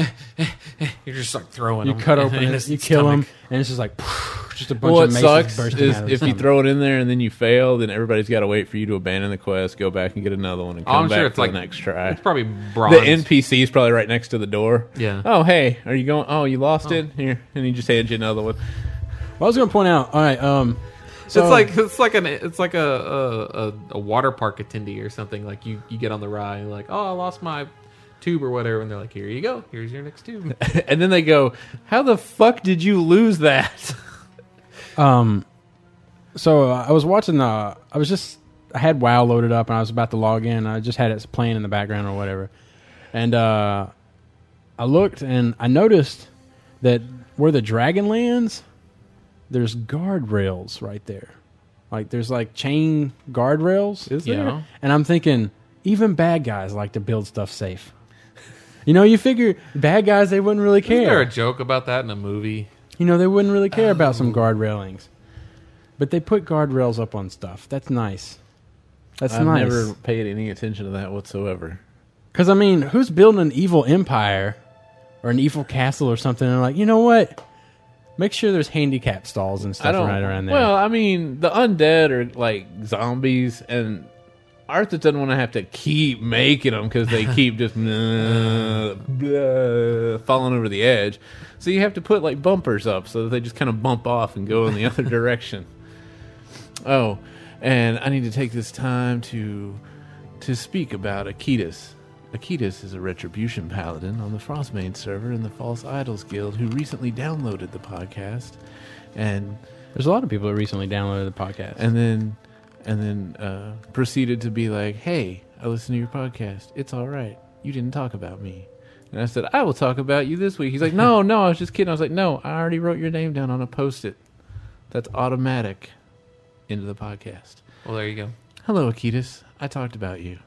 [SPEAKER 5] You're just like throwing.
[SPEAKER 4] you
[SPEAKER 5] them
[SPEAKER 4] cut
[SPEAKER 5] in
[SPEAKER 4] open
[SPEAKER 5] his
[SPEAKER 4] it, you kill
[SPEAKER 5] stomach.
[SPEAKER 4] him, and it's just like just a bunch
[SPEAKER 6] well, what
[SPEAKER 4] of maces
[SPEAKER 6] sucks
[SPEAKER 4] bursting
[SPEAKER 6] is
[SPEAKER 4] out of his
[SPEAKER 6] if you
[SPEAKER 4] stomach.
[SPEAKER 6] throw it in there and then you fail, then everybody's got to wait for you to abandon the quest, go back and get another one, and
[SPEAKER 5] Oh,
[SPEAKER 6] come
[SPEAKER 5] I'm
[SPEAKER 6] back
[SPEAKER 5] sure it's
[SPEAKER 6] for
[SPEAKER 5] like
[SPEAKER 6] the next try.
[SPEAKER 5] It's probably bronze.
[SPEAKER 6] The NPC is probably right next to the door.
[SPEAKER 5] Yeah.
[SPEAKER 6] Oh, hey, are you going? Oh, you lost it here, and he just hands you another one.
[SPEAKER 4] Well, I was going to point out. All right, um, so
[SPEAKER 5] it's like it's like an it's like a a, a a water park attendee or something. Like you you get on the ride and like oh I lost my tube or whatever, and they're like here you go, here's your next tube.
[SPEAKER 6] and then they go, "How the fuck did you lose that?"
[SPEAKER 4] So uh, I was watching the. I was just. I had WoW loaded up and I was about to log in. I just had it playing in the background or whatever, and uh, I looked and I noticed that where the dragon lands, there's guardrails right there. Like there's like chain guardrails. Is
[SPEAKER 5] there? Yeah.
[SPEAKER 4] And I'm thinking, even bad guys like to build stuff safe. You know, you figure bad guys they wouldn't really care.
[SPEAKER 5] Is there a joke about that in a movie?
[SPEAKER 4] You know, they wouldn't really care about
[SPEAKER 5] Oh.
[SPEAKER 4] some guard railings. But they put guardrails up on stuff. That's nice. That's
[SPEAKER 6] I've never
[SPEAKER 4] nice.
[SPEAKER 6] paid any attention to that whatsoever.
[SPEAKER 4] Because, I mean, who's building an evil empire or an evil castle or something and like, you know what? Make sure there's handicap stalls and
[SPEAKER 6] I
[SPEAKER 4] stuff
[SPEAKER 6] don't.
[SPEAKER 4] right around there.
[SPEAKER 6] Well, I mean, the undead are like zombies, and Arthur doesn't want to have to keep making them because they keep just uh, uh, falling over the edge. So you have to put like bumpers up so that they just kind of bump off and go in the other direction. Oh, and I need to take this time to to speak about Akitas. Akitas is a retribution paladin on the Frostmaid server in the False Idols Guild who recently downloaded the podcast and
[SPEAKER 4] there's a lot of people that recently downloaded the podcast.
[SPEAKER 6] and then and then uh, proceeded to be like, "Hey, I listened to your podcast. It's all right. You didn't talk about me." And I said, "I will talk about you this week." He's like, "No, no, I was just kidding." I was like, "No, I already wrote your name down on a post-it. That's automatic into the podcast."
[SPEAKER 5] Well, there you go.
[SPEAKER 6] Hello, Akitas. I talked about you,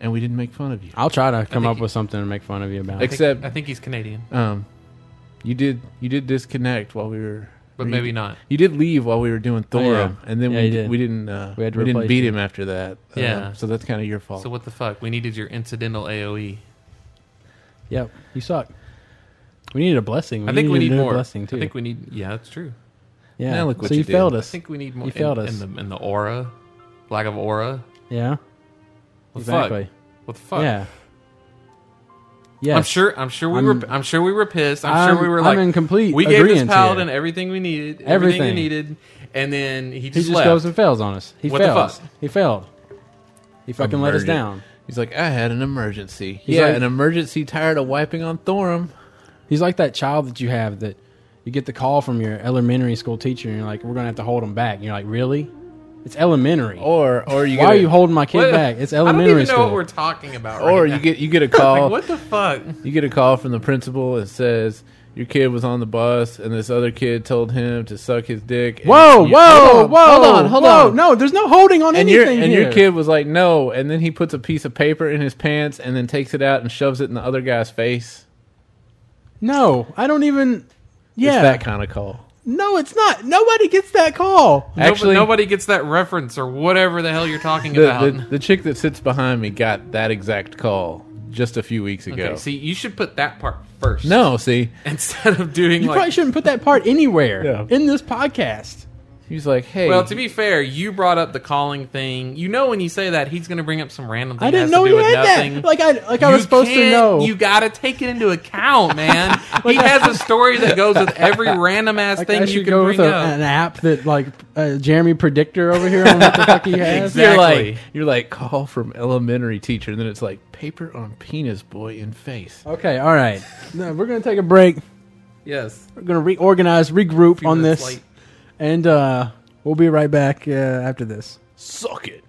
[SPEAKER 6] and we didn't make fun of you.
[SPEAKER 4] I'll try to come
[SPEAKER 5] think
[SPEAKER 4] up
[SPEAKER 5] you-
[SPEAKER 4] with something to make fun of you about.
[SPEAKER 5] I think-
[SPEAKER 6] Except-
[SPEAKER 5] I think, he's Canadian,
[SPEAKER 6] Um, you did you did disconnect while we were,
[SPEAKER 5] but
[SPEAKER 6] reading.
[SPEAKER 5] maybe not.
[SPEAKER 6] You did leave while we were doing
[SPEAKER 4] Oh,
[SPEAKER 6] Thorum,
[SPEAKER 4] yeah.
[SPEAKER 6] and then
[SPEAKER 4] Yeah,
[SPEAKER 6] we,
[SPEAKER 4] you
[SPEAKER 6] di-
[SPEAKER 4] did.
[SPEAKER 6] we didn't uh,
[SPEAKER 4] We
[SPEAKER 6] we,
[SPEAKER 4] had to
[SPEAKER 6] didn't
[SPEAKER 4] replace
[SPEAKER 6] beat
[SPEAKER 4] you.
[SPEAKER 6] him after that. Uh,
[SPEAKER 5] Yeah.
[SPEAKER 6] so that's kind of your fault.
[SPEAKER 5] So what the fuck? We needed your incidental E. AOE.
[SPEAKER 4] Yep, you suck. We needed a blessing.
[SPEAKER 5] I think we
[SPEAKER 4] needed
[SPEAKER 5] need
[SPEAKER 4] a new
[SPEAKER 5] more.
[SPEAKER 4] blessing too.
[SPEAKER 5] I think we need. Yeah, that's true.
[SPEAKER 4] yeah.
[SPEAKER 6] Now look what
[SPEAKER 4] so
[SPEAKER 6] you
[SPEAKER 4] you,
[SPEAKER 6] did.
[SPEAKER 4] failed
[SPEAKER 5] I
[SPEAKER 4] us.
[SPEAKER 5] think we need more.
[SPEAKER 4] You failed
[SPEAKER 5] in,
[SPEAKER 4] us.
[SPEAKER 5] in the in the aura, lack of aura.
[SPEAKER 4] yeah.
[SPEAKER 5] What the
[SPEAKER 4] Exactly.
[SPEAKER 5] Oh, fuck? What the fuck?
[SPEAKER 4] Yeah. Yes.
[SPEAKER 5] I'm sure. I'm sure we
[SPEAKER 4] I'm-
[SPEAKER 5] were. I'm sure we were pissed. I'm,
[SPEAKER 4] I'm-
[SPEAKER 5] sure we were
[SPEAKER 4] I'm
[SPEAKER 5] like
[SPEAKER 4] in complete
[SPEAKER 5] We gave this
[SPEAKER 4] agreeance
[SPEAKER 5] paladin
[SPEAKER 4] here.
[SPEAKER 5] everything we needed. Everything,
[SPEAKER 4] Everything.
[SPEAKER 5] he needed, and then he just,
[SPEAKER 4] he just
[SPEAKER 5] left.
[SPEAKER 4] goes and fails on us. He
[SPEAKER 5] What the
[SPEAKER 4] fails.
[SPEAKER 5] fuck?
[SPEAKER 4] He failed. He fucking let us
[SPEAKER 6] Emergent.
[SPEAKER 4] down.
[SPEAKER 6] He's like, I had an emergency.
[SPEAKER 4] He's
[SPEAKER 6] yeah,
[SPEAKER 4] like-
[SPEAKER 6] an emergency. Tired of wiping on Thorum.
[SPEAKER 4] He's like that child that you have that you get the call from your elementary school teacher and you're like, we're gonna have to hold him back. And you're like, really? It's elementary.
[SPEAKER 6] Or or Oh, you
[SPEAKER 4] Why
[SPEAKER 6] get
[SPEAKER 4] are
[SPEAKER 6] a-
[SPEAKER 4] you holding my kid
[SPEAKER 5] What-
[SPEAKER 4] back? It's
[SPEAKER 5] I don't
[SPEAKER 4] elementary
[SPEAKER 5] even know
[SPEAKER 4] school.
[SPEAKER 5] what we're talking about. Right
[SPEAKER 6] or
[SPEAKER 5] now.
[SPEAKER 6] you get you get a call.
[SPEAKER 5] like what the fuck?
[SPEAKER 6] You get a call from the principal that says your kid was on the bus and this other kid told him to suck his dick. and
[SPEAKER 4] Whoa,
[SPEAKER 6] you-
[SPEAKER 4] whoa,
[SPEAKER 6] Hold on,
[SPEAKER 4] whoa,
[SPEAKER 6] hold on, hold
[SPEAKER 4] whoa.
[SPEAKER 6] on.
[SPEAKER 4] No, there's no holding on
[SPEAKER 6] and your
[SPEAKER 4] anything
[SPEAKER 6] and
[SPEAKER 4] here.
[SPEAKER 6] your kid was like no, and then he puts a piece of paper in his pants and then takes it out and shoves it in the other guy's face.
[SPEAKER 4] No, I don't even.
[SPEAKER 6] It's
[SPEAKER 4] Yeah.
[SPEAKER 6] that kind of call.
[SPEAKER 4] no, it's not. Nobody gets that call.
[SPEAKER 6] Actually,
[SPEAKER 5] Actually, nobody gets that reference or whatever the hell you're talking
[SPEAKER 6] the,
[SPEAKER 5] about.
[SPEAKER 6] the, the chick that sits behind me got that exact call just a few weeks ago.
[SPEAKER 5] okay, see, you should put that part first.
[SPEAKER 6] no, see,
[SPEAKER 5] instead of doing
[SPEAKER 4] You
[SPEAKER 5] like.
[SPEAKER 4] probably shouldn't put that part anywhere
[SPEAKER 6] Yeah.
[SPEAKER 4] in this podcast.
[SPEAKER 6] he's like, hey,
[SPEAKER 5] well, to be fair, you brought up the calling thing. You know, when you say that, he's going to bring up some random thing.
[SPEAKER 4] I didn't
[SPEAKER 5] that has
[SPEAKER 4] know
[SPEAKER 5] to
[SPEAKER 4] you
[SPEAKER 5] do with
[SPEAKER 4] had
[SPEAKER 5] nothing.
[SPEAKER 4] that. Like I, like I was
[SPEAKER 5] You
[SPEAKER 4] supposed to
[SPEAKER 5] can't-
[SPEAKER 4] know.
[SPEAKER 5] You got to take it into account, man. he has a story that goes with every random ass
[SPEAKER 4] like
[SPEAKER 5] thing
[SPEAKER 4] I
[SPEAKER 5] you
[SPEAKER 4] should
[SPEAKER 5] can
[SPEAKER 4] go
[SPEAKER 5] bring
[SPEAKER 4] with a,
[SPEAKER 5] up.
[SPEAKER 4] an app that like uh, Jeremy Predictor over here on what the fuck he has.
[SPEAKER 5] Exactly.
[SPEAKER 6] you're like, you're like, call from elementary teacher, and then it's like paper on penis boy in face.
[SPEAKER 4] Okay, all right. No, we're gonna take a break.
[SPEAKER 5] yes.
[SPEAKER 4] We're gonna reorganize, regroup on
[SPEAKER 5] minutes
[SPEAKER 4] this,
[SPEAKER 5] late.
[SPEAKER 4] and uh, we'll be right back uh, after this.
[SPEAKER 6] Suck it.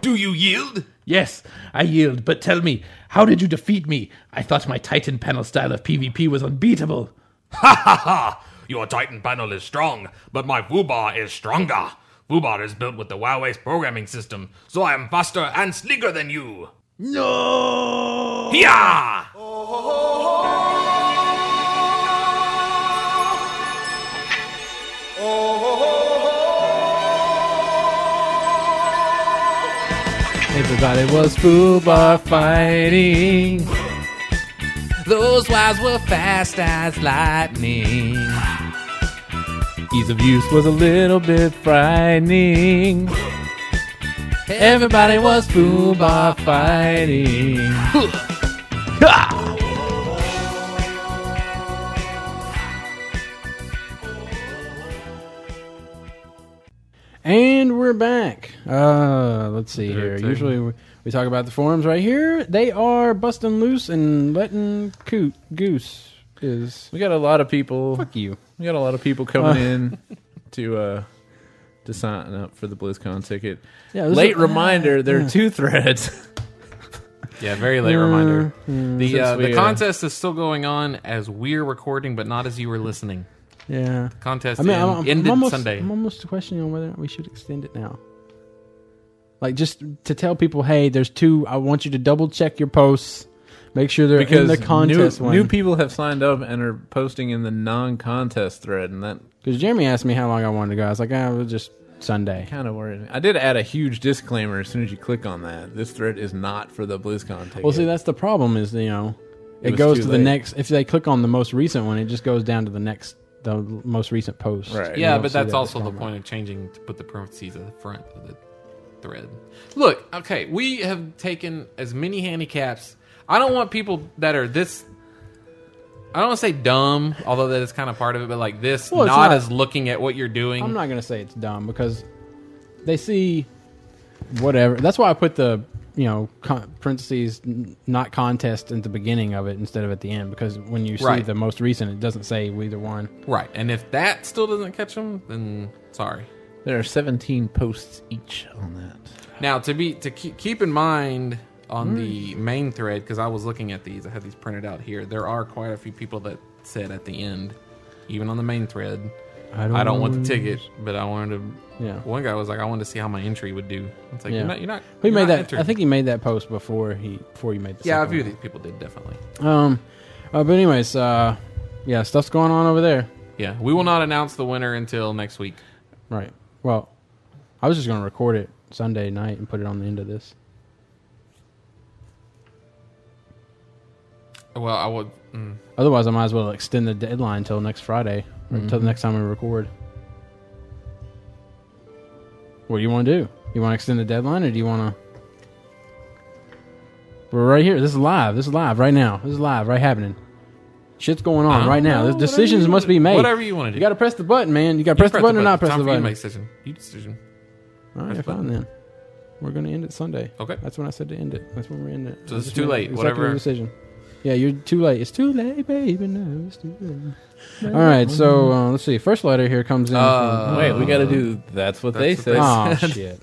[SPEAKER 5] Do you yield?
[SPEAKER 7] Yes, I yield, but tell me, how did you defeat me? I thought my Titan panel style of PvP was unbeatable.
[SPEAKER 8] Ha ha ha! Your Titan panel is strong, but my Fubar is stronger. Fubar is built with the WoW's programming system, so I am faster and sleeker than you. No! Yeah!
[SPEAKER 6] Everybody was FUBAR fighting.
[SPEAKER 5] Those wives were fast as lightning.
[SPEAKER 6] Ease of use was a little bit frightening. Everybody was FUBAR fighting.
[SPEAKER 4] And we're back. Uh, let's see here.
[SPEAKER 5] thing.
[SPEAKER 4] Usually we, we talk about the forums right here. They are busting loose and letting coot goose is
[SPEAKER 6] We got a lot of people.
[SPEAKER 4] fuck you.
[SPEAKER 6] We got a lot of people coming
[SPEAKER 7] Uh.
[SPEAKER 6] in to uh to sign up for the BlizzCon ticket.
[SPEAKER 4] Yeah, this
[SPEAKER 6] Late
[SPEAKER 4] is-
[SPEAKER 6] reminder: there
[SPEAKER 7] Uh.
[SPEAKER 6] are two threads.
[SPEAKER 5] Yeah, very late
[SPEAKER 4] Mm,
[SPEAKER 5] reminder. The uh,
[SPEAKER 6] Since we,
[SPEAKER 5] the
[SPEAKER 6] uh,
[SPEAKER 5] contest is still going on as we're recording, but not as you were listening.
[SPEAKER 4] Yeah.
[SPEAKER 5] Contest
[SPEAKER 4] I mean,
[SPEAKER 5] end-
[SPEAKER 4] I'm, I'm
[SPEAKER 5] ended
[SPEAKER 4] almost,
[SPEAKER 5] Sunday.
[SPEAKER 4] I'm almost questioning whether or not we should extend it now. Like just to tell people, hey, there's two. I want you to double check your posts, make sure they're in
[SPEAKER 6] because
[SPEAKER 4] the contest
[SPEAKER 6] new,
[SPEAKER 4] one.
[SPEAKER 6] new people have signed up and are posting in the non-contest thread, and that
[SPEAKER 4] Because Jeremy asked me how long I wanted to go. I was like, ah, we'll just Sunday.
[SPEAKER 6] Kind of worried. I did add a huge disclaimer as soon as you click on that. This thread is not for the BlizzCon ticket.
[SPEAKER 4] Well, see, that's the problem is, you know,
[SPEAKER 6] It
[SPEAKER 4] it,
[SPEAKER 6] was
[SPEAKER 4] goes
[SPEAKER 6] too
[SPEAKER 4] to the
[SPEAKER 6] late.
[SPEAKER 4] next, if they click on the most recent one, it just goes down to the next, the most recent post.
[SPEAKER 6] Right.
[SPEAKER 5] Yeah,
[SPEAKER 4] don't
[SPEAKER 5] but
[SPEAKER 4] see
[SPEAKER 5] that's
[SPEAKER 4] that
[SPEAKER 5] also the
[SPEAKER 4] disclaimer.
[SPEAKER 5] point of changing to put the parentheses at the front of the thread. Look, okay, we have taken as many handicaps. I don't want people that are this. I don't want to say dumb, although that is kind of part of it, but like this,
[SPEAKER 4] Well, it's
[SPEAKER 5] not,
[SPEAKER 4] not-
[SPEAKER 5] as looking at what you're doing.
[SPEAKER 4] I'm not going to say it's dumb because they see whatever. That's why I put the, you know, con- parentheses, n- not contest at the beginning of it instead of at the end because when you see
[SPEAKER 5] Right.
[SPEAKER 4] the most recent, it doesn't say either one.
[SPEAKER 5] right, and if that still doesn't catch them, then sorry.
[SPEAKER 6] there are 17 posts each on that.
[SPEAKER 5] Now to be to keep, keep in mind on the
[SPEAKER 4] Hmm.
[SPEAKER 5] main thread because I was looking at these, I had these printed out here. There are quite a few people that said at the end, even on the main thread, I don't, want the ticket, but I wanted to.
[SPEAKER 4] Yeah.
[SPEAKER 5] One guy was like, I wanted to see how my entry would do. It's like
[SPEAKER 4] Yeah.
[SPEAKER 5] you're not. You're not
[SPEAKER 4] He
[SPEAKER 5] you're
[SPEAKER 4] made
[SPEAKER 5] not
[SPEAKER 4] that.
[SPEAKER 5] entering.
[SPEAKER 4] I think he made that post before he before you made the
[SPEAKER 5] Yeah, a
[SPEAKER 4] second
[SPEAKER 5] few of
[SPEAKER 4] one.
[SPEAKER 5] these people did definitely.
[SPEAKER 4] Um, uh, but anyways, uh, yeah, stuff's going on over there.
[SPEAKER 5] Yeah, we will not announce the winner until next week.
[SPEAKER 4] Right. Well, I was just gonna record it Sunday night and put it on the end of this.
[SPEAKER 5] Well, I would. Mm.
[SPEAKER 4] Otherwise, I might as well extend the deadline till next Friday or till
[SPEAKER 5] Mm-hmm.
[SPEAKER 4] the next time we record. What do you want to do? You want to extend the deadline, or do you want to? We're right here. This is live. This is live right now. This is live right happening. Shit's going on
[SPEAKER 5] Uh,
[SPEAKER 4] right now.
[SPEAKER 5] no,
[SPEAKER 4] There's
[SPEAKER 5] whatever
[SPEAKER 4] decisions
[SPEAKER 5] you-
[SPEAKER 4] must be made.
[SPEAKER 5] whatever you wanna do.
[SPEAKER 4] You got to press the button, man. You got to press, the button or not press
[SPEAKER 5] Time
[SPEAKER 4] the
[SPEAKER 5] for you to
[SPEAKER 4] button.
[SPEAKER 5] make decision. You decision.
[SPEAKER 4] All right,
[SPEAKER 5] Press
[SPEAKER 4] fine
[SPEAKER 5] button.
[SPEAKER 4] then. We're gonna end it Sunday.
[SPEAKER 5] Okay.
[SPEAKER 4] That's when I said to end it. That's when we're ending it.
[SPEAKER 5] So
[SPEAKER 4] I
[SPEAKER 5] it's
[SPEAKER 4] just
[SPEAKER 5] too
[SPEAKER 4] made
[SPEAKER 5] late,
[SPEAKER 4] executive
[SPEAKER 5] whatever.
[SPEAKER 4] decision. Yeah, you're too late. It's too late, baby. No, it's too late. All right, so uh, let's see. First letter here comes in.
[SPEAKER 5] Uh,
[SPEAKER 6] Wait, we got to do that's what they
[SPEAKER 5] what
[SPEAKER 6] say.
[SPEAKER 5] they
[SPEAKER 4] oh shit.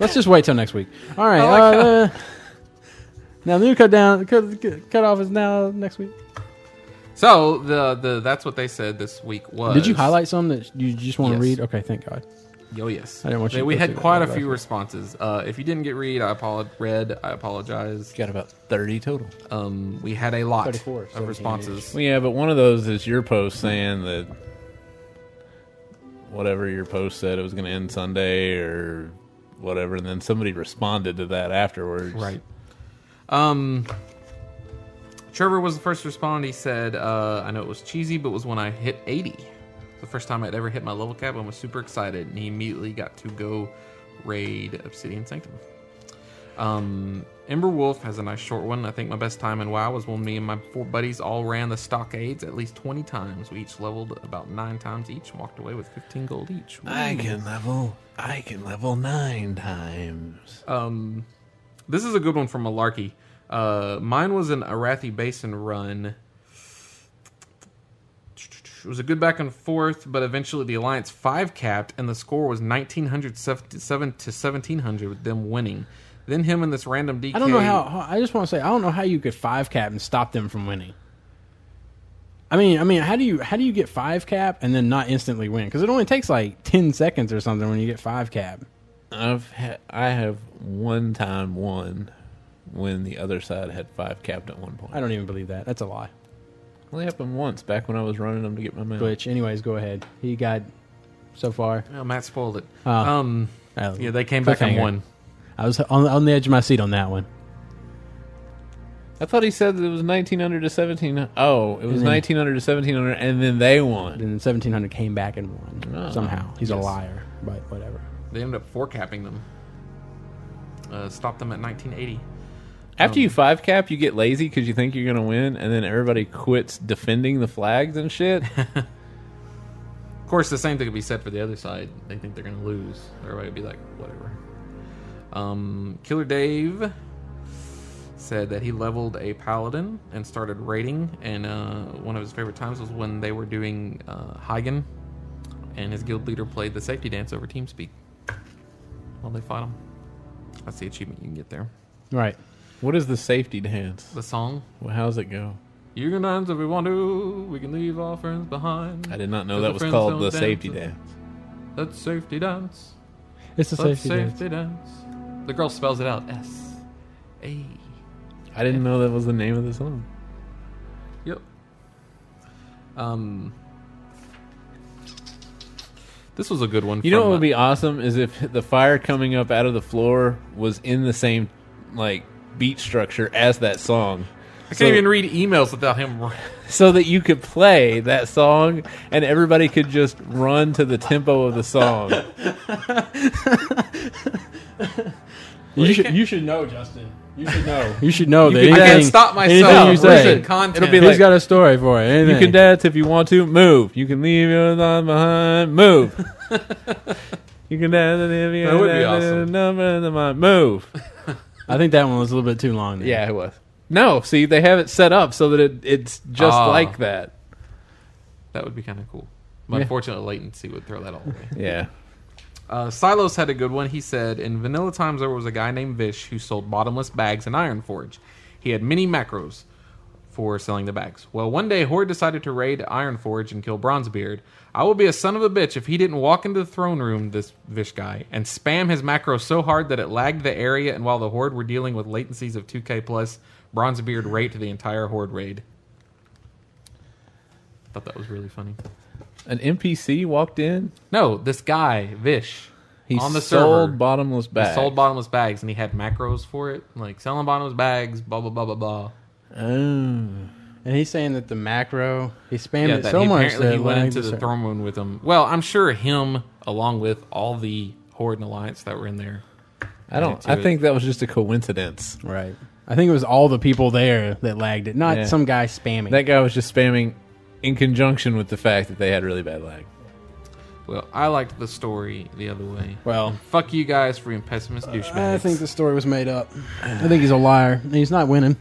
[SPEAKER 4] Let's just wait till next week. All right.
[SPEAKER 5] like
[SPEAKER 4] uh, uh, now the new cut down cut, cut- cut off is now next week.
[SPEAKER 5] So the the that's what they said this week was.
[SPEAKER 4] Did you highlight some that you just want
[SPEAKER 5] Yes.
[SPEAKER 4] to read? Okay, thank God.
[SPEAKER 5] Oh yes,
[SPEAKER 4] I didn't want you
[SPEAKER 5] They-
[SPEAKER 4] to
[SPEAKER 5] we
[SPEAKER 4] go
[SPEAKER 5] had
[SPEAKER 4] through that
[SPEAKER 5] quite a
[SPEAKER 4] whole
[SPEAKER 5] few
[SPEAKER 4] document.
[SPEAKER 5] responses. Uh, if you didn't get read, I apolog- read. I apologize.
[SPEAKER 6] Got about 30 total.
[SPEAKER 5] Um, we had a lot
[SPEAKER 4] 34,
[SPEAKER 5] of
[SPEAKER 4] 17
[SPEAKER 5] responses.
[SPEAKER 6] Well, yeah, but one of those is your post saying that whatever your post said it was going to end Sunday or whatever, and then somebody responded to that afterwards.
[SPEAKER 5] Right. Um, Trevor was the first to respond. He said, uh, "I know it was cheesy, but it was when I hit 80, the first time I'd ever hit my level cap, and was super excited. And he immediately got to go raid Obsidian Sanctum." Um, Ember Wolf has a nice short one. I think my best time in WoW was when me and my four buddies all ran the stockades at least 20 times. We each leveled about nine times each and walked away with 15 gold each.
[SPEAKER 6] I can level. I can level nine times.
[SPEAKER 5] Um, this is a good one from Malarkey. Uh, mine was an Arathi Basin run. It was a good back and forth, but eventually the Alliance 5 capped, and the score was 1907 to 1700 with them winning. Then him and this random DK.
[SPEAKER 4] I don't know how. how- I just want to say I don't know how you could five cap and stop them from winning. I mean, I mean, how do you how do you get five cap and then not instantly win? Because it only takes like ten seconds or something when you get five cap.
[SPEAKER 6] I've ha- I have one time won when the other side had five capped at one point.
[SPEAKER 4] I don't even believe that. That's a lie.
[SPEAKER 6] Only happened once back when I was running them to get my mail.
[SPEAKER 4] Which, anyways, go ahead. He got so far.
[SPEAKER 5] Well, Matt spoiled it.
[SPEAKER 4] Oh.
[SPEAKER 5] um,
[SPEAKER 4] Oh,
[SPEAKER 5] yeah, they came back and
[SPEAKER 4] cliffhanger.
[SPEAKER 5] won.
[SPEAKER 4] I was on, on the edge of my seat on that one.
[SPEAKER 6] I thought he said that it was 1900 to 17. Oh, it was
[SPEAKER 4] And then-
[SPEAKER 6] 1900 to 1700, and then they
[SPEAKER 4] And
[SPEAKER 6] won.
[SPEAKER 4] then seventeen hundred came back and won
[SPEAKER 6] Oh,
[SPEAKER 4] somehow. He's a
[SPEAKER 5] Ah, yes.
[SPEAKER 4] liar, but whatever.
[SPEAKER 5] They ended up four capping them. Uh, stopped them at 1980.
[SPEAKER 6] After you five cap, you get lazy because you think you're going to win, and then everybody quits defending the flags and shit.
[SPEAKER 5] Of course, the same thing could be said for the other side. They think they're going to lose. Everybody would be like, whatever. Um, Killer Dave said that he leveled a paladin and started raiding. And uh, one of his favorite times was when they were doing uh, Hagen, and his guild leader played the safety dance over TeamSpeak while they fought him. That's the achievement you can get there.
[SPEAKER 4] Right.
[SPEAKER 6] what is the safety dance?
[SPEAKER 5] The song,
[SPEAKER 6] Well, how's it go?
[SPEAKER 5] You can dance if we want to, we can leave our friends behind.
[SPEAKER 6] I did not know
[SPEAKER 5] Does
[SPEAKER 6] that
[SPEAKER 5] the
[SPEAKER 6] was
[SPEAKER 5] friends
[SPEAKER 6] called
[SPEAKER 5] don't
[SPEAKER 6] the
[SPEAKER 5] dance?
[SPEAKER 6] safety dance.
[SPEAKER 5] Let's safety dance.
[SPEAKER 4] It's the
[SPEAKER 5] Let's
[SPEAKER 4] safety. dance.
[SPEAKER 5] safety dance. The girl spells it out. S A.
[SPEAKER 6] I didn't know that was the name of the song.
[SPEAKER 5] Yep. Um. This was a good one.
[SPEAKER 6] You know
[SPEAKER 5] from,
[SPEAKER 6] what would
[SPEAKER 5] uh,
[SPEAKER 6] be awesome is if the fire coming up out of the floor was in the same like beat structure as that song.
[SPEAKER 5] I can't even read emails without him.
[SPEAKER 6] So that you could play that song and everybody could just run to the tempo of the song.
[SPEAKER 4] You should, you should know, Justin. You should know. you should know that
[SPEAKER 5] I
[SPEAKER 4] anything,
[SPEAKER 5] can't stop myself.
[SPEAKER 4] anything you
[SPEAKER 5] Where's
[SPEAKER 4] say.
[SPEAKER 5] the content?
[SPEAKER 6] It'll be
[SPEAKER 4] He's
[SPEAKER 6] like-
[SPEAKER 4] got a story for it. Anything.
[SPEAKER 6] You can dance if you want to. Move. You can leave your line behind. Move. you can dance if you
[SPEAKER 5] That would be awesome.
[SPEAKER 6] number in the mind. Move.
[SPEAKER 4] I think that one was a little bit too long. There.
[SPEAKER 6] Yeah, it was. No, see, they have it set up so that it, it's just
[SPEAKER 5] Ah.
[SPEAKER 6] like that.
[SPEAKER 5] that would be kind of cool. But unfortunately, latency would throw that all away.
[SPEAKER 6] Yeah.
[SPEAKER 5] Uh, Silos had a good one. He said, In Vanilla Times, there was a guy named Vish who sold bottomless bags in Iron Forge. He had many macros for selling the bags. Well, one day, Horde decided to raid Iron Forge and kill Bronzebeard. I will be a son of a bitch if he didn't walk into the throne room, this Vish guy, and spam his macro so hard that it lagged the area. And while the Horde were dealing with latencies of 2K plus, Bronzebeard raped the entire Horde raid. Thought that was really funny.
[SPEAKER 6] An NPC walked in.
[SPEAKER 5] No, this guy, Vish.
[SPEAKER 6] He
[SPEAKER 5] on the
[SPEAKER 6] sold
[SPEAKER 5] server.
[SPEAKER 6] bottomless
[SPEAKER 5] He
[SPEAKER 6] bags.
[SPEAKER 5] sold bottomless bags and he had macros for it, like selling bottomless bags, blah blah blah blah blah.
[SPEAKER 4] And he's saying that the macro he spammed
[SPEAKER 5] Yeah,
[SPEAKER 4] it
[SPEAKER 5] that
[SPEAKER 4] so
[SPEAKER 5] he,
[SPEAKER 4] much
[SPEAKER 5] apparently
[SPEAKER 4] that
[SPEAKER 5] he
[SPEAKER 4] it
[SPEAKER 5] went
[SPEAKER 4] lagged
[SPEAKER 5] into
[SPEAKER 4] the
[SPEAKER 5] the
[SPEAKER 4] ser-
[SPEAKER 5] throne room with him. Well, I'm sure him along with all the Horde and Alliance that were in there.
[SPEAKER 6] I don't.
[SPEAKER 5] Yeah,
[SPEAKER 6] I
[SPEAKER 5] to it.
[SPEAKER 6] think that was just a coincidence.
[SPEAKER 4] Right. I think it was all the people there that lagged it, not
[SPEAKER 6] Yeah.
[SPEAKER 4] some guy spamming.
[SPEAKER 6] That guy was just spamming in conjunction with the fact that they had really bad lag.
[SPEAKER 5] Well, I liked the story the other way.
[SPEAKER 4] well,
[SPEAKER 5] Fuck you guys for being pessimist douchebags.
[SPEAKER 4] I think the story was made up. I think he's a liar. and He's not winning.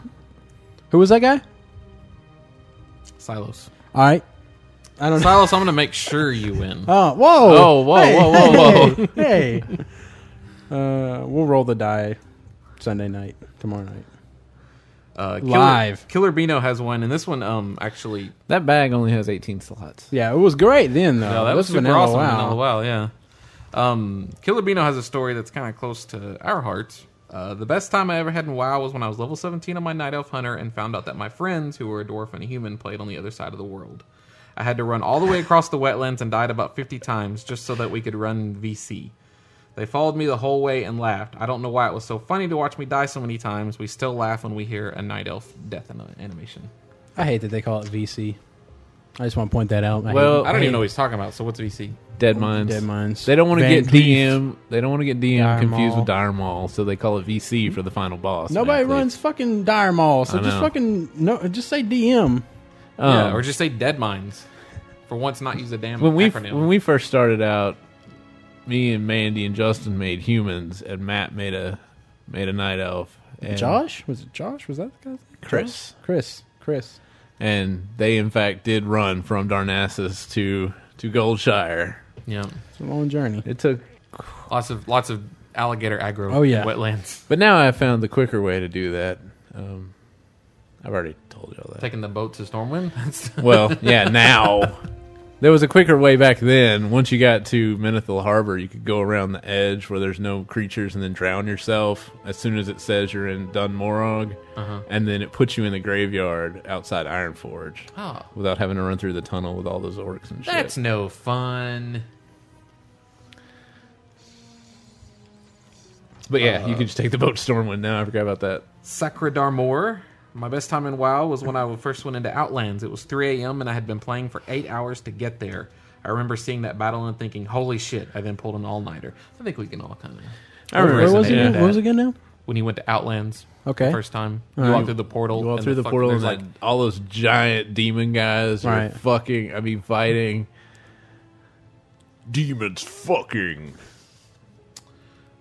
[SPEAKER 4] Who was that guy?
[SPEAKER 5] Silos.
[SPEAKER 4] All right. I don't know.
[SPEAKER 5] Silos, I'm gonna make sure you win.
[SPEAKER 4] Oh, whoa.
[SPEAKER 6] Oh, whoa, whoa, whoa, whoa!
[SPEAKER 4] Hey. Uh, we'll roll the die Sunday night, tomorrow night.
[SPEAKER 5] Uh, Killer,
[SPEAKER 4] Live.
[SPEAKER 5] Killer Bino has one, and this one um actually
[SPEAKER 6] that bag only has 18 slots.
[SPEAKER 4] Yeah, it was great then, though.
[SPEAKER 5] No, Oh, that
[SPEAKER 4] It
[SPEAKER 5] was super
[SPEAKER 4] Vanilla
[SPEAKER 5] awesome.
[SPEAKER 4] Wow.
[SPEAKER 5] Vanilla Wow, yeah. Um, Killer Bino has a story that's kind of close to our hearts. Uh, the best time I ever had in WoW was when I was level 17 on my Night Elf Hunter and found out that my friends, who were a dwarf and a human, played on the other side of the world. I had to run all the way across the wetlands and died about 50 times just so that we could run VC. They followed me the whole way and laughed. I don't know why it was so funny to watch me die so many times. We still laugh when we hear a Night Elf death an- animation.
[SPEAKER 4] I hate that they call it VC. I just want to point that out. I hate
[SPEAKER 6] Well,
[SPEAKER 5] I don't
[SPEAKER 6] hey,
[SPEAKER 5] even know what he's talking about, so what's VC?
[SPEAKER 6] Dead mines.
[SPEAKER 4] Dead Mines.
[SPEAKER 6] They don't want to
[SPEAKER 4] Van
[SPEAKER 6] get
[SPEAKER 4] Cleef.
[SPEAKER 6] DM. They don't want to get DM
[SPEAKER 4] Dire
[SPEAKER 6] confused
[SPEAKER 4] Maul.
[SPEAKER 6] with Dire Maul, so they call it VC for the final boss.
[SPEAKER 4] Nobody
[SPEAKER 6] Van Cleef.
[SPEAKER 4] runs fucking dire mall, so
[SPEAKER 6] I
[SPEAKER 4] just
[SPEAKER 6] know.
[SPEAKER 4] fucking no. Just say DM.
[SPEAKER 6] Um,
[SPEAKER 5] yeah, or just say dead mines. For once, not use a damn
[SPEAKER 6] when we
[SPEAKER 5] acronym.
[SPEAKER 6] when we first started out, me and Mandy and Justin made humans, and Matt made a made a night elf. And
[SPEAKER 4] Josh was it? Josh was that the guy's name?
[SPEAKER 6] Chris,
[SPEAKER 4] Chris. Chris.
[SPEAKER 6] and they in fact did run from Darnassus to to Goldshire.
[SPEAKER 5] yeah,
[SPEAKER 4] It's a long journey.
[SPEAKER 6] It took,
[SPEAKER 5] lots of lots of alligator aggro.
[SPEAKER 4] Oh, yeah.
[SPEAKER 5] in wetlands
[SPEAKER 6] but now I found the quicker way to do that. Um, I've already told y'all that.
[SPEAKER 5] taking the boat to Stormwind. That's
[SPEAKER 6] Well, yeah, now. There was a quicker way back then. Once you got to Menethil Harbor, you could go around the edge where there's no creatures and then drown yourself as soon as it says you're in Dunmorog. And then it puts you in the graveyard outside Ironforge
[SPEAKER 5] oh,
[SPEAKER 6] without having to run through the tunnel with all those orcs and shit.
[SPEAKER 5] that's no fun.
[SPEAKER 6] but yeah, you could just take the boat to Stormwind now. I forgot about that.
[SPEAKER 5] Sacra Darmor. My best time in WoW was when I first went into Outlands. It was 3 a.m. and I had been playing for eight hours to get there. I remember seeing that battle and thinking, "Holy shit!" I then pulled an all-nighter. I think we can all kind of.
[SPEAKER 6] I remember
[SPEAKER 4] Where was it?
[SPEAKER 6] resonated
[SPEAKER 4] again?
[SPEAKER 6] with
[SPEAKER 4] What was it
[SPEAKER 6] that.
[SPEAKER 4] again now?
[SPEAKER 5] When he went to Outlands,
[SPEAKER 4] Okay.
[SPEAKER 5] the first time you walk through the portal.
[SPEAKER 6] Well,
[SPEAKER 5] and
[SPEAKER 6] through the,
[SPEAKER 5] fuck-
[SPEAKER 6] portal, and
[SPEAKER 5] there's
[SPEAKER 6] like
[SPEAKER 5] like
[SPEAKER 6] all those giant demon guys are
[SPEAKER 4] Right.
[SPEAKER 6] fucking. I mean, fighting demons. Fucking.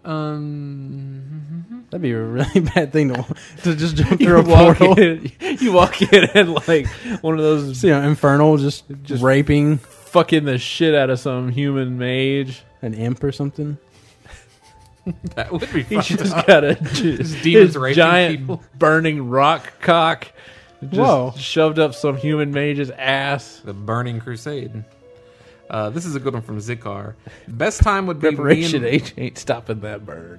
[SPEAKER 4] That'd be a really bad thing to to just jump through
[SPEAKER 6] You
[SPEAKER 4] a
[SPEAKER 6] walk
[SPEAKER 4] portal.
[SPEAKER 6] in, you walk in and like one of those
[SPEAKER 4] See, you know, infernal, just, just raping
[SPEAKER 6] fucking the shit out of some human mage.
[SPEAKER 4] an imp or something.
[SPEAKER 5] that would be
[SPEAKER 6] He
[SPEAKER 5] fun.
[SPEAKER 6] just got a
[SPEAKER 5] demons
[SPEAKER 6] just, his
[SPEAKER 5] raping
[SPEAKER 6] giant
[SPEAKER 5] people.
[SPEAKER 6] burning rock cock. Just
[SPEAKER 4] Whoa.
[SPEAKER 6] shoved up some human mage's ass.
[SPEAKER 5] The Burning Crusade. Uh, this is a good one from Zikar. Best time would be
[SPEAKER 6] Preparation eh?
[SPEAKER 5] me and-
[SPEAKER 6] H ain't stopping that bird.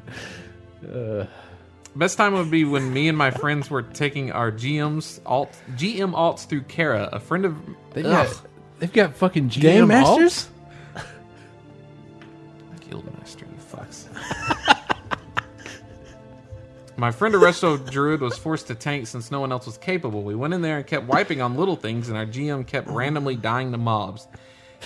[SPEAKER 5] best time would be when me and my friends were taking our GMs alt GM alts through Kara, a friend of
[SPEAKER 6] They've
[SPEAKER 5] Ugh.
[SPEAKER 6] got, they've got fucking GM
[SPEAKER 4] Game
[SPEAKER 6] alts?
[SPEAKER 4] masters.
[SPEAKER 9] Master, you fucks.
[SPEAKER 5] My friend Arresto Druid was forced to tank since no one else was capable. We went in there and kept wiping on little things, and our GM kept randomly dying to mobs.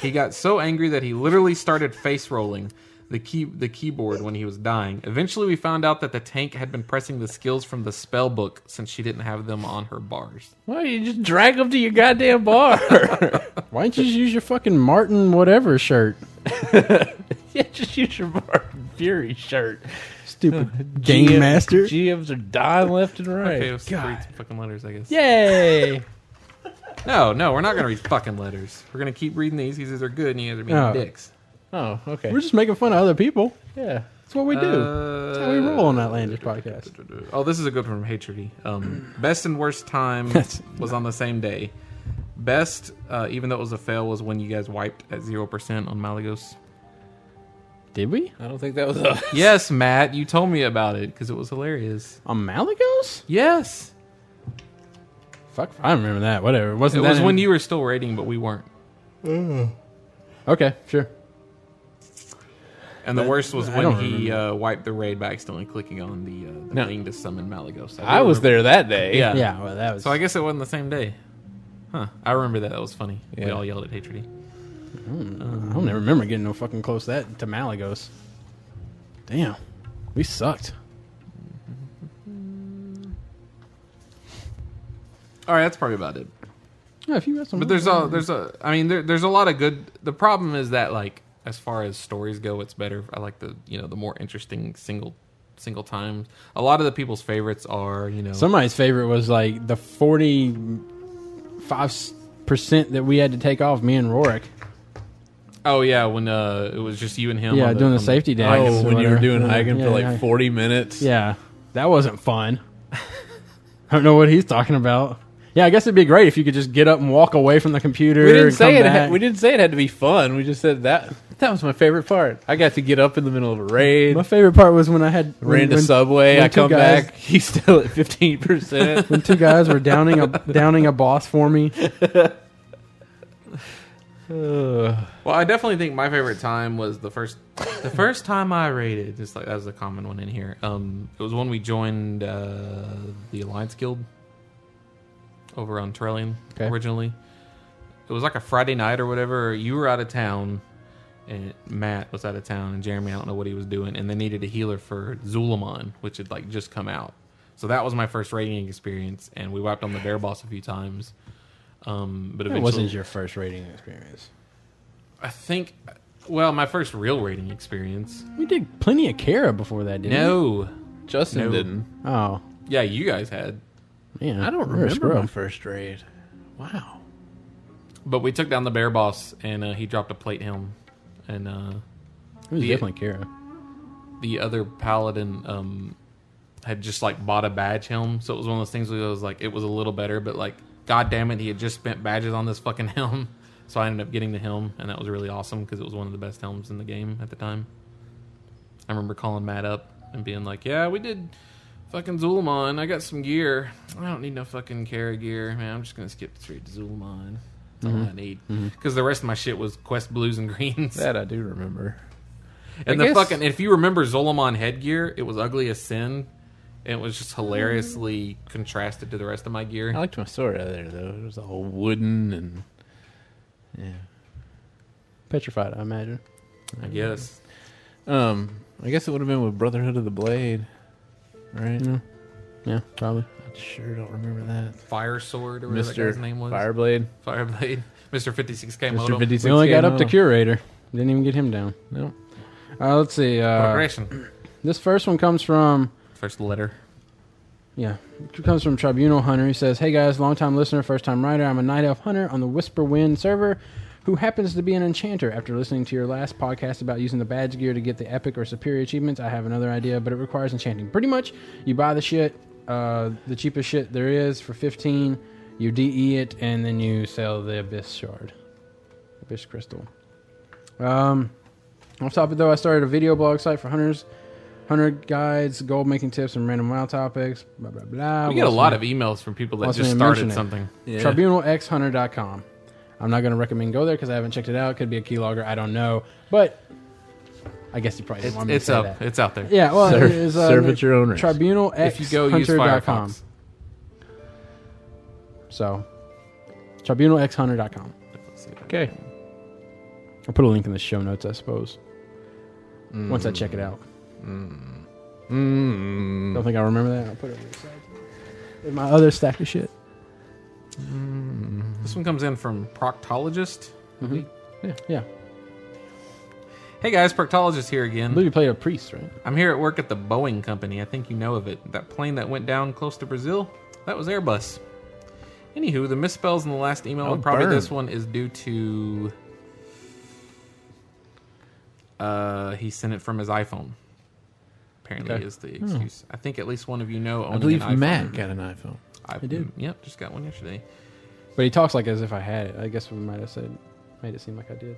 [SPEAKER 5] He got so angry that he literally started face rolling the key the keyboard when he was dying. Eventually, we found out that the tank had been pressing the skills from the spell book since she didn't have them on her bars.
[SPEAKER 4] Why you just drag them to your goddamn bar? Why don't you just use your fucking Martin whatever shirt?
[SPEAKER 6] yeah, just use your Martin Fury shirt.
[SPEAKER 9] Stupid game
[SPEAKER 6] GM
[SPEAKER 9] master.
[SPEAKER 6] GMs are dying left and right.
[SPEAKER 5] Okay, it was three fucking letters, I guess.
[SPEAKER 4] Yay!
[SPEAKER 5] No, no, we're not gonna read fucking letters. We're gonna keep reading these. These are good, and you guys are being
[SPEAKER 4] Oh.
[SPEAKER 5] dicks.
[SPEAKER 6] Oh, okay.
[SPEAKER 4] We're just making fun of other people.
[SPEAKER 6] Yeah.
[SPEAKER 4] That's what we do.
[SPEAKER 6] Uh,
[SPEAKER 5] Uh,
[SPEAKER 4] That's how we roll on Outlandish podcast.
[SPEAKER 5] Oh, this is a good one from Hatred. Um, best and worst time was on the same day. Best, uh, even though it was a fail, was when you guys wiped at zero percent on Malagos.
[SPEAKER 4] Did we?
[SPEAKER 6] I don't think that was a.
[SPEAKER 5] Yes, Matt, you told me about it because it was hilarious.
[SPEAKER 4] On Malagos?
[SPEAKER 5] Yes,
[SPEAKER 4] Fuck, I don't remember that. Whatever. It wasn't
[SPEAKER 5] it
[SPEAKER 4] that
[SPEAKER 5] was
[SPEAKER 4] in-
[SPEAKER 5] when you were still rating, but we weren't.
[SPEAKER 4] Okay, sure.
[SPEAKER 5] And the worst was
[SPEAKER 4] I
[SPEAKER 5] when
[SPEAKER 4] don't
[SPEAKER 5] he uh, wiped the raid by accidentally clicking on the, uh, the
[SPEAKER 6] No.
[SPEAKER 5] thing to summon Malagos.
[SPEAKER 6] I
[SPEAKER 5] do
[SPEAKER 6] was
[SPEAKER 5] remember-
[SPEAKER 6] there that day.
[SPEAKER 5] Yeah.
[SPEAKER 4] Yeah, well, that was.
[SPEAKER 5] So I guess it wasn't the same day. Huh. I remember that. That was funny. We
[SPEAKER 6] Yeah.
[SPEAKER 5] all yelled at Hatred.
[SPEAKER 4] I don't ever remember getting no fucking close that to Malagos. Damn, we sucked.
[SPEAKER 5] All right, that's probably about it.
[SPEAKER 4] Yeah, if you got some,
[SPEAKER 5] But there's a there's a I mean there, there's a lot of good. The problem is that like as far as stories go, it's better. I like the you know the more interesting single single times. A lot of the people's favorites are you know
[SPEAKER 4] somebody's favorite was like the forty-five percent that we had to take off. Me and Rorik.
[SPEAKER 5] oh yeah when uh it was just you and him
[SPEAKER 4] Yeah,
[SPEAKER 5] on
[SPEAKER 4] doing the
[SPEAKER 5] on
[SPEAKER 4] safety dance.
[SPEAKER 6] Oh,
[SPEAKER 4] or
[SPEAKER 6] when you were
[SPEAKER 4] whatever.
[SPEAKER 6] doing Hagen
[SPEAKER 4] Yeah,
[SPEAKER 6] for like
[SPEAKER 4] yeah.
[SPEAKER 6] 40 minutes.
[SPEAKER 4] Yeah, that wasn't fun. I don't know what he's talking about. Yeah, I guess it'd be great if you could just get up and walk away from the computer.
[SPEAKER 6] We didn't
[SPEAKER 4] and come
[SPEAKER 6] say it.
[SPEAKER 4] back.
[SPEAKER 6] Had, we didn't say it had to be fun. We just said that. That was my favorite part. I got to get up in the middle of a raid,
[SPEAKER 4] My favorite part was when I had
[SPEAKER 6] ran
[SPEAKER 4] when-
[SPEAKER 6] to
[SPEAKER 4] when-
[SPEAKER 6] Subway.
[SPEAKER 4] when
[SPEAKER 6] I
[SPEAKER 4] two
[SPEAKER 6] come
[SPEAKER 4] guys-
[SPEAKER 6] back. He's still at fifteen percent.
[SPEAKER 4] when two guys were downing a downing a boss for me.
[SPEAKER 5] Well, I definitely think my favorite time was the first the first time I raided. Just like that was a common one in here. Um, it was when we joined uh, the Alliance Guild over on Trellian
[SPEAKER 4] Okay.
[SPEAKER 5] originally. It was like a Friday night or whatever. You were out of town, and Matt was out of town, and Jeremy I don't know what he was doing, and they needed a healer for Zulamon, which had like just come out. So that was my first raiding experience, and we wiped on the bear boss a few times. Um, but eventually,
[SPEAKER 4] It wasn't your first rating experience.
[SPEAKER 5] I think, well, my first real rating experience.
[SPEAKER 4] We did plenty of Kara before that, didn't
[SPEAKER 5] No.
[SPEAKER 6] Justin
[SPEAKER 5] No.
[SPEAKER 6] didn't.
[SPEAKER 4] we? Oh,
[SPEAKER 5] Yeah, you guys had.
[SPEAKER 4] yeah.
[SPEAKER 6] I don't
[SPEAKER 4] we're a
[SPEAKER 6] remember my
[SPEAKER 4] scrub.
[SPEAKER 6] first raid. Wow.
[SPEAKER 5] But we took down the bear boss, and uh, he dropped a plate helm. And uh,
[SPEAKER 4] It was
[SPEAKER 5] the-
[SPEAKER 4] definitely Kara.
[SPEAKER 5] the other paladin um, had just like bought a badge helm. So it was one of those things where it was like, it was a little better, but like, god damn it, he had just spent badges on this fucking helm. So I ended up getting the helm, and that was really awesome because it was one of the best helms in the game at the time. I remember calling Matt up and being like, "Yeah, we did fucking Zul'Mon. I got some gear. I don't need no fucking Kara gear, man. I'm just gonna skip straight to Zul'Mon. That's all I need because the rest of my shit was quest blues and greens.
[SPEAKER 6] That I do remember.
[SPEAKER 5] and
[SPEAKER 6] I
[SPEAKER 5] the
[SPEAKER 6] guess-
[SPEAKER 5] fucking if you remember Zul'Mon headgear, it was ugly as sin. And it was just hilariously contrasted to the rest of my gear.
[SPEAKER 6] I liked my sword out of there though. It was all wooden and
[SPEAKER 4] Petrified, I imagine.
[SPEAKER 5] I guess.
[SPEAKER 6] um. I guess it would have been with Brotherhood of the Blade, right?
[SPEAKER 4] Yeah, probably.
[SPEAKER 6] I sure don't remember that.
[SPEAKER 5] Fire sword or whatever that
[SPEAKER 6] Mister
[SPEAKER 5] guy's name was.
[SPEAKER 6] Fireblade.
[SPEAKER 5] Fireblade. Mister Fifty Six K
[SPEAKER 6] Mister
[SPEAKER 5] modem.
[SPEAKER 6] Fifty Six.
[SPEAKER 4] We only got up to Curator. Didn't even get him down.
[SPEAKER 6] No.
[SPEAKER 4] Uh, let's see. Uh,
[SPEAKER 5] Progression.
[SPEAKER 4] this first one comes from
[SPEAKER 5] First letter.
[SPEAKER 4] Yeah. It comes from Tribunal Hunter. He says, Hey guys, long time listener, first time writer. I'm a Night Elf Hunter on the Whisper Wind server who happens to be an enchanter. After listening to your last podcast about using the badge gear to get the epic or superior achievements, I have another idea, but it requires enchanting. Pretty much, you buy the shit, uh, the cheapest shit there is for 15, you DE it, and then you sell the Abyss Shard. Abyss Crystal. Um, off topic though, I started a video blog site for hunters hunter guides, gold making tips, and random wild topics. Blah blah blah.
[SPEAKER 5] We get a lot of emails from people that
[SPEAKER 4] Wasn't
[SPEAKER 5] just
[SPEAKER 4] even
[SPEAKER 5] started
[SPEAKER 4] mentioning it.
[SPEAKER 5] something.
[SPEAKER 6] Yeah.
[SPEAKER 4] tribunalxhunter.com. I'm not going to recommend go there because I haven't checked it out. Could be a keylogger, I don't know. But I guess you probably didn't
[SPEAKER 5] It's,
[SPEAKER 4] want me to
[SPEAKER 5] it's
[SPEAKER 4] say
[SPEAKER 5] up.
[SPEAKER 4] that.
[SPEAKER 5] It's out there.
[SPEAKER 4] Yeah, well,
[SPEAKER 6] Serve-
[SPEAKER 4] it is, uh,
[SPEAKER 6] serve at your own risk.
[SPEAKER 4] Tribunal
[SPEAKER 5] If you go use
[SPEAKER 4] hunter.com.
[SPEAKER 5] Firefox.
[SPEAKER 4] So, tribunalxhunter.com.
[SPEAKER 6] Okay.
[SPEAKER 4] I'll put a link in the show notes, I suppose. Once I
[SPEAKER 6] Mm.
[SPEAKER 4] check it out. Don't think I remember that. I'll put it on the side. In my other stack of shit.
[SPEAKER 5] This one comes in from Proctologist.
[SPEAKER 4] Yeah.
[SPEAKER 5] Hey guys, Proctologist here again.
[SPEAKER 4] I believe you played a priest, right?
[SPEAKER 5] I'm here at work at the Boeing company. I think you know of it. That plane that went down close to Brazil? That was Airbus. Anywho, the misspells in the last email
[SPEAKER 6] Oh,
[SPEAKER 5] and probably
[SPEAKER 6] burn.
[SPEAKER 5] this one is due to. Uh, he sent it from his iPhone. Apparently,
[SPEAKER 4] Okay.
[SPEAKER 5] is the excuse. I think at least one of you know.
[SPEAKER 6] Hmm. I
[SPEAKER 5] owning
[SPEAKER 6] believe
[SPEAKER 5] an iPhone.
[SPEAKER 6] Matt got an iPhone.
[SPEAKER 5] I Mm,
[SPEAKER 4] did.
[SPEAKER 5] Yep, just got one yesterday.
[SPEAKER 4] But he talks like as if I had it. I guess we might have said, made it seem like I did.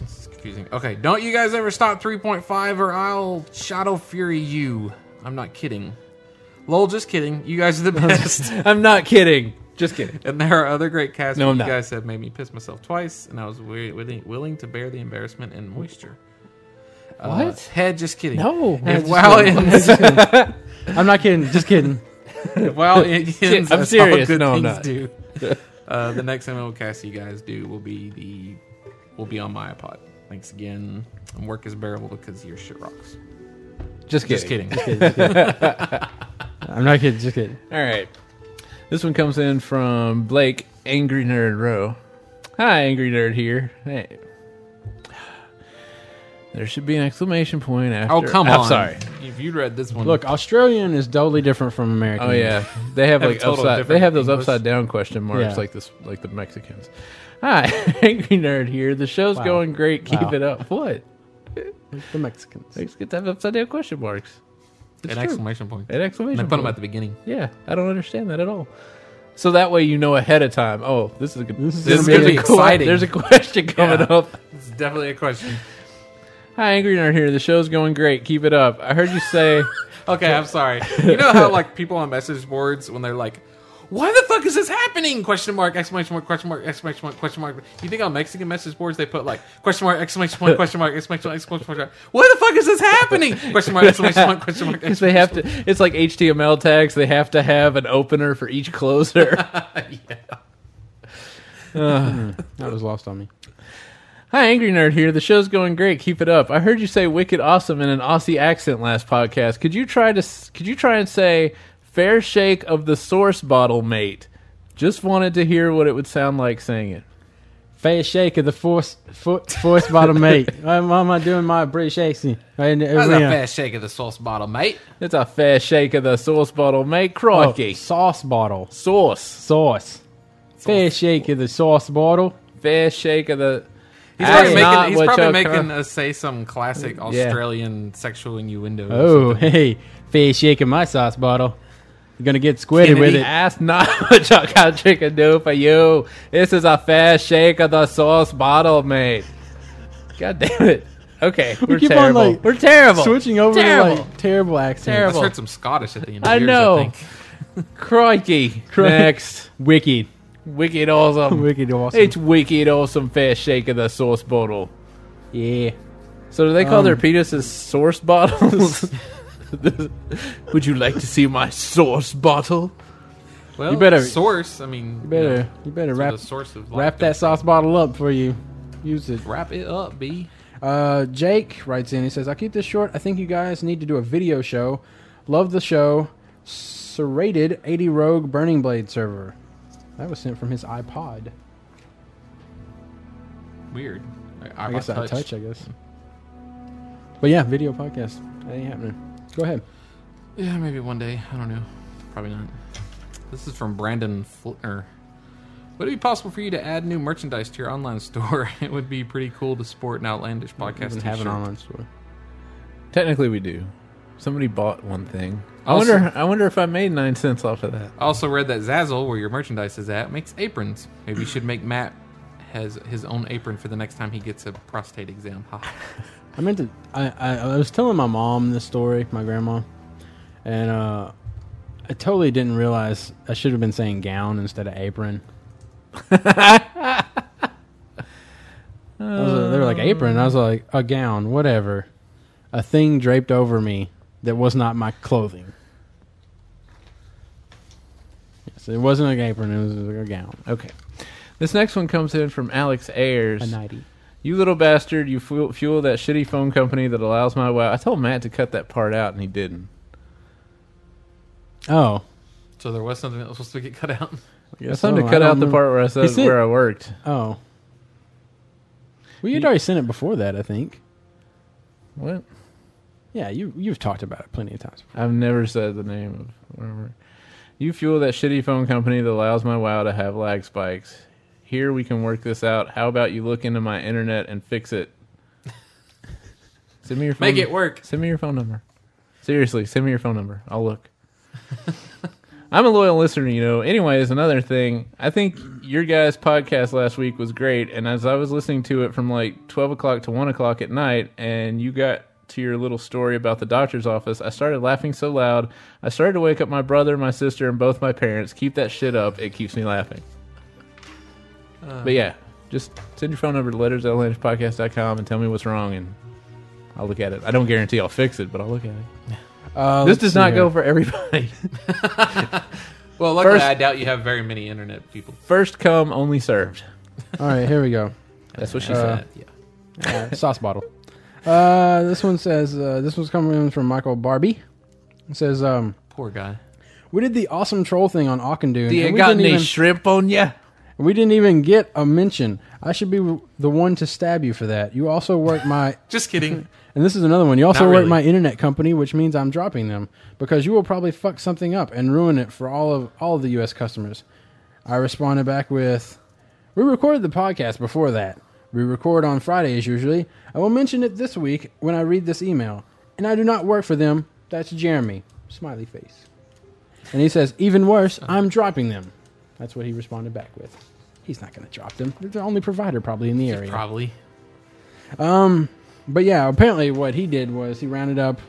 [SPEAKER 5] It's confusing. Okay, don't you guys ever stop 3.5 or I'll Shadow Fury you. I'm not kidding. Lol, just kidding. You guys are the best.
[SPEAKER 6] I'm not kidding. Just kidding.
[SPEAKER 5] And there are other great casts
[SPEAKER 6] No,
[SPEAKER 5] where
[SPEAKER 6] I'm
[SPEAKER 5] you
[SPEAKER 6] not.
[SPEAKER 5] guys have made me piss myself twice, and I was wi- willing, willing to bear the embarrassment and moisture. Uh,
[SPEAKER 4] What?
[SPEAKER 5] head, just kidding.
[SPEAKER 4] No.
[SPEAKER 5] If WoW ends,
[SPEAKER 4] I'm not kidding. Just kidding.
[SPEAKER 5] if WoW ends,
[SPEAKER 6] I'm
[SPEAKER 5] that's all
[SPEAKER 6] serious.
[SPEAKER 5] good
[SPEAKER 6] No, I'm
[SPEAKER 5] things
[SPEAKER 6] not.
[SPEAKER 5] do. Uh, the next MMO cast you guys do will be the will be on my iPod. Thanks again. And work is bearable because your shit rocks.
[SPEAKER 6] Just kidding.
[SPEAKER 5] Just kidding.
[SPEAKER 4] I'm not kidding. Just kidding.
[SPEAKER 6] All right. This one comes in from Blake, Angry Nerd Row. Hi, Angry Nerd here. Hey. There should be an exclamation point after.
[SPEAKER 5] oh come
[SPEAKER 6] I'm
[SPEAKER 5] on!
[SPEAKER 6] sorry.
[SPEAKER 5] If you read this one,
[SPEAKER 4] Look, Australian is totally different from American.
[SPEAKER 6] Oh yeah, they have
[SPEAKER 5] Have
[SPEAKER 6] like
[SPEAKER 5] total
[SPEAKER 6] upside. They
[SPEAKER 5] different
[SPEAKER 6] have those
[SPEAKER 5] English.
[SPEAKER 6] upside down question marks
[SPEAKER 4] Yeah.
[SPEAKER 6] like this, like the Mexicans. Hi, angry nerd here. The show's
[SPEAKER 4] Wow.
[SPEAKER 6] going great. Keep
[SPEAKER 4] Wow.
[SPEAKER 6] it up. What?
[SPEAKER 4] The Mexicans.
[SPEAKER 6] It's good to have upside down question marks. It's
[SPEAKER 5] an
[SPEAKER 6] true.
[SPEAKER 5] exclamation point.
[SPEAKER 6] An exclamation.
[SPEAKER 5] And I put them
[SPEAKER 6] point.
[SPEAKER 5] at the beginning.
[SPEAKER 6] Yeah, I don't understand that at all. So that way you know ahead of time. Oh, this is a good. This
[SPEAKER 4] is
[SPEAKER 5] gonna be
[SPEAKER 6] a que-
[SPEAKER 5] exciting.
[SPEAKER 6] There's a question coming
[SPEAKER 5] Yeah.
[SPEAKER 6] up.
[SPEAKER 5] It's definitely a question.
[SPEAKER 6] Hi, angry nerd here. The show's going great. Keep it up. I heard you say.
[SPEAKER 5] Okay, I'm sorry. You know how like people on message boards when they're like, "Why the fuck is this happening?" Question mark exclamation mark question mark exclamation mark question mark. You think on Mexican message boards they put like question mark exclamation point question mark exclamation mark exclamation mark? Why the fuck is this happening? Question mark exclamation mark question mark.
[SPEAKER 6] Because they have to, it's like HTML tags. They have to have an opener for each closer.
[SPEAKER 4] That was lost on me.
[SPEAKER 6] Hi, Angry Nerd here. The show's going great. Keep it up. I heard you say "wicked awesome" in an Aussie accent last podcast. Could you try to? Could you try and say "fair shake of the source bottle, mate"? Just wanted to hear what it would sound like saying it.
[SPEAKER 4] Face shake of the force foot force bottom mate. Why why am I doing my British accent? Right in the
[SPEAKER 5] That's a
[SPEAKER 4] arena.
[SPEAKER 5] fast shake of the sauce bottle, mate.
[SPEAKER 6] It's a fair shake of the source bottle, mate.
[SPEAKER 4] Oh,
[SPEAKER 6] Crikey,
[SPEAKER 4] sauce bottle.
[SPEAKER 6] sauce.
[SPEAKER 4] Sauce. Fair shake of the sauce bottle.
[SPEAKER 6] Fair shake of the.
[SPEAKER 5] He's
[SPEAKER 6] That's
[SPEAKER 5] probably
[SPEAKER 6] not
[SPEAKER 5] making, he's
[SPEAKER 6] what
[SPEAKER 5] probably
[SPEAKER 6] y'all
[SPEAKER 5] making
[SPEAKER 6] call-
[SPEAKER 5] us say some classic Australian sexual innuendo. or
[SPEAKER 4] Oh,
[SPEAKER 5] something.
[SPEAKER 4] hey. Fair shake of my sauce bottle. You're going to get squirted with
[SPEAKER 6] Kennedy
[SPEAKER 4] it.
[SPEAKER 6] asked not what y'all got chicken do for you. This is a fair shake of the sauce bottle, mate. God damn it. Okay, we are
[SPEAKER 4] keep on,
[SPEAKER 6] terrible.
[SPEAKER 4] like,
[SPEAKER 6] we're terrible.
[SPEAKER 4] Switching over
[SPEAKER 6] terrible.
[SPEAKER 4] to like terrible accents.
[SPEAKER 6] Terrible.
[SPEAKER 5] Let's heard some Scottish at the end. Of
[SPEAKER 6] I
[SPEAKER 5] yours,
[SPEAKER 6] know.
[SPEAKER 5] I think.
[SPEAKER 6] Crikey.
[SPEAKER 4] Cri-
[SPEAKER 6] Next.
[SPEAKER 4] Wicked.
[SPEAKER 6] Wicked awesome.
[SPEAKER 4] Wicked awesome.
[SPEAKER 6] It's wicked awesome fair shake of the sauce bottle.
[SPEAKER 4] yeah.
[SPEAKER 6] So do they call their
[SPEAKER 4] Um.
[SPEAKER 6] penises source bottles? Would you like to see my source bottle?
[SPEAKER 5] Well,
[SPEAKER 4] You better-
[SPEAKER 5] source. I mean,
[SPEAKER 4] You better, you better
[SPEAKER 5] wrap
[SPEAKER 4] wrap,
[SPEAKER 5] the source of
[SPEAKER 4] wrap
[SPEAKER 5] life.
[SPEAKER 4] that sauce bottle up before you use it.
[SPEAKER 5] Wrap it up, B.
[SPEAKER 4] Uh, Jake writes in. He says, "I'll keep this short. I think you guys need to do a video show. Love the show. Serrated 80 Rogue Burning Blade server. That was sent from his iPod.
[SPEAKER 5] Weird. I,
[SPEAKER 4] I guess I touch. I guess. But yeah, video podcast. That ain't happening. Go ahead.
[SPEAKER 5] Yeah, maybe one day. I don't know. Probably not. This is from Brandon Flitner. Would it be possible for you to add new merchandise to your online store? it would be pretty cool to sport an outlandish podcast.
[SPEAKER 4] Doesn't have an
[SPEAKER 5] t-shirt.
[SPEAKER 4] online store.
[SPEAKER 6] Technically, we do. Somebody bought one thing. I
[SPEAKER 5] Also-
[SPEAKER 6] wonder. I wonder if I made nine cents off of that.
[SPEAKER 5] I also read that Zazzle, where your merchandise is at, makes aprons. Maybe you should make Matt has his own apron for the next time he gets a prostate exam. Ha.
[SPEAKER 4] I meant to. I, I, I was telling my mom this story, my grandma, and uh, I totally didn't realize I should have been saying gown instead of apron. I was like- they were like apron. I was like a gown, whatever, a thing draped over me that was not my clothing. Yes, it wasn't an apron. It was a gown,
[SPEAKER 6] Okay. This next one comes in from Alex Ayers.
[SPEAKER 4] a nightie.
[SPEAKER 6] You little bastard, you fuel, fuel that shitty phone company that allows my wow. I told Matt to cut that part out and he didn't.
[SPEAKER 4] Oh,
[SPEAKER 5] So there was something that was supposed to get cut out.
[SPEAKER 6] I told him
[SPEAKER 4] so.
[SPEAKER 6] to
[SPEAKER 4] I
[SPEAKER 6] cut
[SPEAKER 4] don't
[SPEAKER 6] out the
[SPEAKER 4] remember-
[SPEAKER 6] part where I said
[SPEAKER 4] Is it-
[SPEAKER 6] where I worked.
[SPEAKER 4] oh. Well, you'd already sent it before that, I think.
[SPEAKER 6] What?
[SPEAKER 4] Yeah, you you've talked about it plenty of times.
[SPEAKER 6] I've never said the name of whatever. You fuel that shitty phone company that allows my wow to have lag spikes. Here we can work this out. How about you look into my internet and fix it? Send me your phone
[SPEAKER 5] Make
[SPEAKER 4] Um,
[SPEAKER 5] it work.
[SPEAKER 6] Send me your phone number. Seriously, send me your phone number. I'll look. I'm a loyal listener, you know. Anyways, another thing, I think your guys' podcast last week was great, and as I was listening to it from like twelve o'clock to one o'clock at night, and you got to your little story about the doctor's office, I started laughing so loud, I started to wake up my brother, my sister, and both my parents. Keep that shit up; it keeps me laughing. but yeah, just send your phone number to letters at com and tell me what's wrong, and I'll look at it. I don't guarantee I'll fix it, but I'll look at it.
[SPEAKER 4] Uh,
[SPEAKER 6] this
[SPEAKER 4] let's
[SPEAKER 6] does
[SPEAKER 4] see
[SPEAKER 6] not
[SPEAKER 4] here.
[SPEAKER 6] go for everybody.
[SPEAKER 5] Well, luckily,
[SPEAKER 6] First-
[SPEAKER 5] I doubt you have very many internet people.
[SPEAKER 6] First come, only served.
[SPEAKER 4] All right, here we go.
[SPEAKER 6] That's what she
[SPEAKER 4] Uh,
[SPEAKER 6] said.
[SPEAKER 5] Yeah.
[SPEAKER 4] Uh, sauce bottle. Uh, this one says uh, this one's coming in from Michael Barbie. It says um,
[SPEAKER 5] Poor guy.
[SPEAKER 4] we did the awesome troll thing on Ockendune.
[SPEAKER 6] Do you
[SPEAKER 4] and we
[SPEAKER 6] got
[SPEAKER 4] didn't
[SPEAKER 6] any
[SPEAKER 4] even-
[SPEAKER 6] shrimp on ya?
[SPEAKER 4] We didn't even get a mention. I should be w- the one to stab you for that. You also work my.
[SPEAKER 5] Just kidding.
[SPEAKER 4] And this is another one. You also
[SPEAKER 5] Not
[SPEAKER 4] work
[SPEAKER 5] really.
[SPEAKER 4] my internet company, which means I'm dropping them because you will probably fuck something up and ruin it for all of all of the U.S. customers. I responded back with, "We recorded the podcast before that. We record on Fridays usually. I will mention it this week when I read this email. And I do not work for them. That's Jeremy." Smiley face. And he says, "Even worse, I'm dropping them." That's what he responded back with. He's not going to drop them. They're the only provider probably in the area.
[SPEAKER 5] Probably.
[SPEAKER 4] But yeah, apparently what he did was he rounded up.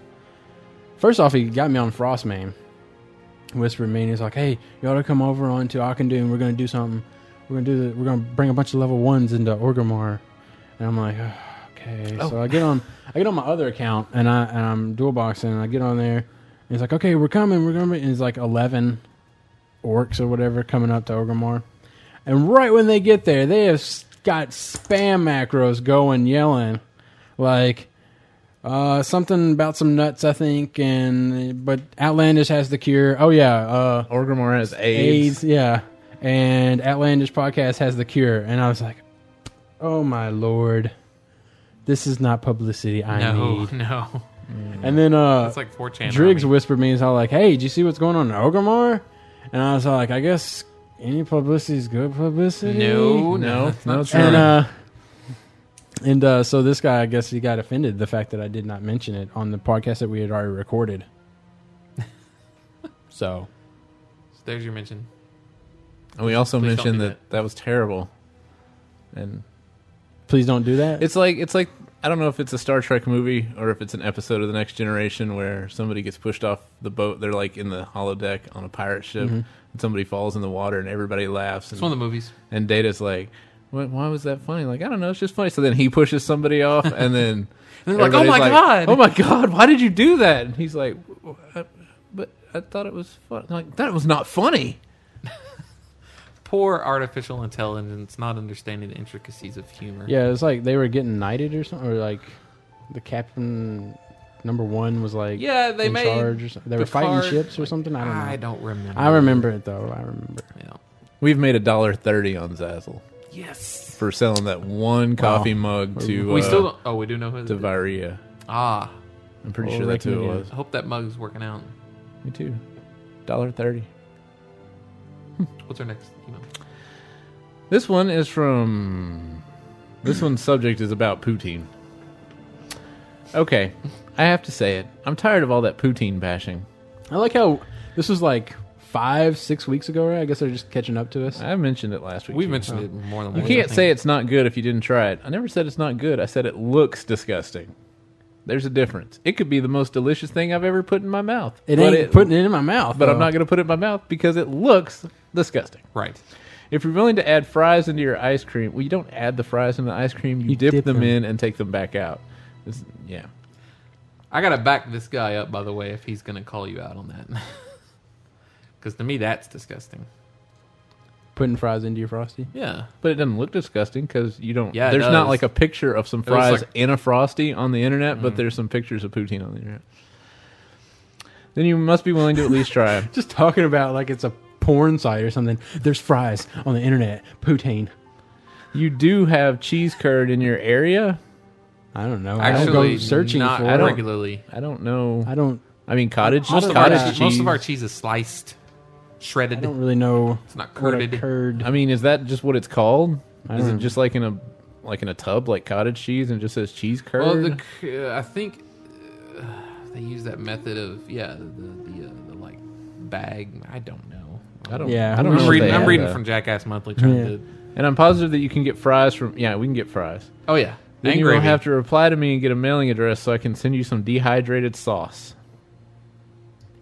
[SPEAKER 4] First off, he got me on Frostmane. Whispered me, and he's like, "Hey, you ought to come over onto Akandun. We're gonna do something. We're gonna do. The, we're gonna bring a bunch of level ones into Orgrimmar." And I'm like, "Ugh, "Okay." So I get on. I get on my other account, and I and I'm dual boxing. And I get on there, and he's like, "Okay, we're coming. We're gonna." Be, and he's like, 11 orcs or whatever coming up to Orgrimmar. And right when they get there, they have s- got spam macros going, yelling like uh, something about some nuts, I think. And but Outlandish has the cure. Oh yeah, uh,
[SPEAKER 6] Orgrimmar has
[SPEAKER 4] AIDS.
[SPEAKER 6] AIDS.
[SPEAKER 4] Yeah, and Outlandish podcast has the cure. And I was like, oh my lord, this is not publicity I
[SPEAKER 5] No,
[SPEAKER 4] need.
[SPEAKER 5] no.
[SPEAKER 4] And then uh,
[SPEAKER 5] It's like 4chan.
[SPEAKER 4] Driggs
[SPEAKER 5] army.
[SPEAKER 4] whispered me, he's all like, hey, did you see what's going on in Orgrimmar? And I was all like, I guess any publicity is good publicity.
[SPEAKER 5] No, no.
[SPEAKER 6] No,
[SPEAKER 5] that's
[SPEAKER 6] no,
[SPEAKER 5] not
[SPEAKER 6] it's
[SPEAKER 5] true.
[SPEAKER 4] And uh and uh so this guy I guess he got offended the fact that I did not mention it on the podcast that we had already recorded. so
[SPEAKER 5] There's your mention.
[SPEAKER 6] And we also
[SPEAKER 5] Please don't
[SPEAKER 6] mentioned
[SPEAKER 5] do
[SPEAKER 6] that, that was terrible. And
[SPEAKER 4] please don't do that.
[SPEAKER 6] it's like it's like I don't know if it's a Star Trek movie or if it's an episode of the Next Generation where somebody gets pushed off the boat. They're like in the holodeck on a pirate ship, and somebody falls in the water, and everybody laughs.
[SPEAKER 5] It's
[SPEAKER 6] And,
[SPEAKER 5] one of the movies.
[SPEAKER 6] and Data's like. "Why- Why was that funny? Like I don't know, it's just funny. So then he pushes somebody off, and then
[SPEAKER 5] And they're like, oh my
[SPEAKER 6] Everybody's
[SPEAKER 5] god.
[SPEAKER 6] oh my god, why did you do that?" And he's like, "W- I- "But I thought it was fun. Like that was not funny."
[SPEAKER 5] Poor artificial intelligence not understanding the intricacies of humor.
[SPEAKER 4] yeah, it's like they were getting knighted or something or like the captain number 1 was like
[SPEAKER 5] Yeah, they
[SPEAKER 4] in
[SPEAKER 5] made
[SPEAKER 4] charge or something. They were fighting
[SPEAKER 5] Picard-
[SPEAKER 4] ships or something. I don't know.
[SPEAKER 5] I don't remember.
[SPEAKER 4] I remember it though. I remember.
[SPEAKER 5] Yeah.
[SPEAKER 6] We've made a dollar thirty on Zazzle
[SPEAKER 5] Yes.
[SPEAKER 6] for selling that one coffee mug to
[SPEAKER 5] we
[SPEAKER 6] uh,
[SPEAKER 5] still don't. Oh, we do know who.
[SPEAKER 6] to Virea.
[SPEAKER 5] ah,
[SPEAKER 6] I'm pretty
[SPEAKER 4] Well,
[SPEAKER 6] sure that's
[SPEAKER 4] they
[SPEAKER 6] who it
[SPEAKER 4] can do
[SPEAKER 6] was.
[SPEAKER 5] I hope that mug's working out.
[SPEAKER 6] Me too. Dollar thirty.
[SPEAKER 5] What's our next email?
[SPEAKER 6] This one is from. This one's subject is about poutine. Okay, I have to say it. I'm tired of all that poutine bashing.
[SPEAKER 4] I like how this was like 5 6 weeks ago, right? I guess they're just catching up to us.
[SPEAKER 6] I mentioned it last week.
[SPEAKER 5] We
[SPEAKER 6] too.
[SPEAKER 5] mentioned it more than
[SPEAKER 6] You
[SPEAKER 5] once.
[SPEAKER 6] can't say it's not good if you didn't try it. I never said it's not good. I said it looks disgusting. There's a difference. It could be the most delicious thing I've ever put in my mouth.
[SPEAKER 4] It
[SPEAKER 6] but
[SPEAKER 4] ain't putting it in my mouth.
[SPEAKER 6] But I'm
[SPEAKER 4] though.
[SPEAKER 6] not going to put it in my mouth because it looks disgusting.
[SPEAKER 5] right.
[SPEAKER 6] If you're willing to add fries into your ice cream, well, you don't add the fries into the ice cream. You, dip,
[SPEAKER 1] dip
[SPEAKER 6] them,
[SPEAKER 1] them.
[SPEAKER 6] in and take them back out. It's- yeah.
[SPEAKER 5] I gotta back this guy up, by the way, if he's gonna call you out on that. Because to me, that's disgusting.
[SPEAKER 4] Putting fries into your frosty.
[SPEAKER 5] Yeah,
[SPEAKER 6] But it doesn't look disgusting because you don't.
[SPEAKER 5] Yeah, it
[SPEAKER 6] there's
[SPEAKER 5] does.
[SPEAKER 6] not like a picture of some
[SPEAKER 5] looks
[SPEAKER 6] fries
[SPEAKER 5] like- Mm.
[SPEAKER 6] in a frosty on the internet, but there's some pictures of poutine on the internet. Then you must be willing to at least try. 'em.
[SPEAKER 4] Just talking about like it's a porn site or something. There's fries on the internet. Poutine.
[SPEAKER 6] You do have cheese curd in your area.
[SPEAKER 4] I don't know. I don't
[SPEAKER 5] actually,
[SPEAKER 4] go searching
[SPEAKER 5] not
[SPEAKER 4] for. it.
[SPEAKER 5] regularly.
[SPEAKER 6] I don't know.
[SPEAKER 4] I don't.
[SPEAKER 6] I mean, cottage.
[SPEAKER 5] Most of, our,
[SPEAKER 6] cottage
[SPEAKER 5] cheese.
[SPEAKER 6] cheese.
[SPEAKER 5] most of our cheese is sliced,
[SPEAKER 4] I
[SPEAKER 5] shredded.
[SPEAKER 4] don't really know.
[SPEAKER 5] It's not
[SPEAKER 4] what a
[SPEAKER 5] curded.
[SPEAKER 4] curd.
[SPEAKER 6] I mean, is that just what it's called?
[SPEAKER 4] I
[SPEAKER 6] Is it
[SPEAKER 4] don't-
[SPEAKER 6] just like in a like in a tub, like cottage cheese, and it just says cheese curd?
[SPEAKER 5] Well, the, c- uh, I think uh, they use that method of yeah, the the, uh, the like bag. I don't know.
[SPEAKER 6] I don't.
[SPEAKER 4] Yeah,
[SPEAKER 6] I
[SPEAKER 4] I'm
[SPEAKER 6] don't know
[SPEAKER 5] I'm
[SPEAKER 6] if
[SPEAKER 5] reading.
[SPEAKER 6] they
[SPEAKER 5] I'm
[SPEAKER 6] add
[SPEAKER 5] reading
[SPEAKER 6] that.
[SPEAKER 5] from Jackass Monthly. Trying
[SPEAKER 4] Yeah.
[SPEAKER 5] to.
[SPEAKER 6] and I'm positive that you can get fries from. Yeah, we can get fries.
[SPEAKER 5] Oh yeah,
[SPEAKER 6] Then you
[SPEAKER 5] angry.
[SPEAKER 6] will have to reply to me and get a mailing address so I can send you some dehydrated sauce.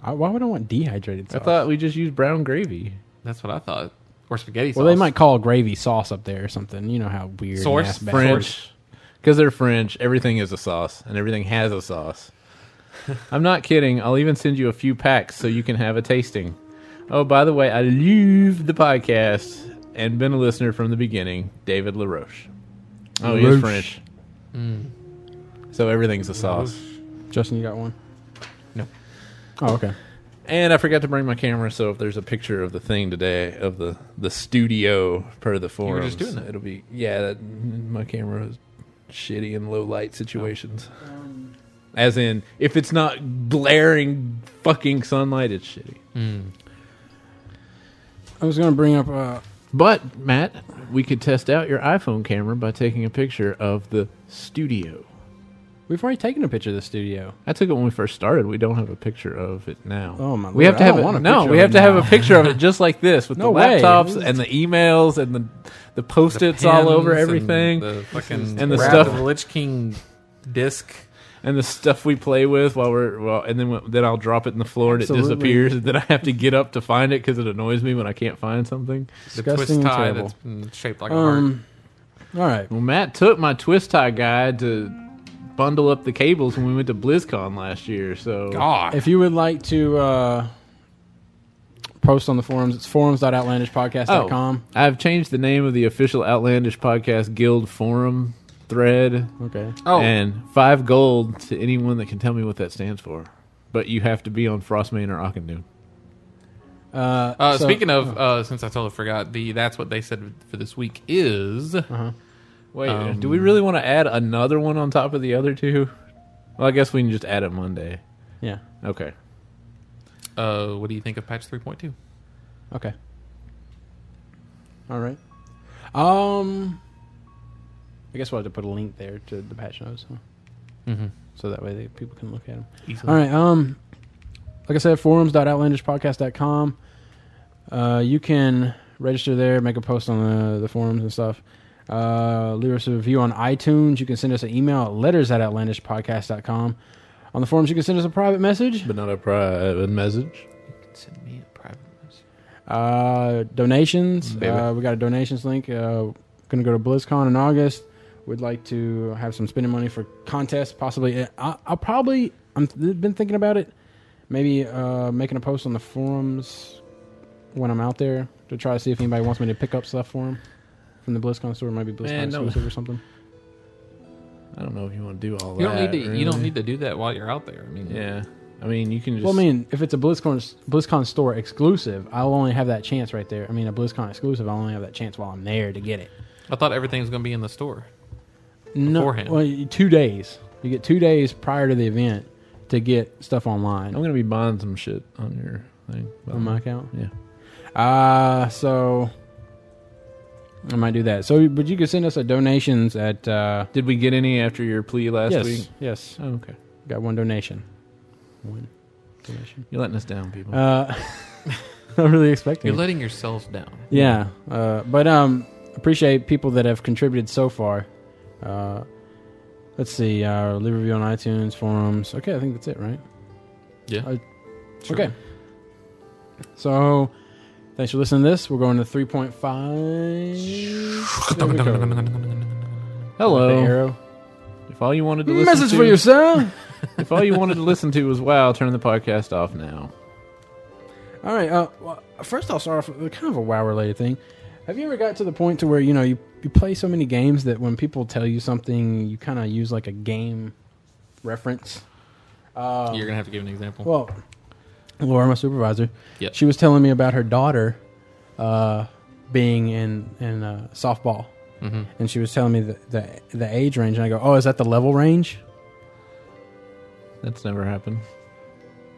[SPEAKER 4] I, why would I want dehydrated sauce?
[SPEAKER 6] I thought we just used brown gravy.
[SPEAKER 5] That's what I thought. Or spaghetti sauce.
[SPEAKER 4] well, they might call gravy sauce up there or something. You know how weird. and
[SPEAKER 5] Source?
[SPEAKER 4] ass-
[SPEAKER 6] French, because they're French. Everything is a sauce, and everything has a sauce. I'm not kidding. I'll even send you a few packs so you can have a tasting. Oh, by the way, I love the podcast and been a listener from the beginning. David LaRoche. Oh, he
[SPEAKER 4] LaRoche.
[SPEAKER 6] is French. So everything's a sauce.
[SPEAKER 4] Justin, you got one?
[SPEAKER 5] No.
[SPEAKER 4] Oh, okay.
[SPEAKER 6] And I forgot to bring my camera, so if there's a picture of the thing today of the the studio per the forums,
[SPEAKER 5] just doing that.
[SPEAKER 6] it'll be yeah. That, my camera is shitty in low light situations.
[SPEAKER 5] Oh.
[SPEAKER 6] As in, if it's not blaring fucking sunlight, it's shitty.
[SPEAKER 4] I was going to bring up. Uh,
[SPEAKER 6] But Matt, we could test out your iPhone camera by taking a picture of the studio.
[SPEAKER 4] we've already taken a picture of the studio.
[SPEAKER 6] I took it when we first started. We don't have a picture of it now.
[SPEAKER 4] Oh, my
[SPEAKER 6] We
[SPEAKER 4] lord.
[SPEAKER 6] have to
[SPEAKER 4] I
[SPEAKER 6] have
[SPEAKER 4] don't
[SPEAKER 6] it.
[SPEAKER 4] want a
[SPEAKER 6] no,
[SPEAKER 4] picture
[SPEAKER 6] we
[SPEAKER 4] of
[SPEAKER 6] have
[SPEAKER 4] it
[SPEAKER 6] to have
[SPEAKER 4] now.
[SPEAKER 6] a picture of it just like this with
[SPEAKER 4] No
[SPEAKER 6] the
[SPEAKER 4] way.
[SPEAKER 6] laptops and the emails and the the post its all over
[SPEAKER 5] Pins
[SPEAKER 6] everything
[SPEAKER 5] And the fucking
[SPEAKER 6] and the
[SPEAKER 5] Wrath
[SPEAKER 6] stuff-
[SPEAKER 5] of the Lich King disc.
[SPEAKER 6] and the stuff we play with while we're well, and then then I'll drop it in the floor and
[SPEAKER 4] Absolutely.
[SPEAKER 6] it disappears and then I have to get up to find it because it annoys me when I can't find something.
[SPEAKER 5] The
[SPEAKER 4] Disgusting
[SPEAKER 5] twist
[SPEAKER 4] and
[SPEAKER 5] tie
[SPEAKER 4] terrible.
[SPEAKER 5] that's been shaped like a heart.
[SPEAKER 4] Um, all right.
[SPEAKER 6] Well, Matt took my twist tie guide to bundle up the cables when we went to BlizzCon last year. So
[SPEAKER 5] God.
[SPEAKER 4] If you would like to uh, post on the forums, it's
[SPEAKER 5] Oh.
[SPEAKER 4] forums.outlandishpodcast.com.
[SPEAKER 6] I've changed the name of the official Outlandish Podcast Guild forum thread
[SPEAKER 4] Okay.
[SPEAKER 5] Oh.
[SPEAKER 6] and five gold to anyone that can tell me what that stands for. But you have to be on Frostmane or Ockendoon.
[SPEAKER 4] Uh,
[SPEAKER 5] Uh,
[SPEAKER 4] so-
[SPEAKER 5] speaking of, uh, since I totally forgot, the that's what they said for this week is uh,
[SPEAKER 6] Wait, do we really want to add another one on top of the other two? Well, I guess we can just add it Monday.
[SPEAKER 4] Yeah.
[SPEAKER 6] Okay.
[SPEAKER 5] uh, what do you think of patch three point two?
[SPEAKER 4] Okay. All right. Um, I guess we'll have to put a link there to the patch notes, huh?
[SPEAKER 5] Mm-hmm.
[SPEAKER 4] so that way they, people can look at them. All right. Um, like I said, forums.outlandishpodcast.com. Uh, you can register there, make a post on the, the forums and stuff. Uh, leave us a review on iTunes. You can send us an email at letters at outlandishpodcast.com. On the forums, you can send us a private message.
[SPEAKER 6] But not a private message.
[SPEAKER 5] Send me a private message.
[SPEAKER 4] Uh, donations.
[SPEAKER 6] Baby.
[SPEAKER 4] Uh, we got a donations link. Uh, gonna go to BlizzCon in August. We'd like to have some spending money for contests, possibly. I, I'll probably. I'm th- been thinking about it. Maybe uh, making a post on the forums when I'm out there to try to see if anybody wants me to pick up stuff for them from the BlizzCon store. Maybe BlizzCon
[SPEAKER 6] Man, no.
[SPEAKER 4] exclusive or something.
[SPEAKER 6] I don't know if you want to do all
[SPEAKER 5] You
[SPEAKER 6] that.
[SPEAKER 5] don't need to. You don't
[SPEAKER 6] really.
[SPEAKER 5] need to do that while you're out there. I mean,
[SPEAKER 6] Yeah. I mean, you can just.
[SPEAKER 4] Well, I mean, if it's a BlizzCon BlizzCon store exclusive, I'll only have that chance right there. I mean, a BlizzCon exclusive, I'll only have that chance while I'm there to get it.
[SPEAKER 5] I thought everything was going to be in the store.
[SPEAKER 4] no,
[SPEAKER 5] beforehand.
[SPEAKER 4] Well, you- two days. You get two days prior to the event to get stuff
[SPEAKER 6] I'm
[SPEAKER 4] online
[SPEAKER 6] going to be buying some shit on your thing.
[SPEAKER 4] on my account.
[SPEAKER 6] Oh, Yeah.
[SPEAKER 4] Uh, so I might do that. So, but you can send us a donations at uh,
[SPEAKER 6] Did we get any after your plea last
[SPEAKER 4] yes,
[SPEAKER 6] week?
[SPEAKER 4] yes.
[SPEAKER 6] Oh, okay.
[SPEAKER 4] Got one donation. One donation.
[SPEAKER 6] You're letting us down, people.
[SPEAKER 4] Uh, not really expecting.
[SPEAKER 5] You're
[SPEAKER 4] it.
[SPEAKER 5] letting yourselves down.
[SPEAKER 4] Yeah, uh, but um, appreciate people that have contributed so far. Uh, let's see, uh, leave a review on iTunes forums. Okay, I think that's it, right?
[SPEAKER 5] Yeah.
[SPEAKER 4] I-
[SPEAKER 5] Sure.
[SPEAKER 4] Okay. So Thanks for listening to this. We're going to 3.5. There we go. The
[SPEAKER 6] Hello.
[SPEAKER 4] arrow.
[SPEAKER 6] If all you wanted to listen
[SPEAKER 4] Message
[SPEAKER 6] to
[SPEAKER 4] for yourself.
[SPEAKER 6] if all you wanted to listen to was wow, turn the podcast off now.
[SPEAKER 4] All right. Uh, well, first, I'll start off with kind of a WoW related thing. Have you ever got to the point to where you know you, you play so many games that when people tell you something, you kind of use like a game reference?
[SPEAKER 5] You're gonna have to give an example.
[SPEAKER 4] Well, Laura, my supervisor,
[SPEAKER 5] Yep.
[SPEAKER 4] she was telling me about her daughter uh, being in in uh, softball, and she was telling me the, the the age range, and I go, "Oh, is that the level range?"
[SPEAKER 6] That's never happened.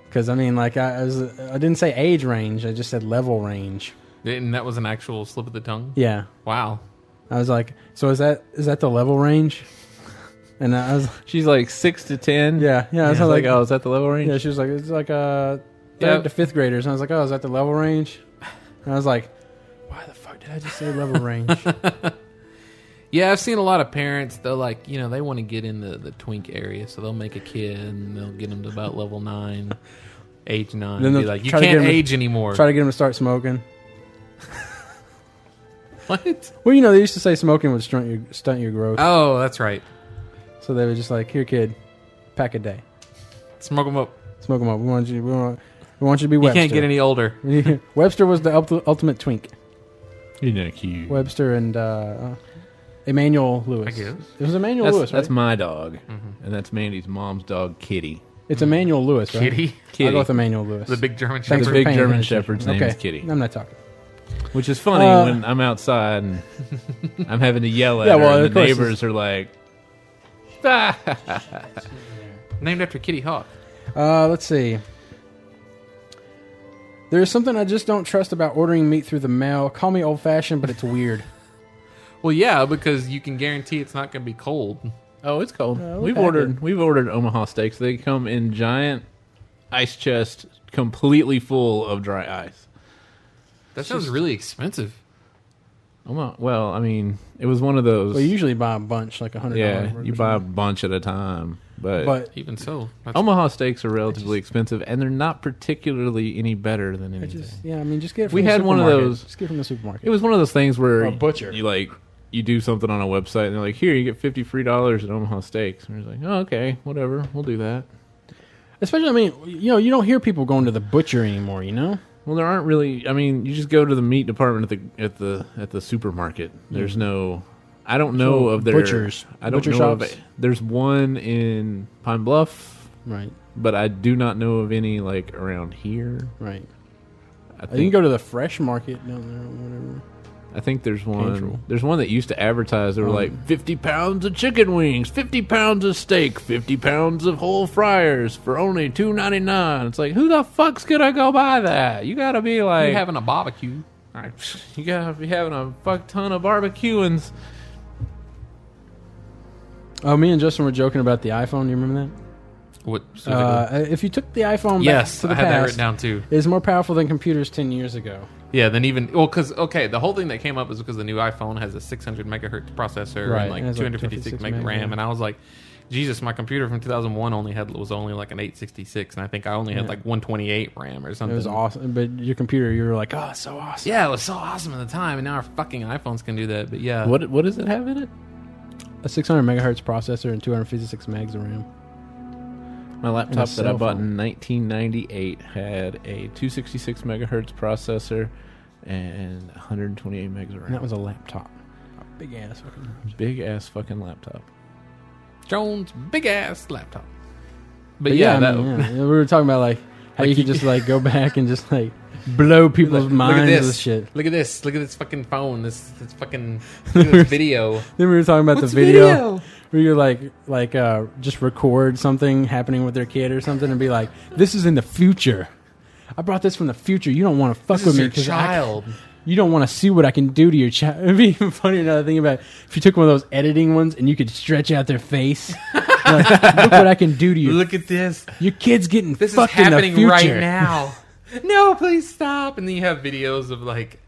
[SPEAKER 4] Because I mean, like I, I, was, I didn't say age range; I just said level range.
[SPEAKER 5] and that was an actual slip of the tongue.
[SPEAKER 4] Yeah,
[SPEAKER 5] Wow.
[SPEAKER 4] I was like, "So is that is that the level range?" And I was,
[SPEAKER 6] She's like six to ten.
[SPEAKER 4] yeah, yeah. I
[SPEAKER 6] I
[SPEAKER 4] was
[SPEAKER 6] was like,
[SPEAKER 4] like,
[SPEAKER 6] oh, is that the level range?
[SPEAKER 4] yeah. She was like, "It's like uh, third
[SPEAKER 5] Yeah.
[SPEAKER 4] to fifth graders," and I was like, "Oh, is that the level range?" And I was like, "Why the fuck did I just say level range?"
[SPEAKER 5] Yeah, I've seen a lot of parents. They're like, you know, they want to get in the, the twink area, so they'll make a kid and they'll get them to about level nine, age nine.
[SPEAKER 4] Then
[SPEAKER 5] and be
[SPEAKER 4] they'll
[SPEAKER 5] like, you
[SPEAKER 4] try to get
[SPEAKER 5] can't
[SPEAKER 4] 'em to-
[SPEAKER 5] age anymore.
[SPEAKER 4] Try to get them to start smoking.
[SPEAKER 5] what?
[SPEAKER 4] Well, you know, they used to say smoking would stunt your, stunt your growth.
[SPEAKER 5] Oh, that's right.
[SPEAKER 4] So they were just like, here, kid, pack a day.
[SPEAKER 5] Smoke them up.
[SPEAKER 4] Smoke them up. We want you, we want, we want you to be
[SPEAKER 5] You
[SPEAKER 4] Webster.
[SPEAKER 5] can't get any older.
[SPEAKER 4] any. Webster was the ult- ultimate twink.
[SPEAKER 6] You're not cute.
[SPEAKER 4] Webster and uh, uh, Emmanuel Lewis.
[SPEAKER 5] I guess.
[SPEAKER 4] It was Emmanuel
[SPEAKER 6] That's,
[SPEAKER 4] Lewis, oh, right?
[SPEAKER 6] that's my dog, and that's Mandy's mom's dog, Kitty.
[SPEAKER 4] it's Emmanuel Lewis, right?
[SPEAKER 5] Kitty.
[SPEAKER 4] I'll
[SPEAKER 6] Kitty.
[SPEAKER 4] go with Emmanuel Lewis.
[SPEAKER 5] The big German
[SPEAKER 4] Thanks
[SPEAKER 5] Shepherd.
[SPEAKER 4] for
[SPEAKER 6] big
[SPEAKER 4] paying
[SPEAKER 6] German
[SPEAKER 4] attention.
[SPEAKER 6] Shepherd's
[SPEAKER 4] okay.
[SPEAKER 6] name is Kitty.
[SPEAKER 4] I'm not talking.
[SPEAKER 6] Which is funny
[SPEAKER 4] Uh,
[SPEAKER 6] when I'm outside and I'm having to yell at
[SPEAKER 4] Yeah,
[SPEAKER 6] her,
[SPEAKER 4] well, of
[SPEAKER 6] and the
[SPEAKER 4] course
[SPEAKER 6] neighbors are like,
[SPEAKER 5] Named after Kitty Hawk.
[SPEAKER 4] Uh, let's see. There's something I just don't trust about ordering meat through the mail. Call me old fashioned, but it's weird.
[SPEAKER 5] Well, yeah, because you can guarantee it's not going to be cold.
[SPEAKER 6] "Oh, it's cold."
[SPEAKER 4] we'll
[SPEAKER 6] we've
[SPEAKER 4] pack
[SPEAKER 6] ordered
[SPEAKER 4] it.
[SPEAKER 6] we've ordered Omaha steaks. They come in giant ice chest, completely full of dry ice.
[SPEAKER 5] That sounds really expensive.
[SPEAKER 6] Omaha, well, I mean, it was one of those.
[SPEAKER 4] Well, you usually buy a bunch, like a hundred.
[SPEAKER 6] yeah, you buy a bunch at a time, but,
[SPEAKER 4] but
[SPEAKER 5] Even so, that's
[SPEAKER 4] Oh
[SPEAKER 6] Omaha steaks are relatively expensive, and they're not particularly any better than
[SPEAKER 4] I
[SPEAKER 6] anything.
[SPEAKER 4] just yeah, I mean, just get. It from
[SPEAKER 6] We
[SPEAKER 4] the
[SPEAKER 6] had one of
[SPEAKER 4] supermarket.
[SPEAKER 6] those-
[SPEAKER 4] Just get it from the supermarket.
[SPEAKER 6] It was one of those things where
[SPEAKER 4] a butcher.
[SPEAKER 6] You like you do something on a website and they're like, "Here, you get fifty free dollars at Omaha Steaks." And you're like, "Oh, okay, whatever, we'll do that."
[SPEAKER 4] Especially, I mean, you know, you don't hear people going to the butcher anymore. You know,
[SPEAKER 6] Well, there aren't really. I mean, you just go to the meat department at the at the at the supermarket. There's no. I don't know
[SPEAKER 4] So,
[SPEAKER 6] of their
[SPEAKER 4] butchers.
[SPEAKER 6] I don't
[SPEAKER 4] Butcher
[SPEAKER 6] know of
[SPEAKER 4] shops?
[SPEAKER 6] it. There's one in Pine Bluff,
[SPEAKER 4] right,
[SPEAKER 6] but I do not know of any like around here.
[SPEAKER 4] right.
[SPEAKER 6] I
[SPEAKER 4] You can
[SPEAKER 6] think
[SPEAKER 4] go to the fresh market down there, or whatever.
[SPEAKER 6] I think there's
[SPEAKER 4] Cantrell.
[SPEAKER 6] one. There's one that used to advertise.
[SPEAKER 4] Um,
[SPEAKER 6] They were like fifty pounds of chicken wings, fifty pounds of steak, fifty pounds of whole fryers for only two ninety nine. It's like who the fuck's gonna go buy that? You gotta be like
[SPEAKER 5] you having a barbecue.
[SPEAKER 6] I- you gotta be having a fuck ton of barbecuings.
[SPEAKER 4] Oh, me and Justin were joking about the iPhone. Do you remember
[SPEAKER 5] What?
[SPEAKER 4] that? Uh, if you took the iPhone back
[SPEAKER 5] yes,
[SPEAKER 4] to the
[SPEAKER 5] I had that
[SPEAKER 4] past,
[SPEAKER 5] written down too.
[SPEAKER 4] it is more powerful than computers ten years ago.
[SPEAKER 5] Yeah, then even well, because okay, the whole thing that came up is because the new iPhone has a 600 megahertz processor
[SPEAKER 4] Right,
[SPEAKER 5] and like
[SPEAKER 4] and it's like
[SPEAKER 5] 256
[SPEAKER 4] 256
[SPEAKER 5] meg
[SPEAKER 4] meg,
[SPEAKER 5] RAM,
[SPEAKER 4] yeah.
[SPEAKER 5] and I was like, Jesus, my computer from 2001 only had was only like an 866, and I think I only had like 128 RAM or
[SPEAKER 4] It
[SPEAKER 5] something.
[SPEAKER 4] was awesome, but your computer, you were like, oh, it's so awesome.
[SPEAKER 5] Yeah, it was so awesome at the time, and now our fucking iPhones can do that. But yeah,
[SPEAKER 6] What what does it have in it?
[SPEAKER 4] A 600 megahertz processor and 256 megs of RAM.
[SPEAKER 6] My laptop that I
[SPEAKER 4] cell
[SPEAKER 6] bought
[SPEAKER 4] phone.
[SPEAKER 6] in 1998 had a 266 megahertz processor and 128 megs of
[SPEAKER 4] And that
[SPEAKER 6] RAM.
[SPEAKER 4] was a laptop, a big ass fucking
[SPEAKER 6] Big ass fucking laptop.
[SPEAKER 5] Jones big ass laptop. But,
[SPEAKER 4] But
[SPEAKER 5] yeah,
[SPEAKER 4] yeah, I
[SPEAKER 5] that,
[SPEAKER 4] mean, yeah, we were talking about like how you could just like go back and just like blow people's
[SPEAKER 5] look at
[SPEAKER 4] minds
[SPEAKER 5] this
[SPEAKER 4] with shit.
[SPEAKER 5] Look at this. Look at this fucking phone. This this fucking look at this video.
[SPEAKER 4] Then we were talking about the video, where you're like like uh, just record something happening with their kid or something and be like, "This is in the future. I brought this from the future. You don't want to fuck
[SPEAKER 5] This
[SPEAKER 4] with
[SPEAKER 5] is
[SPEAKER 4] me
[SPEAKER 5] your
[SPEAKER 4] because
[SPEAKER 5] child.
[SPEAKER 4] you don't want to see what I can do to your child." It'd be even funnier now to think about it. if you took one of those editing ones and you could stretch out their face. like, look what I can do to you.
[SPEAKER 5] Look at this.
[SPEAKER 4] Your kid's getting
[SPEAKER 5] This is
[SPEAKER 4] fucked in the
[SPEAKER 5] happening
[SPEAKER 4] future.
[SPEAKER 5] right now. no, please stop. And then you have videos of like,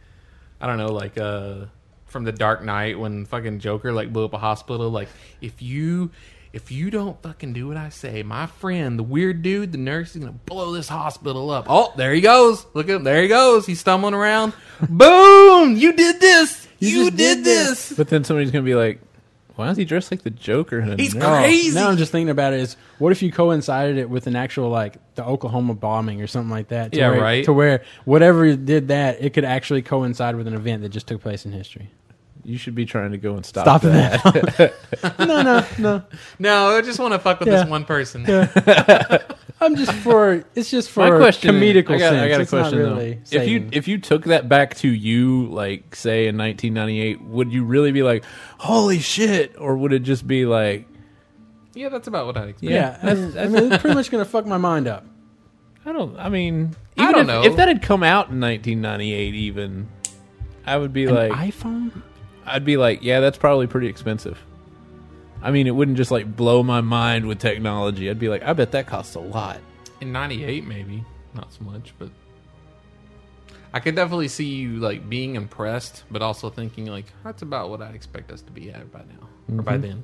[SPEAKER 5] I don't know, like uh, from the Dark Knight when fucking Joker like blew up a hospital. Like if you If you don't fucking do what I say, my friend, the weird dude, the nurse, is gonna blow this hospital up. Oh, there he goes. Look at him. There he goes. He's stumbling around. Boom! You did this. You, did, this.
[SPEAKER 6] But then somebody's gonna be like, "Why is he dressed like the Joker?" and a
[SPEAKER 5] He's
[SPEAKER 6] nerd?"
[SPEAKER 1] Oh,
[SPEAKER 5] crazy.
[SPEAKER 1] Now I'm just thinking about it. Is what if you coincided it with an actual like the Oklahoma bombing or something like that? To
[SPEAKER 5] Yeah,
[SPEAKER 1] where,
[SPEAKER 5] right.
[SPEAKER 1] To where whatever did that, it could actually coincide with an event that just took place in history.
[SPEAKER 6] You should be trying to go and stop,
[SPEAKER 1] Stop
[SPEAKER 6] that.
[SPEAKER 1] that! no, no, no.
[SPEAKER 5] No, I just want to fuck with
[SPEAKER 1] Yeah.
[SPEAKER 5] this one person.
[SPEAKER 1] I'm just for. It's just for
[SPEAKER 6] My question,
[SPEAKER 1] comedical
[SPEAKER 6] I got,
[SPEAKER 1] sense.
[SPEAKER 6] I got a
[SPEAKER 1] It's not
[SPEAKER 6] question
[SPEAKER 1] really
[SPEAKER 6] though. If you
[SPEAKER 1] saying-
[SPEAKER 6] if you took that back to you, like say in 1998, would you really be like, "Holy shit," or would it just be like,
[SPEAKER 5] Yeah, that's about what I expect.
[SPEAKER 1] yeah, that's- I mean, it's pretty much gonna fuck my mind up.
[SPEAKER 6] I don't. I mean,
[SPEAKER 5] I
[SPEAKER 6] even
[SPEAKER 5] don't
[SPEAKER 6] if,
[SPEAKER 5] know.
[SPEAKER 6] if that had come out in 1998. Even I would be like,
[SPEAKER 1] An iPhone?
[SPEAKER 6] I'd be like, yeah, that's probably pretty expensive. I mean, it wouldn't just like blow my mind with technology. I'd be like, I bet that costs a lot.
[SPEAKER 5] In '98, maybe not so much, but I could definitely see you like being impressed, but also thinking like that's about what I'd expect us to be at by now or
[SPEAKER 6] Mm-hmm.
[SPEAKER 5] by then.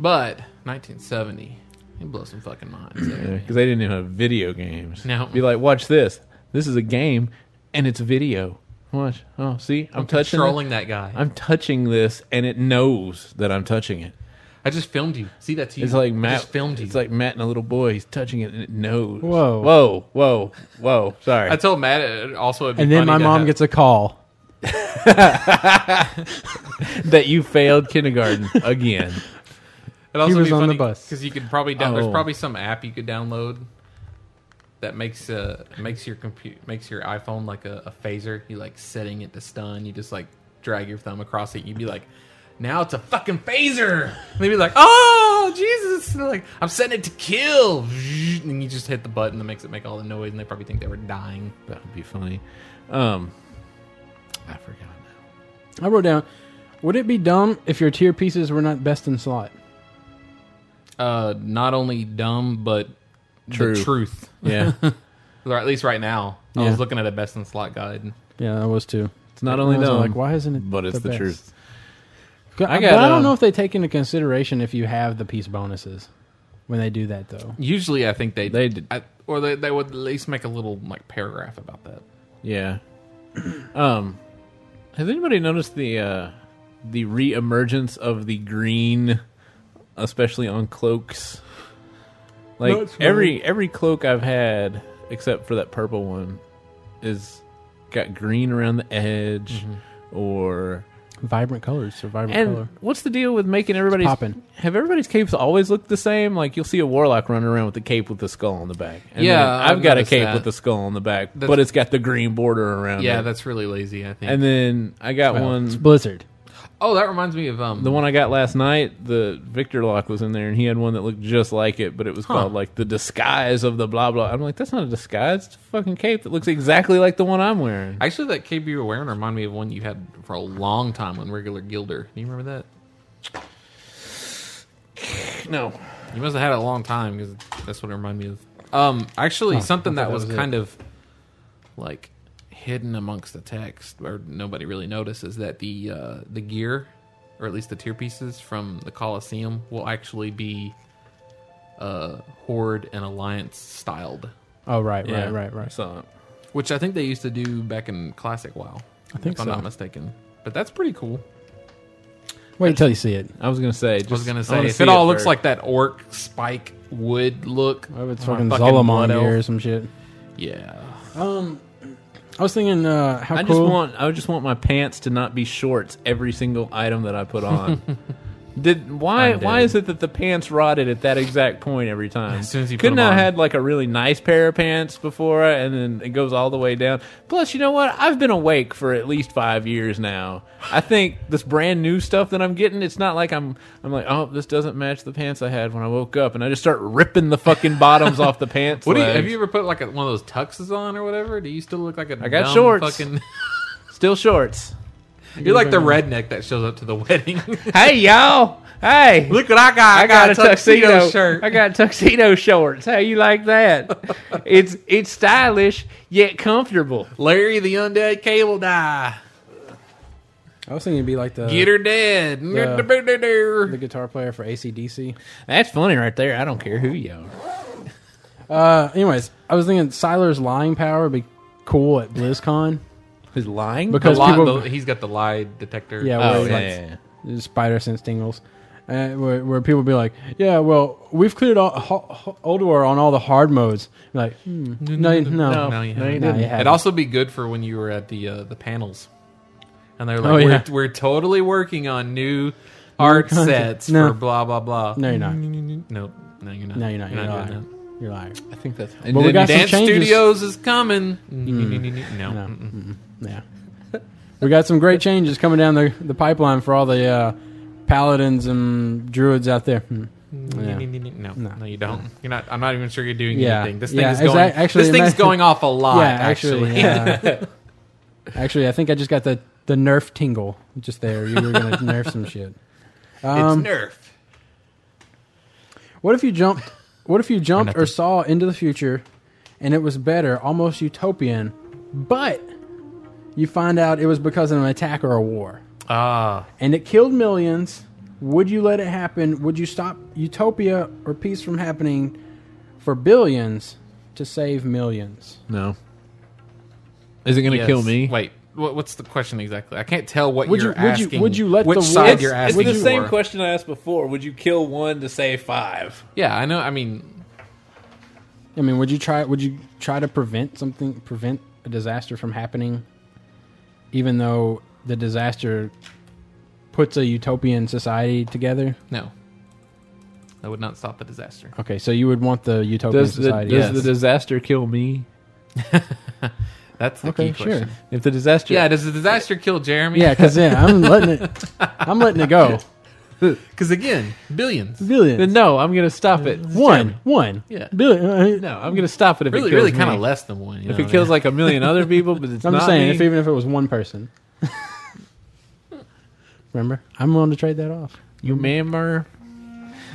[SPEAKER 5] But 1970, you blow some fucking minds. There.
[SPEAKER 6] Because they didn't even have video games.
[SPEAKER 5] No.
[SPEAKER 6] Be like, watch this. This is a game, and it's video. Watch. Oh, see, I'm, touching. it.
[SPEAKER 5] Controlling that guy.
[SPEAKER 6] I'm touching this, and it knows that I'm touching it.
[SPEAKER 5] I just filmed you. See that's you.
[SPEAKER 6] It's like
[SPEAKER 5] I
[SPEAKER 6] Matt.
[SPEAKER 5] just filmed you.
[SPEAKER 6] It's like Matt and a little boy. He's touching it, and it knows.
[SPEAKER 1] Whoa.
[SPEAKER 6] whoa, whoa, whoa. Sorry.
[SPEAKER 5] I told Matt it also. It'd be
[SPEAKER 1] And then
[SPEAKER 5] funny
[SPEAKER 1] my
[SPEAKER 5] to
[SPEAKER 1] mom
[SPEAKER 5] have-
[SPEAKER 1] gets a call.
[SPEAKER 6] that you failed kindergarten again.
[SPEAKER 5] It also
[SPEAKER 1] He was on the bus.
[SPEAKER 5] because you could probably down, there's
[SPEAKER 6] Oh.
[SPEAKER 5] probably some app you could download that makes uh makes your compute makes your iPhone like a, a phaser. You like setting it to stun. You just like drag your thumb across it. You'd be like, now it's a fucking phaser. And they'd be like, oh Jesus! And they're like I'm setting it to kill. And you just hit the button that makes it make all the noise, and they probably think they were dying.
[SPEAKER 6] That would be funny. Um, I forgot now.
[SPEAKER 1] I wrote down. Would it be dumb if your tier pieces were not best in slot?
[SPEAKER 5] Uh, not only dumb, but
[SPEAKER 6] True.
[SPEAKER 5] the truth.
[SPEAKER 6] Yeah,
[SPEAKER 5] Or at least right now. I
[SPEAKER 1] Yeah.
[SPEAKER 5] was looking at a best in slot guide.
[SPEAKER 1] Yeah, that was too.
[SPEAKER 6] it's not only
[SPEAKER 1] I was
[SPEAKER 6] dumb,
[SPEAKER 1] like, why isn't it?
[SPEAKER 6] but it's the,
[SPEAKER 1] best?
[SPEAKER 6] truth.
[SPEAKER 1] I,
[SPEAKER 6] got,
[SPEAKER 1] but I
[SPEAKER 6] um,
[SPEAKER 1] don't know if they take into consideration if you have the piece bonuses when they do that though.
[SPEAKER 5] Usually, I think they
[SPEAKER 6] They did-
[SPEAKER 5] I, or they, they would at least make a little like paragraph about that.
[SPEAKER 6] Yeah. Um, has anybody noticed the uh, the reemergence of the green, especially on cloaks? Like every every cloak I've had, except for that purple one, is got green around the edge,
[SPEAKER 5] Mm-hmm.
[SPEAKER 6] or
[SPEAKER 1] Vibrant colors, so vibrant
[SPEAKER 6] And
[SPEAKER 1] color.
[SPEAKER 6] what's the deal with making everybody's
[SPEAKER 1] poppin'.
[SPEAKER 6] Have everybody's capes always looked the same? Like you'll see a warlock running around with the cape with the skull on the back. And
[SPEAKER 5] Yeah,
[SPEAKER 6] then I've,
[SPEAKER 5] I've
[SPEAKER 6] got a
[SPEAKER 5] noticed
[SPEAKER 6] cape
[SPEAKER 5] that.
[SPEAKER 6] with the skull on the back,
[SPEAKER 5] That's-
[SPEAKER 6] but it's got the green border around.
[SPEAKER 5] Yeah,
[SPEAKER 6] it.
[SPEAKER 5] that's really lazy. I think.
[SPEAKER 6] And then I got
[SPEAKER 1] It's
[SPEAKER 6] one.
[SPEAKER 1] Blizzard.
[SPEAKER 5] oh, that reminds me of um
[SPEAKER 6] The one I got last night, the Victor lock was in there, and he had one that looked just like it, but it was called like the disguise of the blah blah. I'm like, that's not a disguise. It's a fucking cape that looks exactly like the one I'm wearing.
[SPEAKER 5] Actually, that cape you were wearing reminded me of one you had for a long time on regular Gilder. Do you remember that?
[SPEAKER 6] no,
[SPEAKER 5] You must have had it a long time because that's what it reminded me of. Um, actually, something that, was, kind of like hidden amongst the text, or nobody really noticed, is that the uh, the gear, or at least the tier pieces from the Colosseum, will actually be uh, Horde and Alliance styled,
[SPEAKER 1] Oh right,
[SPEAKER 6] Yeah.
[SPEAKER 1] right, right,
[SPEAKER 6] I
[SPEAKER 1] right.
[SPEAKER 6] saw it.
[SPEAKER 5] which I think they used to do back in Classic WoW. I
[SPEAKER 1] think
[SPEAKER 5] if I'm
[SPEAKER 1] so.
[SPEAKER 5] not mistaken. But that's pretty cool.
[SPEAKER 1] Wait until you see it.
[SPEAKER 6] I was gonna say. Just,
[SPEAKER 5] I was gonna say
[SPEAKER 6] wanna
[SPEAKER 5] if
[SPEAKER 6] see
[SPEAKER 5] it all looks
[SPEAKER 6] first.
[SPEAKER 5] like that orc spike wood look,
[SPEAKER 1] I it's
[SPEAKER 5] on a
[SPEAKER 1] fucking
[SPEAKER 5] blood
[SPEAKER 1] Zolomon
[SPEAKER 5] elf,
[SPEAKER 1] here or some shit.
[SPEAKER 5] Yeah.
[SPEAKER 1] Um, I was thinking, uh, how
[SPEAKER 6] I
[SPEAKER 1] cool.
[SPEAKER 6] just want I just want my pants to not be shorts every single item that I put on. Did why why is it that the pants rotted at that exact point every time?
[SPEAKER 5] As soon as you put
[SPEAKER 6] couldn't
[SPEAKER 5] them
[SPEAKER 6] I
[SPEAKER 5] on.
[SPEAKER 6] had like a really nice pair of pants before, and then it goes all the way down. Plus, you know what? I've been awake for at least five years now. I think this brand new stuff that I'm getting, it's not like I'm I'm like oh this doesn't match the pants I had when I woke up, and I just start ripping the fucking bottoms off the pants.
[SPEAKER 5] What do you,
[SPEAKER 6] legs.
[SPEAKER 5] have you ever put like a, one of those tuxes on or whatever? Do you still look like a I
[SPEAKER 6] got shorts.
[SPEAKER 5] Fucking,
[SPEAKER 6] Still shorts.
[SPEAKER 5] you're like the redneck that shows up to the wedding.
[SPEAKER 6] Hey y'all! Hey,
[SPEAKER 5] look what I got!
[SPEAKER 6] I got, a tuxedo,
[SPEAKER 5] shirt.
[SPEAKER 6] I got tuxedo shorts. How you like that? it's it's stylish yet comfortable.
[SPEAKER 5] Larry the Undead Cable Die.
[SPEAKER 4] I was thinking it'd be like the
[SPEAKER 5] Get her dead.
[SPEAKER 4] the guitar player for ACDC.
[SPEAKER 6] Uh, That's funny right there. I don't care who you are.
[SPEAKER 4] Uh, anyways, I was thinking Siler's lying power would be cool at BlizzCon.
[SPEAKER 6] Who's lying?
[SPEAKER 4] Because
[SPEAKER 5] Lie-
[SPEAKER 4] people-
[SPEAKER 5] the- he's got the lie detector.
[SPEAKER 4] Yeah,
[SPEAKER 6] oh,
[SPEAKER 4] where
[SPEAKER 6] yeah,
[SPEAKER 4] like,
[SPEAKER 6] yeah, yeah.
[SPEAKER 4] spider sense tingles, uh, where, where people be like, "Yeah, well, we've cleared all, ho, ho, Oldor on all the hard modes." You're like, hmm, no, you- no, no,
[SPEAKER 5] No, you haven't.
[SPEAKER 4] you haven't.
[SPEAKER 5] It'd also be good for when you were at the uh, the panels, and they're like,
[SPEAKER 4] Oh,
[SPEAKER 5] we're,
[SPEAKER 4] yeah.
[SPEAKER 5] "We're totally working on new art
[SPEAKER 4] content.
[SPEAKER 5] sets
[SPEAKER 4] No.
[SPEAKER 5] for blah blah blah."
[SPEAKER 4] no, you're not.
[SPEAKER 5] no, no, you're not.
[SPEAKER 4] No, you're not. You're,
[SPEAKER 5] You're
[SPEAKER 4] lying.
[SPEAKER 5] doing
[SPEAKER 4] You're lying.
[SPEAKER 6] I think that's.
[SPEAKER 4] Well, we got
[SPEAKER 5] that.
[SPEAKER 4] some
[SPEAKER 5] Dance
[SPEAKER 4] changes. Mm.
[SPEAKER 5] Studios is coming. No,
[SPEAKER 4] No. Mm-mm. Yeah. we got some great changes coming down the, the pipeline for all the uh, paladins and druids out there. Hmm.
[SPEAKER 5] No.
[SPEAKER 4] Yeah.
[SPEAKER 5] no, no, you don't. You're not. I'm not even sure you're doing
[SPEAKER 4] Yeah.
[SPEAKER 5] anything. This thing
[SPEAKER 4] Yeah,
[SPEAKER 5] is going.
[SPEAKER 4] exact- actually,
[SPEAKER 5] this thing's
[SPEAKER 4] ima-
[SPEAKER 5] going off a lot.
[SPEAKER 4] Yeah,
[SPEAKER 5] actually,
[SPEAKER 4] actually. yeah. actually, I think I just got the, the nerf tingle just there. You were going to nerf some shit. Um,
[SPEAKER 5] it's Nerf.
[SPEAKER 4] What if you jumped? What if you jumped or saw into the future, and it was better, almost utopian, but you find out it was because of an attack or a war,
[SPEAKER 5] Ah,
[SPEAKER 4] and it killed millions? Would you let it happen? Would you stop utopia or peace from happening for billions to save millions?
[SPEAKER 6] No. Is it going to
[SPEAKER 5] yes.
[SPEAKER 6] kill me?
[SPEAKER 5] Wait. What, what's the question exactly? I can't tell what
[SPEAKER 4] Would you-
[SPEAKER 5] you're
[SPEAKER 4] would you-
[SPEAKER 5] asking.
[SPEAKER 4] would you let
[SPEAKER 5] which
[SPEAKER 4] the
[SPEAKER 5] side
[SPEAKER 4] world-
[SPEAKER 5] you're
[SPEAKER 4] It's- it's
[SPEAKER 5] asking
[SPEAKER 4] the
[SPEAKER 5] for.
[SPEAKER 6] question I asked before. Would you kill one to save five?
[SPEAKER 5] Yeah, I know. I mean,
[SPEAKER 4] I mean, would you try? Would you try to prevent something, prevent a disaster from happening, even though the disaster puts a utopian society together?
[SPEAKER 5] no. That would not stop the disaster.
[SPEAKER 4] Okay, so you would want the utopian
[SPEAKER 6] Does, the, does
[SPEAKER 4] society?
[SPEAKER 6] the disaster kill me?
[SPEAKER 5] That's the
[SPEAKER 4] Okay,
[SPEAKER 5] key
[SPEAKER 4] sure.
[SPEAKER 5] question.
[SPEAKER 6] If the disaster.
[SPEAKER 5] Yeah, does the disaster kill Jeremy?
[SPEAKER 4] Yeah, because then I'm letting it. I'm letting it go.
[SPEAKER 5] because again, billions.
[SPEAKER 6] Then
[SPEAKER 4] Billion.
[SPEAKER 6] no, I'm going to stop it.
[SPEAKER 4] One. One.
[SPEAKER 5] Yeah.
[SPEAKER 4] Billion.
[SPEAKER 6] No, I'm going to stop it if
[SPEAKER 5] Really,
[SPEAKER 6] it kills
[SPEAKER 5] really, kind
[SPEAKER 6] me.
[SPEAKER 5] of less than one. You
[SPEAKER 6] If
[SPEAKER 5] know
[SPEAKER 6] it
[SPEAKER 5] what I
[SPEAKER 6] kills
[SPEAKER 5] mean?
[SPEAKER 6] like a million other people, but it's
[SPEAKER 4] I'm
[SPEAKER 6] not
[SPEAKER 4] just saying,
[SPEAKER 6] me,
[SPEAKER 4] if even if it was one person. Remember, I'm willing to trade that off.
[SPEAKER 6] you member.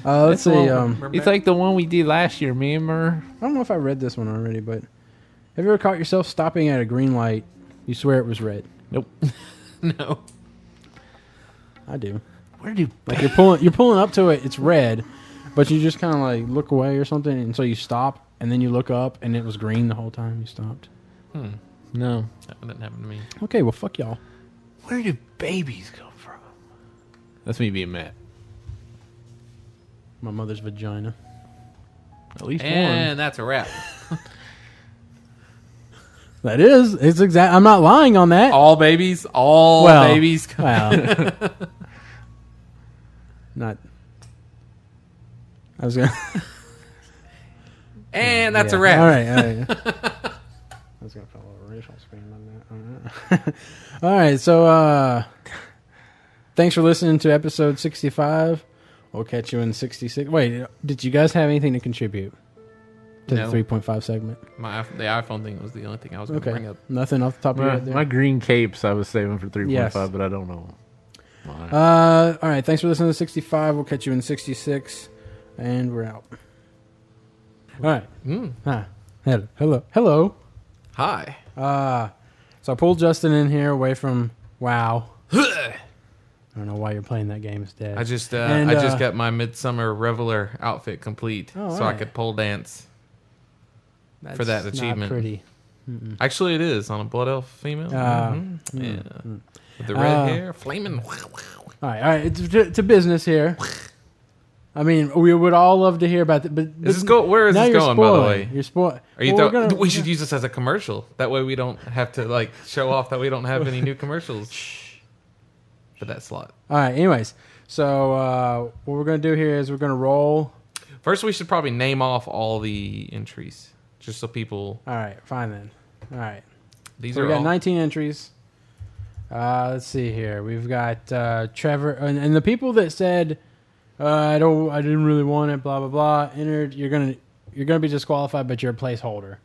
[SPEAKER 4] Uh, let's
[SPEAKER 6] That's the
[SPEAKER 4] see.
[SPEAKER 6] one-
[SPEAKER 4] Um,
[SPEAKER 6] It's like the one we did last year, member.
[SPEAKER 4] I don't know if I read this one already, but have you ever caught yourself stopping at a green light? You swear it was red.
[SPEAKER 6] Nope.
[SPEAKER 5] no.
[SPEAKER 4] I do.
[SPEAKER 6] Where do
[SPEAKER 4] Like you're pulling you're pulling up to it, it's red, but you just kind of like look away or something, and so you stop, and then you look up, and it was green the whole time you stopped.
[SPEAKER 6] no?
[SPEAKER 5] That didn't happen to me.
[SPEAKER 4] Okay, well fuck y'all.
[SPEAKER 6] Where do babies come from? That's me being Matt.
[SPEAKER 4] My mother's vagina.
[SPEAKER 6] At least
[SPEAKER 5] And that's a wrap.
[SPEAKER 4] That is, it's exact. I'm not lying on that.
[SPEAKER 5] All babies, all
[SPEAKER 4] Well,
[SPEAKER 5] babies. Come
[SPEAKER 4] Wow. not. I was gonna.
[SPEAKER 5] and that's a
[SPEAKER 4] All
[SPEAKER 5] wrap.
[SPEAKER 4] right, all right. I was gonna put a little racial screen on that. All right. all right, so uh, thanks for listening to episode sixty-five. We'll catch you in sixty-six. Wait, did you guys have anything to contribute to
[SPEAKER 5] No.
[SPEAKER 4] the three point five segment?
[SPEAKER 5] My iPh- the iPhone thing was the only thing I was going to
[SPEAKER 4] Okay,
[SPEAKER 5] bring up.
[SPEAKER 4] nothing off the top of your
[SPEAKER 6] My,
[SPEAKER 4] head there.
[SPEAKER 6] my green capes I was saving for 3.5,
[SPEAKER 4] Yes.
[SPEAKER 6] but I don't know. Why.
[SPEAKER 4] Uh, all right, thanks for listening to sixty-five. We'll catch you in sixty-six, and we're out. All right.
[SPEAKER 5] Mm.
[SPEAKER 4] Hi. Hello. Hello. Hello.
[SPEAKER 5] Hi.
[SPEAKER 4] Uh, so I pulled Justin in here away from WoW. I don't know why you're playing that game. It's dead.
[SPEAKER 5] I just uh,
[SPEAKER 4] And,
[SPEAKER 5] I just
[SPEAKER 4] uh,
[SPEAKER 5] got my midsummer reveler outfit complete,
[SPEAKER 4] Oh,
[SPEAKER 5] so I
[SPEAKER 4] alright.
[SPEAKER 5] could pole dance.
[SPEAKER 4] That's
[SPEAKER 5] for that
[SPEAKER 4] not
[SPEAKER 5] achievement.
[SPEAKER 4] pretty.
[SPEAKER 5] Actually, it is on a blood elf female.
[SPEAKER 4] Uh,
[SPEAKER 5] Mhm. Yeah, with the red
[SPEAKER 4] Uh,
[SPEAKER 5] hair, flaming.
[SPEAKER 4] All right, all right. It's to, to business here. I mean, we would all love to hear about that, but
[SPEAKER 5] Is this go- where is
[SPEAKER 4] now
[SPEAKER 5] this
[SPEAKER 4] you're
[SPEAKER 5] going, by the
[SPEAKER 4] spoiling.
[SPEAKER 5] way?
[SPEAKER 4] You're spoiling.
[SPEAKER 5] Are you throw- we should use this as a commercial. That way we don't have to like show off that we don't have any new commercials for that slot.
[SPEAKER 4] All right. Anyways, so uh, what we're gonna do here is we're gonna roll.
[SPEAKER 5] First, we should probably name off all the entries, just so people.
[SPEAKER 4] All right, fine then. All right.
[SPEAKER 5] These
[SPEAKER 4] So
[SPEAKER 5] are
[SPEAKER 4] we got
[SPEAKER 5] all.
[SPEAKER 4] 19 entries. Uh, let's see here. We've got uh, Trevor and, and the people that said uh, I don't, I didn't really want it. Blah blah blah. Entered. You're gonna, you're gonna be disqualified, but you're a placeholder.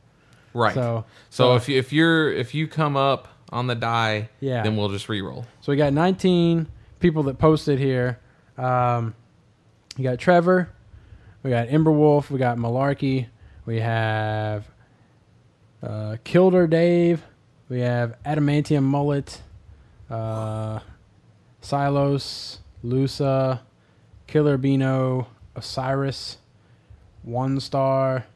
[SPEAKER 5] right. So,
[SPEAKER 4] So,
[SPEAKER 5] if you if you're if you come up on the die,
[SPEAKER 4] Yeah.
[SPEAKER 5] then we'll just re-roll.
[SPEAKER 4] so we got 19 people that posted here. Um, you got Trevor. We got Emberwolf. We got Malarkey. We have uh, Kilder Dave. We have Adamantium Mullet. Uh, Silos, Lusa, Killer Beano, Osiris, One Star,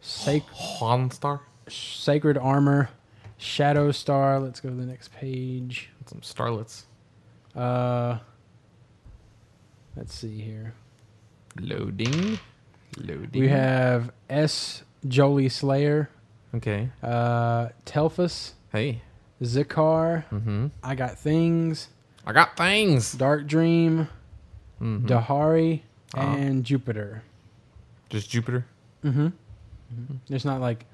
[SPEAKER 4] Sac-
[SPEAKER 5] Honstar?
[SPEAKER 4] Sacred Armor, Shadow Star. Let's go to the next page.
[SPEAKER 5] Some starlets.
[SPEAKER 4] Uh, let's see here.
[SPEAKER 5] Loading. Loading.
[SPEAKER 4] We have S. Jolie Slayer,
[SPEAKER 5] Okay.
[SPEAKER 4] uh, Telfus,
[SPEAKER 5] Hey.
[SPEAKER 4] Zikar,
[SPEAKER 5] Mm-hmm.
[SPEAKER 4] I Got Things,
[SPEAKER 5] I got things.
[SPEAKER 4] Dark Dream, Dahari, and Jupiter.
[SPEAKER 5] Just Jupiter.
[SPEAKER 4] There's not like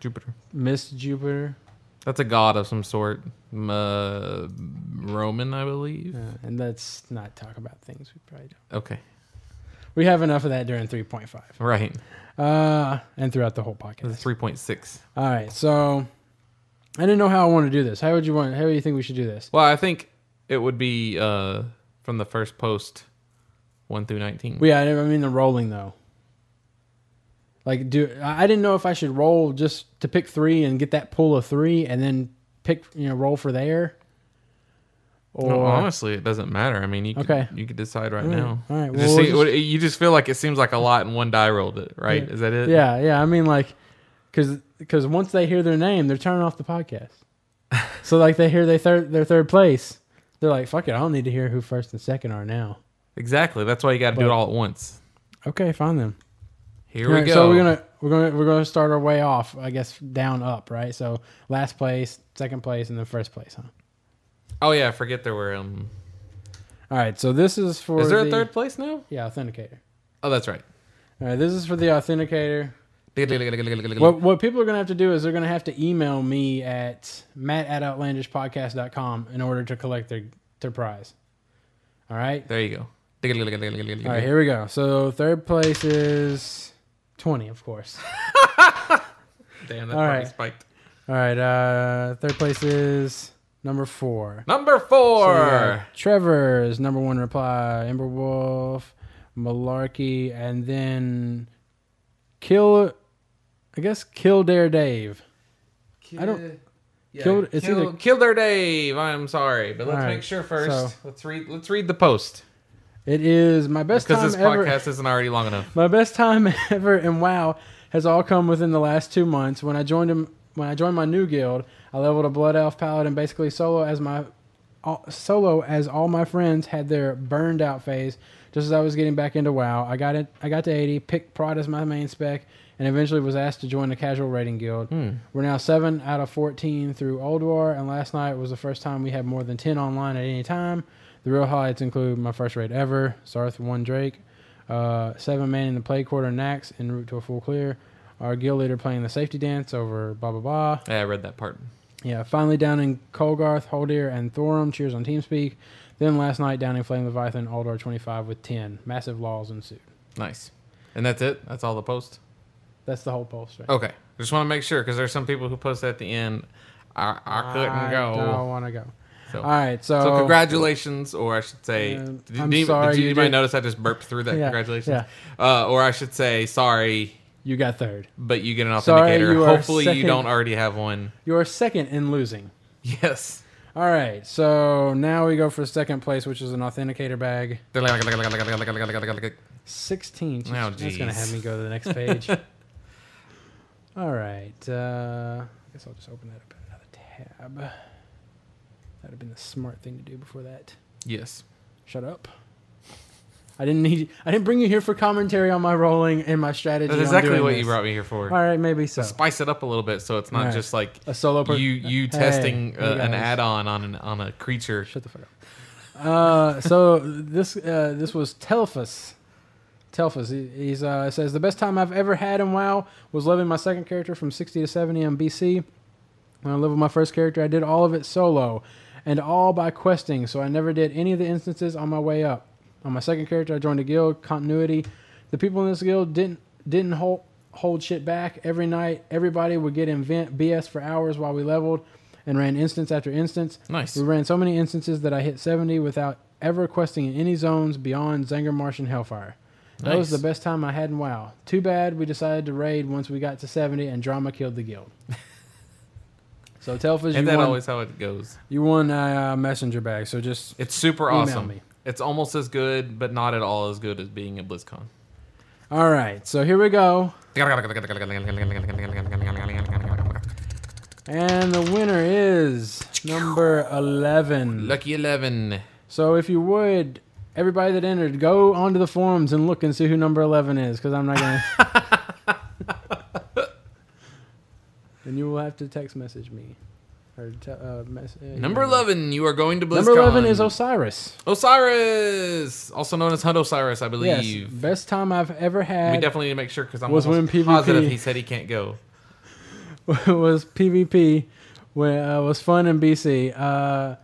[SPEAKER 5] Jupiter.
[SPEAKER 4] Miss Jupiter,
[SPEAKER 5] That's a god of some sort. M- Uh, Roman, I believe.
[SPEAKER 4] uh, and let's not talk about things we probably don't.
[SPEAKER 5] Okay.
[SPEAKER 4] We have enough of that during 3.5
[SPEAKER 5] Right.
[SPEAKER 4] uh, and throughout the whole podcast.
[SPEAKER 5] Three point six.
[SPEAKER 4] All right, so I didn't know how I want to do this. How would you want? How do you think we should do this?
[SPEAKER 5] Well, I think it would be uh from the first post, one through nineteen.
[SPEAKER 4] Well, yeah, I I mean the rolling though. Like, do I I didn't know if I should roll just to pick three and get that pull of three, and then pick you know roll for there. Or
[SPEAKER 5] Well, honestly, it doesn't matter. I mean, you could,
[SPEAKER 4] Okay.
[SPEAKER 5] you could decide right
[SPEAKER 4] All right,
[SPEAKER 5] now.
[SPEAKER 4] all right,
[SPEAKER 5] It just
[SPEAKER 4] well,
[SPEAKER 5] seem-
[SPEAKER 4] we'll just-
[SPEAKER 5] you just feel like it seems like a lot, and one die rolled it, right? Is that it?
[SPEAKER 4] yeah, yeah. I mean, like, because because once they hear their name, they're turning off the podcast. so like they hear they third their third place, they're like, "Fuck it, I don't need to hear who first and second are now."
[SPEAKER 5] Exactly. That's why you got to do it all at once.
[SPEAKER 4] Okay, fine then.
[SPEAKER 5] Here
[SPEAKER 4] All
[SPEAKER 5] we
[SPEAKER 4] right,
[SPEAKER 5] go.
[SPEAKER 4] So we're gonna we're gonna we're gonna start our way off, I guess, down up, right? So last place, second place, and then first place, huh?
[SPEAKER 5] Oh yeah, I forget there were. Um,
[SPEAKER 4] All right, so this is for
[SPEAKER 5] is there
[SPEAKER 4] the-
[SPEAKER 5] a third place now?
[SPEAKER 4] Yeah, authenticator.
[SPEAKER 5] Oh, that's right.
[SPEAKER 4] All right, this is for the authenticator. What what people are gonna have to do is they're gonna have to email me at matt at outlandishpodcast.com in order to collect their their prize. All right.
[SPEAKER 5] There you go.
[SPEAKER 4] All right, here we go. So third place is twenty, of course.
[SPEAKER 5] Damn, that
[SPEAKER 4] All
[SPEAKER 5] party
[SPEAKER 4] right.
[SPEAKER 5] spiked.
[SPEAKER 4] All right, uh, third place is number four.
[SPEAKER 5] Number
[SPEAKER 4] So we got
[SPEAKER 5] four.
[SPEAKER 4] Trevor's number one reply, Ember Wolf, Malarkey, and then Kill. I guess Kildare Dave. I don't. Kill- it's
[SPEAKER 5] kill,
[SPEAKER 4] either-
[SPEAKER 5] kill their Dave. I'm sorry, but let's
[SPEAKER 4] All right,
[SPEAKER 5] make sure first.
[SPEAKER 4] so-
[SPEAKER 5] let's read. Let's read the post
[SPEAKER 4] It is my best
[SPEAKER 5] because
[SPEAKER 4] time
[SPEAKER 5] this
[SPEAKER 4] ever.
[SPEAKER 5] podcast isn't already long enough.
[SPEAKER 4] My best time ever in WoW has all come within the last two months. When I joined him, when I joined my new guild, I leveled a Blood Elf Paladin basically solo as my all, solo as all my friends had their burned out phase. Just as I was getting back into WoW, I got it. I got to 80, picked Prod as my main spec, and eventually was asked to join the casual raiding guild. We're now seven out of 14 through Old War, and last night was the first time we had more than 10 online at any time. The real highlights include my first raid ever, Sarth One Drake, uh, seven man in the play quarter Nax en route to a full clear. Our guild leader playing the safety dance over blah blah blah.
[SPEAKER 5] Yeah, I read that part.
[SPEAKER 4] Yeah, finally down in Colgarth, Holdir, and Thorum. Cheers on TeamSpeak. Then last night down in Flame Leviathan, Aldar 25 with 10. Massive laws ensued.
[SPEAKER 5] Nice. And that's it. That's all the post.
[SPEAKER 4] That's the whole post. Right?
[SPEAKER 5] Okay. Just want to make sure because there's some people who post at the end. I, I couldn't
[SPEAKER 4] I
[SPEAKER 5] go.
[SPEAKER 4] don't want to go.
[SPEAKER 5] So-
[SPEAKER 4] All right, so,
[SPEAKER 5] So congratulations, or I should say,
[SPEAKER 4] Um,
[SPEAKER 5] did,
[SPEAKER 4] I'm
[SPEAKER 5] did,
[SPEAKER 4] sorry
[SPEAKER 5] did you,
[SPEAKER 4] you
[SPEAKER 5] anybody
[SPEAKER 4] did-
[SPEAKER 5] notice I just burped through that?
[SPEAKER 4] Yeah,
[SPEAKER 5] congratulations,
[SPEAKER 4] yeah.
[SPEAKER 5] uh, or I should say, sorry,
[SPEAKER 4] you got third.
[SPEAKER 5] but you get an
[SPEAKER 4] Sorry,
[SPEAKER 5] authenticator.
[SPEAKER 4] you are
[SPEAKER 5] Hopefully, you
[SPEAKER 4] second.
[SPEAKER 5] don't already have one.
[SPEAKER 4] You're second in losing.
[SPEAKER 5] Yes.
[SPEAKER 4] All right, so now we go for second place, which is an authenticator bag.
[SPEAKER 5] All
[SPEAKER 4] 16. Jeez,
[SPEAKER 5] Oh,
[SPEAKER 4] that's going to
[SPEAKER 5] jeez.
[SPEAKER 4] have me go to the next page. All right. Uh, I guess I'll just open that up in another tab. That would have been the smart thing to do before that.
[SPEAKER 5] Yes.
[SPEAKER 4] Shut up. I didn't need. I didn't bring you here for commentary on my rolling and my strategy.
[SPEAKER 5] That's
[SPEAKER 4] on
[SPEAKER 5] exactly
[SPEAKER 4] doing
[SPEAKER 5] what
[SPEAKER 4] this.
[SPEAKER 5] you brought me here for.
[SPEAKER 4] All right, maybe so.
[SPEAKER 5] Spice it up a little bit so it's
[SPEAKER 4] All
[SPEAKER 5] not
[SPEAKER 4] right.
[SPEAKER 5] just like
[SPEAKER 4] A solo. Per-
[SPEAKER 5] you you
[SPEAKER 4] Hey,
[SPEAKER 5] testing
[SPEAKER 4] you
[SPEAKER 5] uh, an
[SPEAKER 4] guys.
[SPEAKER 5] add-on on an, on a creature.
[SPEAKER 4] Shut the fuck up. Uh, so this uh, this was Telfus. Telfus. He, he's uh, says the best time I've ever had in WoW was leveling my second character from 60 to 70 on BC. When I leveled my first character, I did all of it solo, and all by questing. So I never did any of the instances on my way up. On my second character, I joined a guild. Continuity. The people in this guild didn't didn't hold hold shit back. Every night, everybody would get invent BS for hours while we leveled, and ran instance after instance.
[SPEAKER 5] Nice.
[SPEAKER 4] We ran so many instances that I hit 70 without ever questing in any zones beyond Zanger Marsh and Hellfire. That was the
[SPEAKER 5] Nice.
[SPEAKER 4] best time I had in WoW. Too bad we decided to raid once we got to 70 and drama killed the guild. So Telfas, you
[SPEAKER 5] And that
[SPEAKER 4] won.
[SPEAKER 5] always how it goes.
[SPEAKER 4] you won a uh, messenger bag. So just
[SPEAKER 5] It's super
[SPEAKER 4] Email
[SPEAKER 5] awesome.
[SPEAKER 4] me.
[SPEAKER 5] It's almost as good, but not at all as good as being at BlizzCon.
[SPEAKER 4] all right. So here we go, and the winner is number eleven.
[SPEAKER 5] Lucky eleven.
[SPEAKER 4] So if you would, everybody that entered, go onto the forums and look and see who number eleven is, because I'm not gonna. Then you will have to text message me, or te- uh, mess- uh,
[SPEAKER 5] Number
[SPEAKER 4] email me.
[SPEAKER 5] eleven. You are going to BlizzCon.
[SPEAKER 4] Number eleven is Osiris.
[SPEAKER 5] Osiris, also known as Hunt Osiris, I
[SPEAKER 4] Yes,
[SPEAKER 5] believe.
[SPEAKER 4] best time I've ever
[SPEAKER 5] We
[SPEAKER 4] had
[SPEAKER 5] definitely need to make sure because I'm
[SPEAKER 4] Was
[SPEAKER 5] almost
[SPEAKER 4] when PvP
[SPEAKER 5] positive he said he can't go.
[SPEAKER 4] was PvP. When uh, was fun in BC. Uh,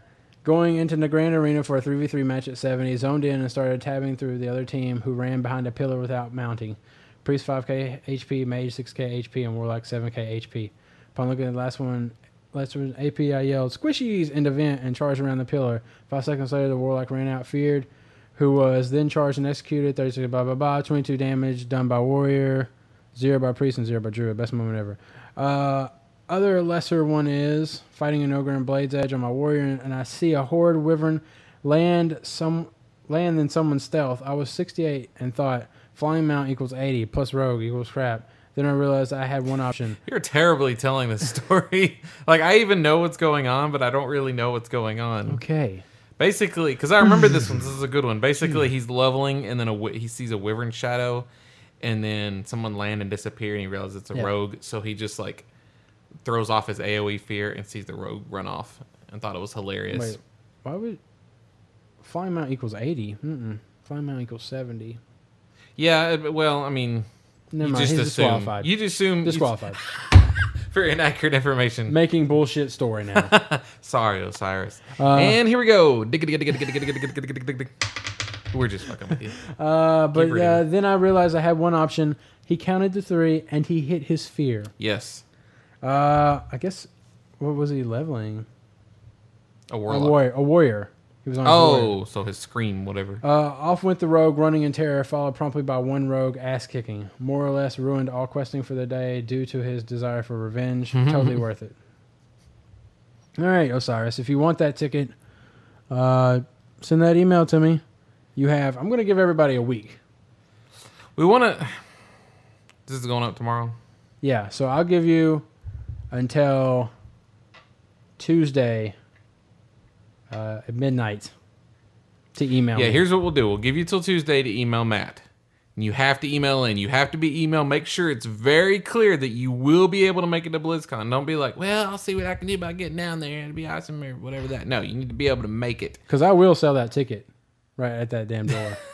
[SPEAKER 4] going into the Grand Arena for a three v three match at seven, he zoned in and started tabbing through the other team, who ran behind a pillar without mounting. Priest five k HP, Mage six k HP, and Warlock seven k HP. Upon looking at the last one, last one AP, I yelled "Squishies!" into vent and charged around the pillar. Five seconds later, the Warlock ran out, feared. Who was then charged and executed? 36 blah blah blah. 22 damage done by Warrior, zero by Priest, and zero by Druid. Best moment ever. Uh, other lesser one is fighting an ogre in Blade's Edge on my warrior, and, and I see a horde wyvern land some land in someone's stealth. I was 68 and thought flying mount equals 80 plus rogue equals crap. Then I realized I had one option.
[SPEAKER 5] You're terribly telling this story. like I even know what's going on, but I don't really know what's going on.
[SPEAKER 4] Okay.
[SPEAKER 5] Basically, because I remember this one. This is a good one. Basically, he's leveling, and then a, wi- he sees a wyvern shadow, and then someone land and disappear, and he realizes it's a
[SPEAKER 4] Yeah.
[SPEAKER 5] rogue. So he just like throws off his AOE fear and sees the rogue run off, and thought it was hilarious.
[SPEAKER 4] Wait. Why would flying mount equals 80? Mm-mm. Flying mount equals 70.
[SPEAKER 5] Yeah, it- well, I mean,
[SPEAKER 4] Never
[SPEAKER 5] you
[SPEAKER 4] mind.
[SPEAKER 5] just
[SPEAKER 4] He's
[SPEAKER 5] assume.
[SPEAKER 4] disqualified.
[SPEAKER 5] You just assume
[SPEAKER 4] disqualified.
[SPEAKER 5] for inaccurate information.
[SPEAKER 4] Making bullshit story now.
[SPEAKER 5] Sorry, Osiris.
[SPEAKER 4] Uh,
[SPEAKER 5] and here we go. We're just fucking with you.
[SPEAKER 4] Uh, but
[SPEAKER 5] Keep reading.
[SPEAKER 4] uh, then I realized I had one option. He counted to three and he hit his fear.
[SPEAKER 5] Yes,
[SPEAKER 4] Uh, I guess what was he leveling?
[SPEAKER 5] a
[SPEAKER 4] A
[SPEAKER 5] warlock.
[SPEAKER 4] warrior. A warrior. He was on. his warrior.
[SPEAKER 5] Oh, so his scream, whatever.
[SPEAKER 4] Uh, off went the rogue, running in terror, followed promptly by one rogue ass kicking. More or less ruined all questing for the day due to his desire for revenge. totally worth it. All right, Osiris, if you want that ticket, uh, send that email to me. You have. I'm going to give everybody a week.
[SPEAKER 5] We want to. This is going up tomorrow.
[SPEAKER 4] Yeah, so I'll give you until Tuesday uh, at midnight to email
[SPEAKER 5] Yeah,
[SPEAKER 4] me.
[SPEAKER 5] here's what we'll do. We'll give you till Tuesday to email Matt. And You have to email in. You have to be email. Make sure it's very clear that you will be able to make it to BlizzCon. Don't be like, well, I'll see what I can do by getting down there. It'll be awesome or whatever that. No, you need to be able to make it.
[SPEAKER 4] Because I will sell that ticket right at that damn door.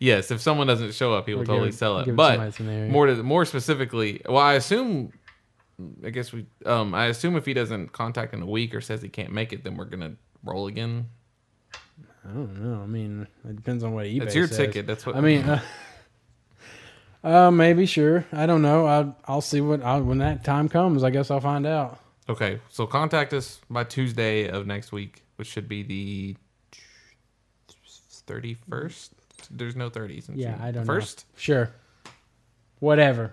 [SPEAKER 5] Yes, if someone doesn't show up, he will
[SPEAKER 4] Or give
[SPEAKER 5] totally
[SPEAKER 4] it-
[SPEAKER 5] sell it.
[SPEAKER 4] give it to somebody
[SPEAKER 5] But
[SPEAKER 4] that's in the area.
[SPEAKER 5] more to the, more specifically, well, I assume, I guess we, um, I assume if he doesn't contact in a week or says he can't make it, then we're gonna roll again.
[SPEAKER 4] I don't know. I mean, it depends on what eBay.
[SPEAKER 5] It's your
[SPEAKER 4] says.
[SPEAKER 5] ticket. That's what
[SPEAKER 4] I mean, uh, uh, maybe sure. I don't know. I I'll see what I, when that time comes. I guess I'll find out.
[SPEAKER 5] Okay, so contact us by Tuesday of next week, which should be the thirty first. There's no thirties.
[SPEAKER 4] Yeah, I don't know.
[SPEAKER 5] First,
[SPEAKER 4] Sure. Whatever.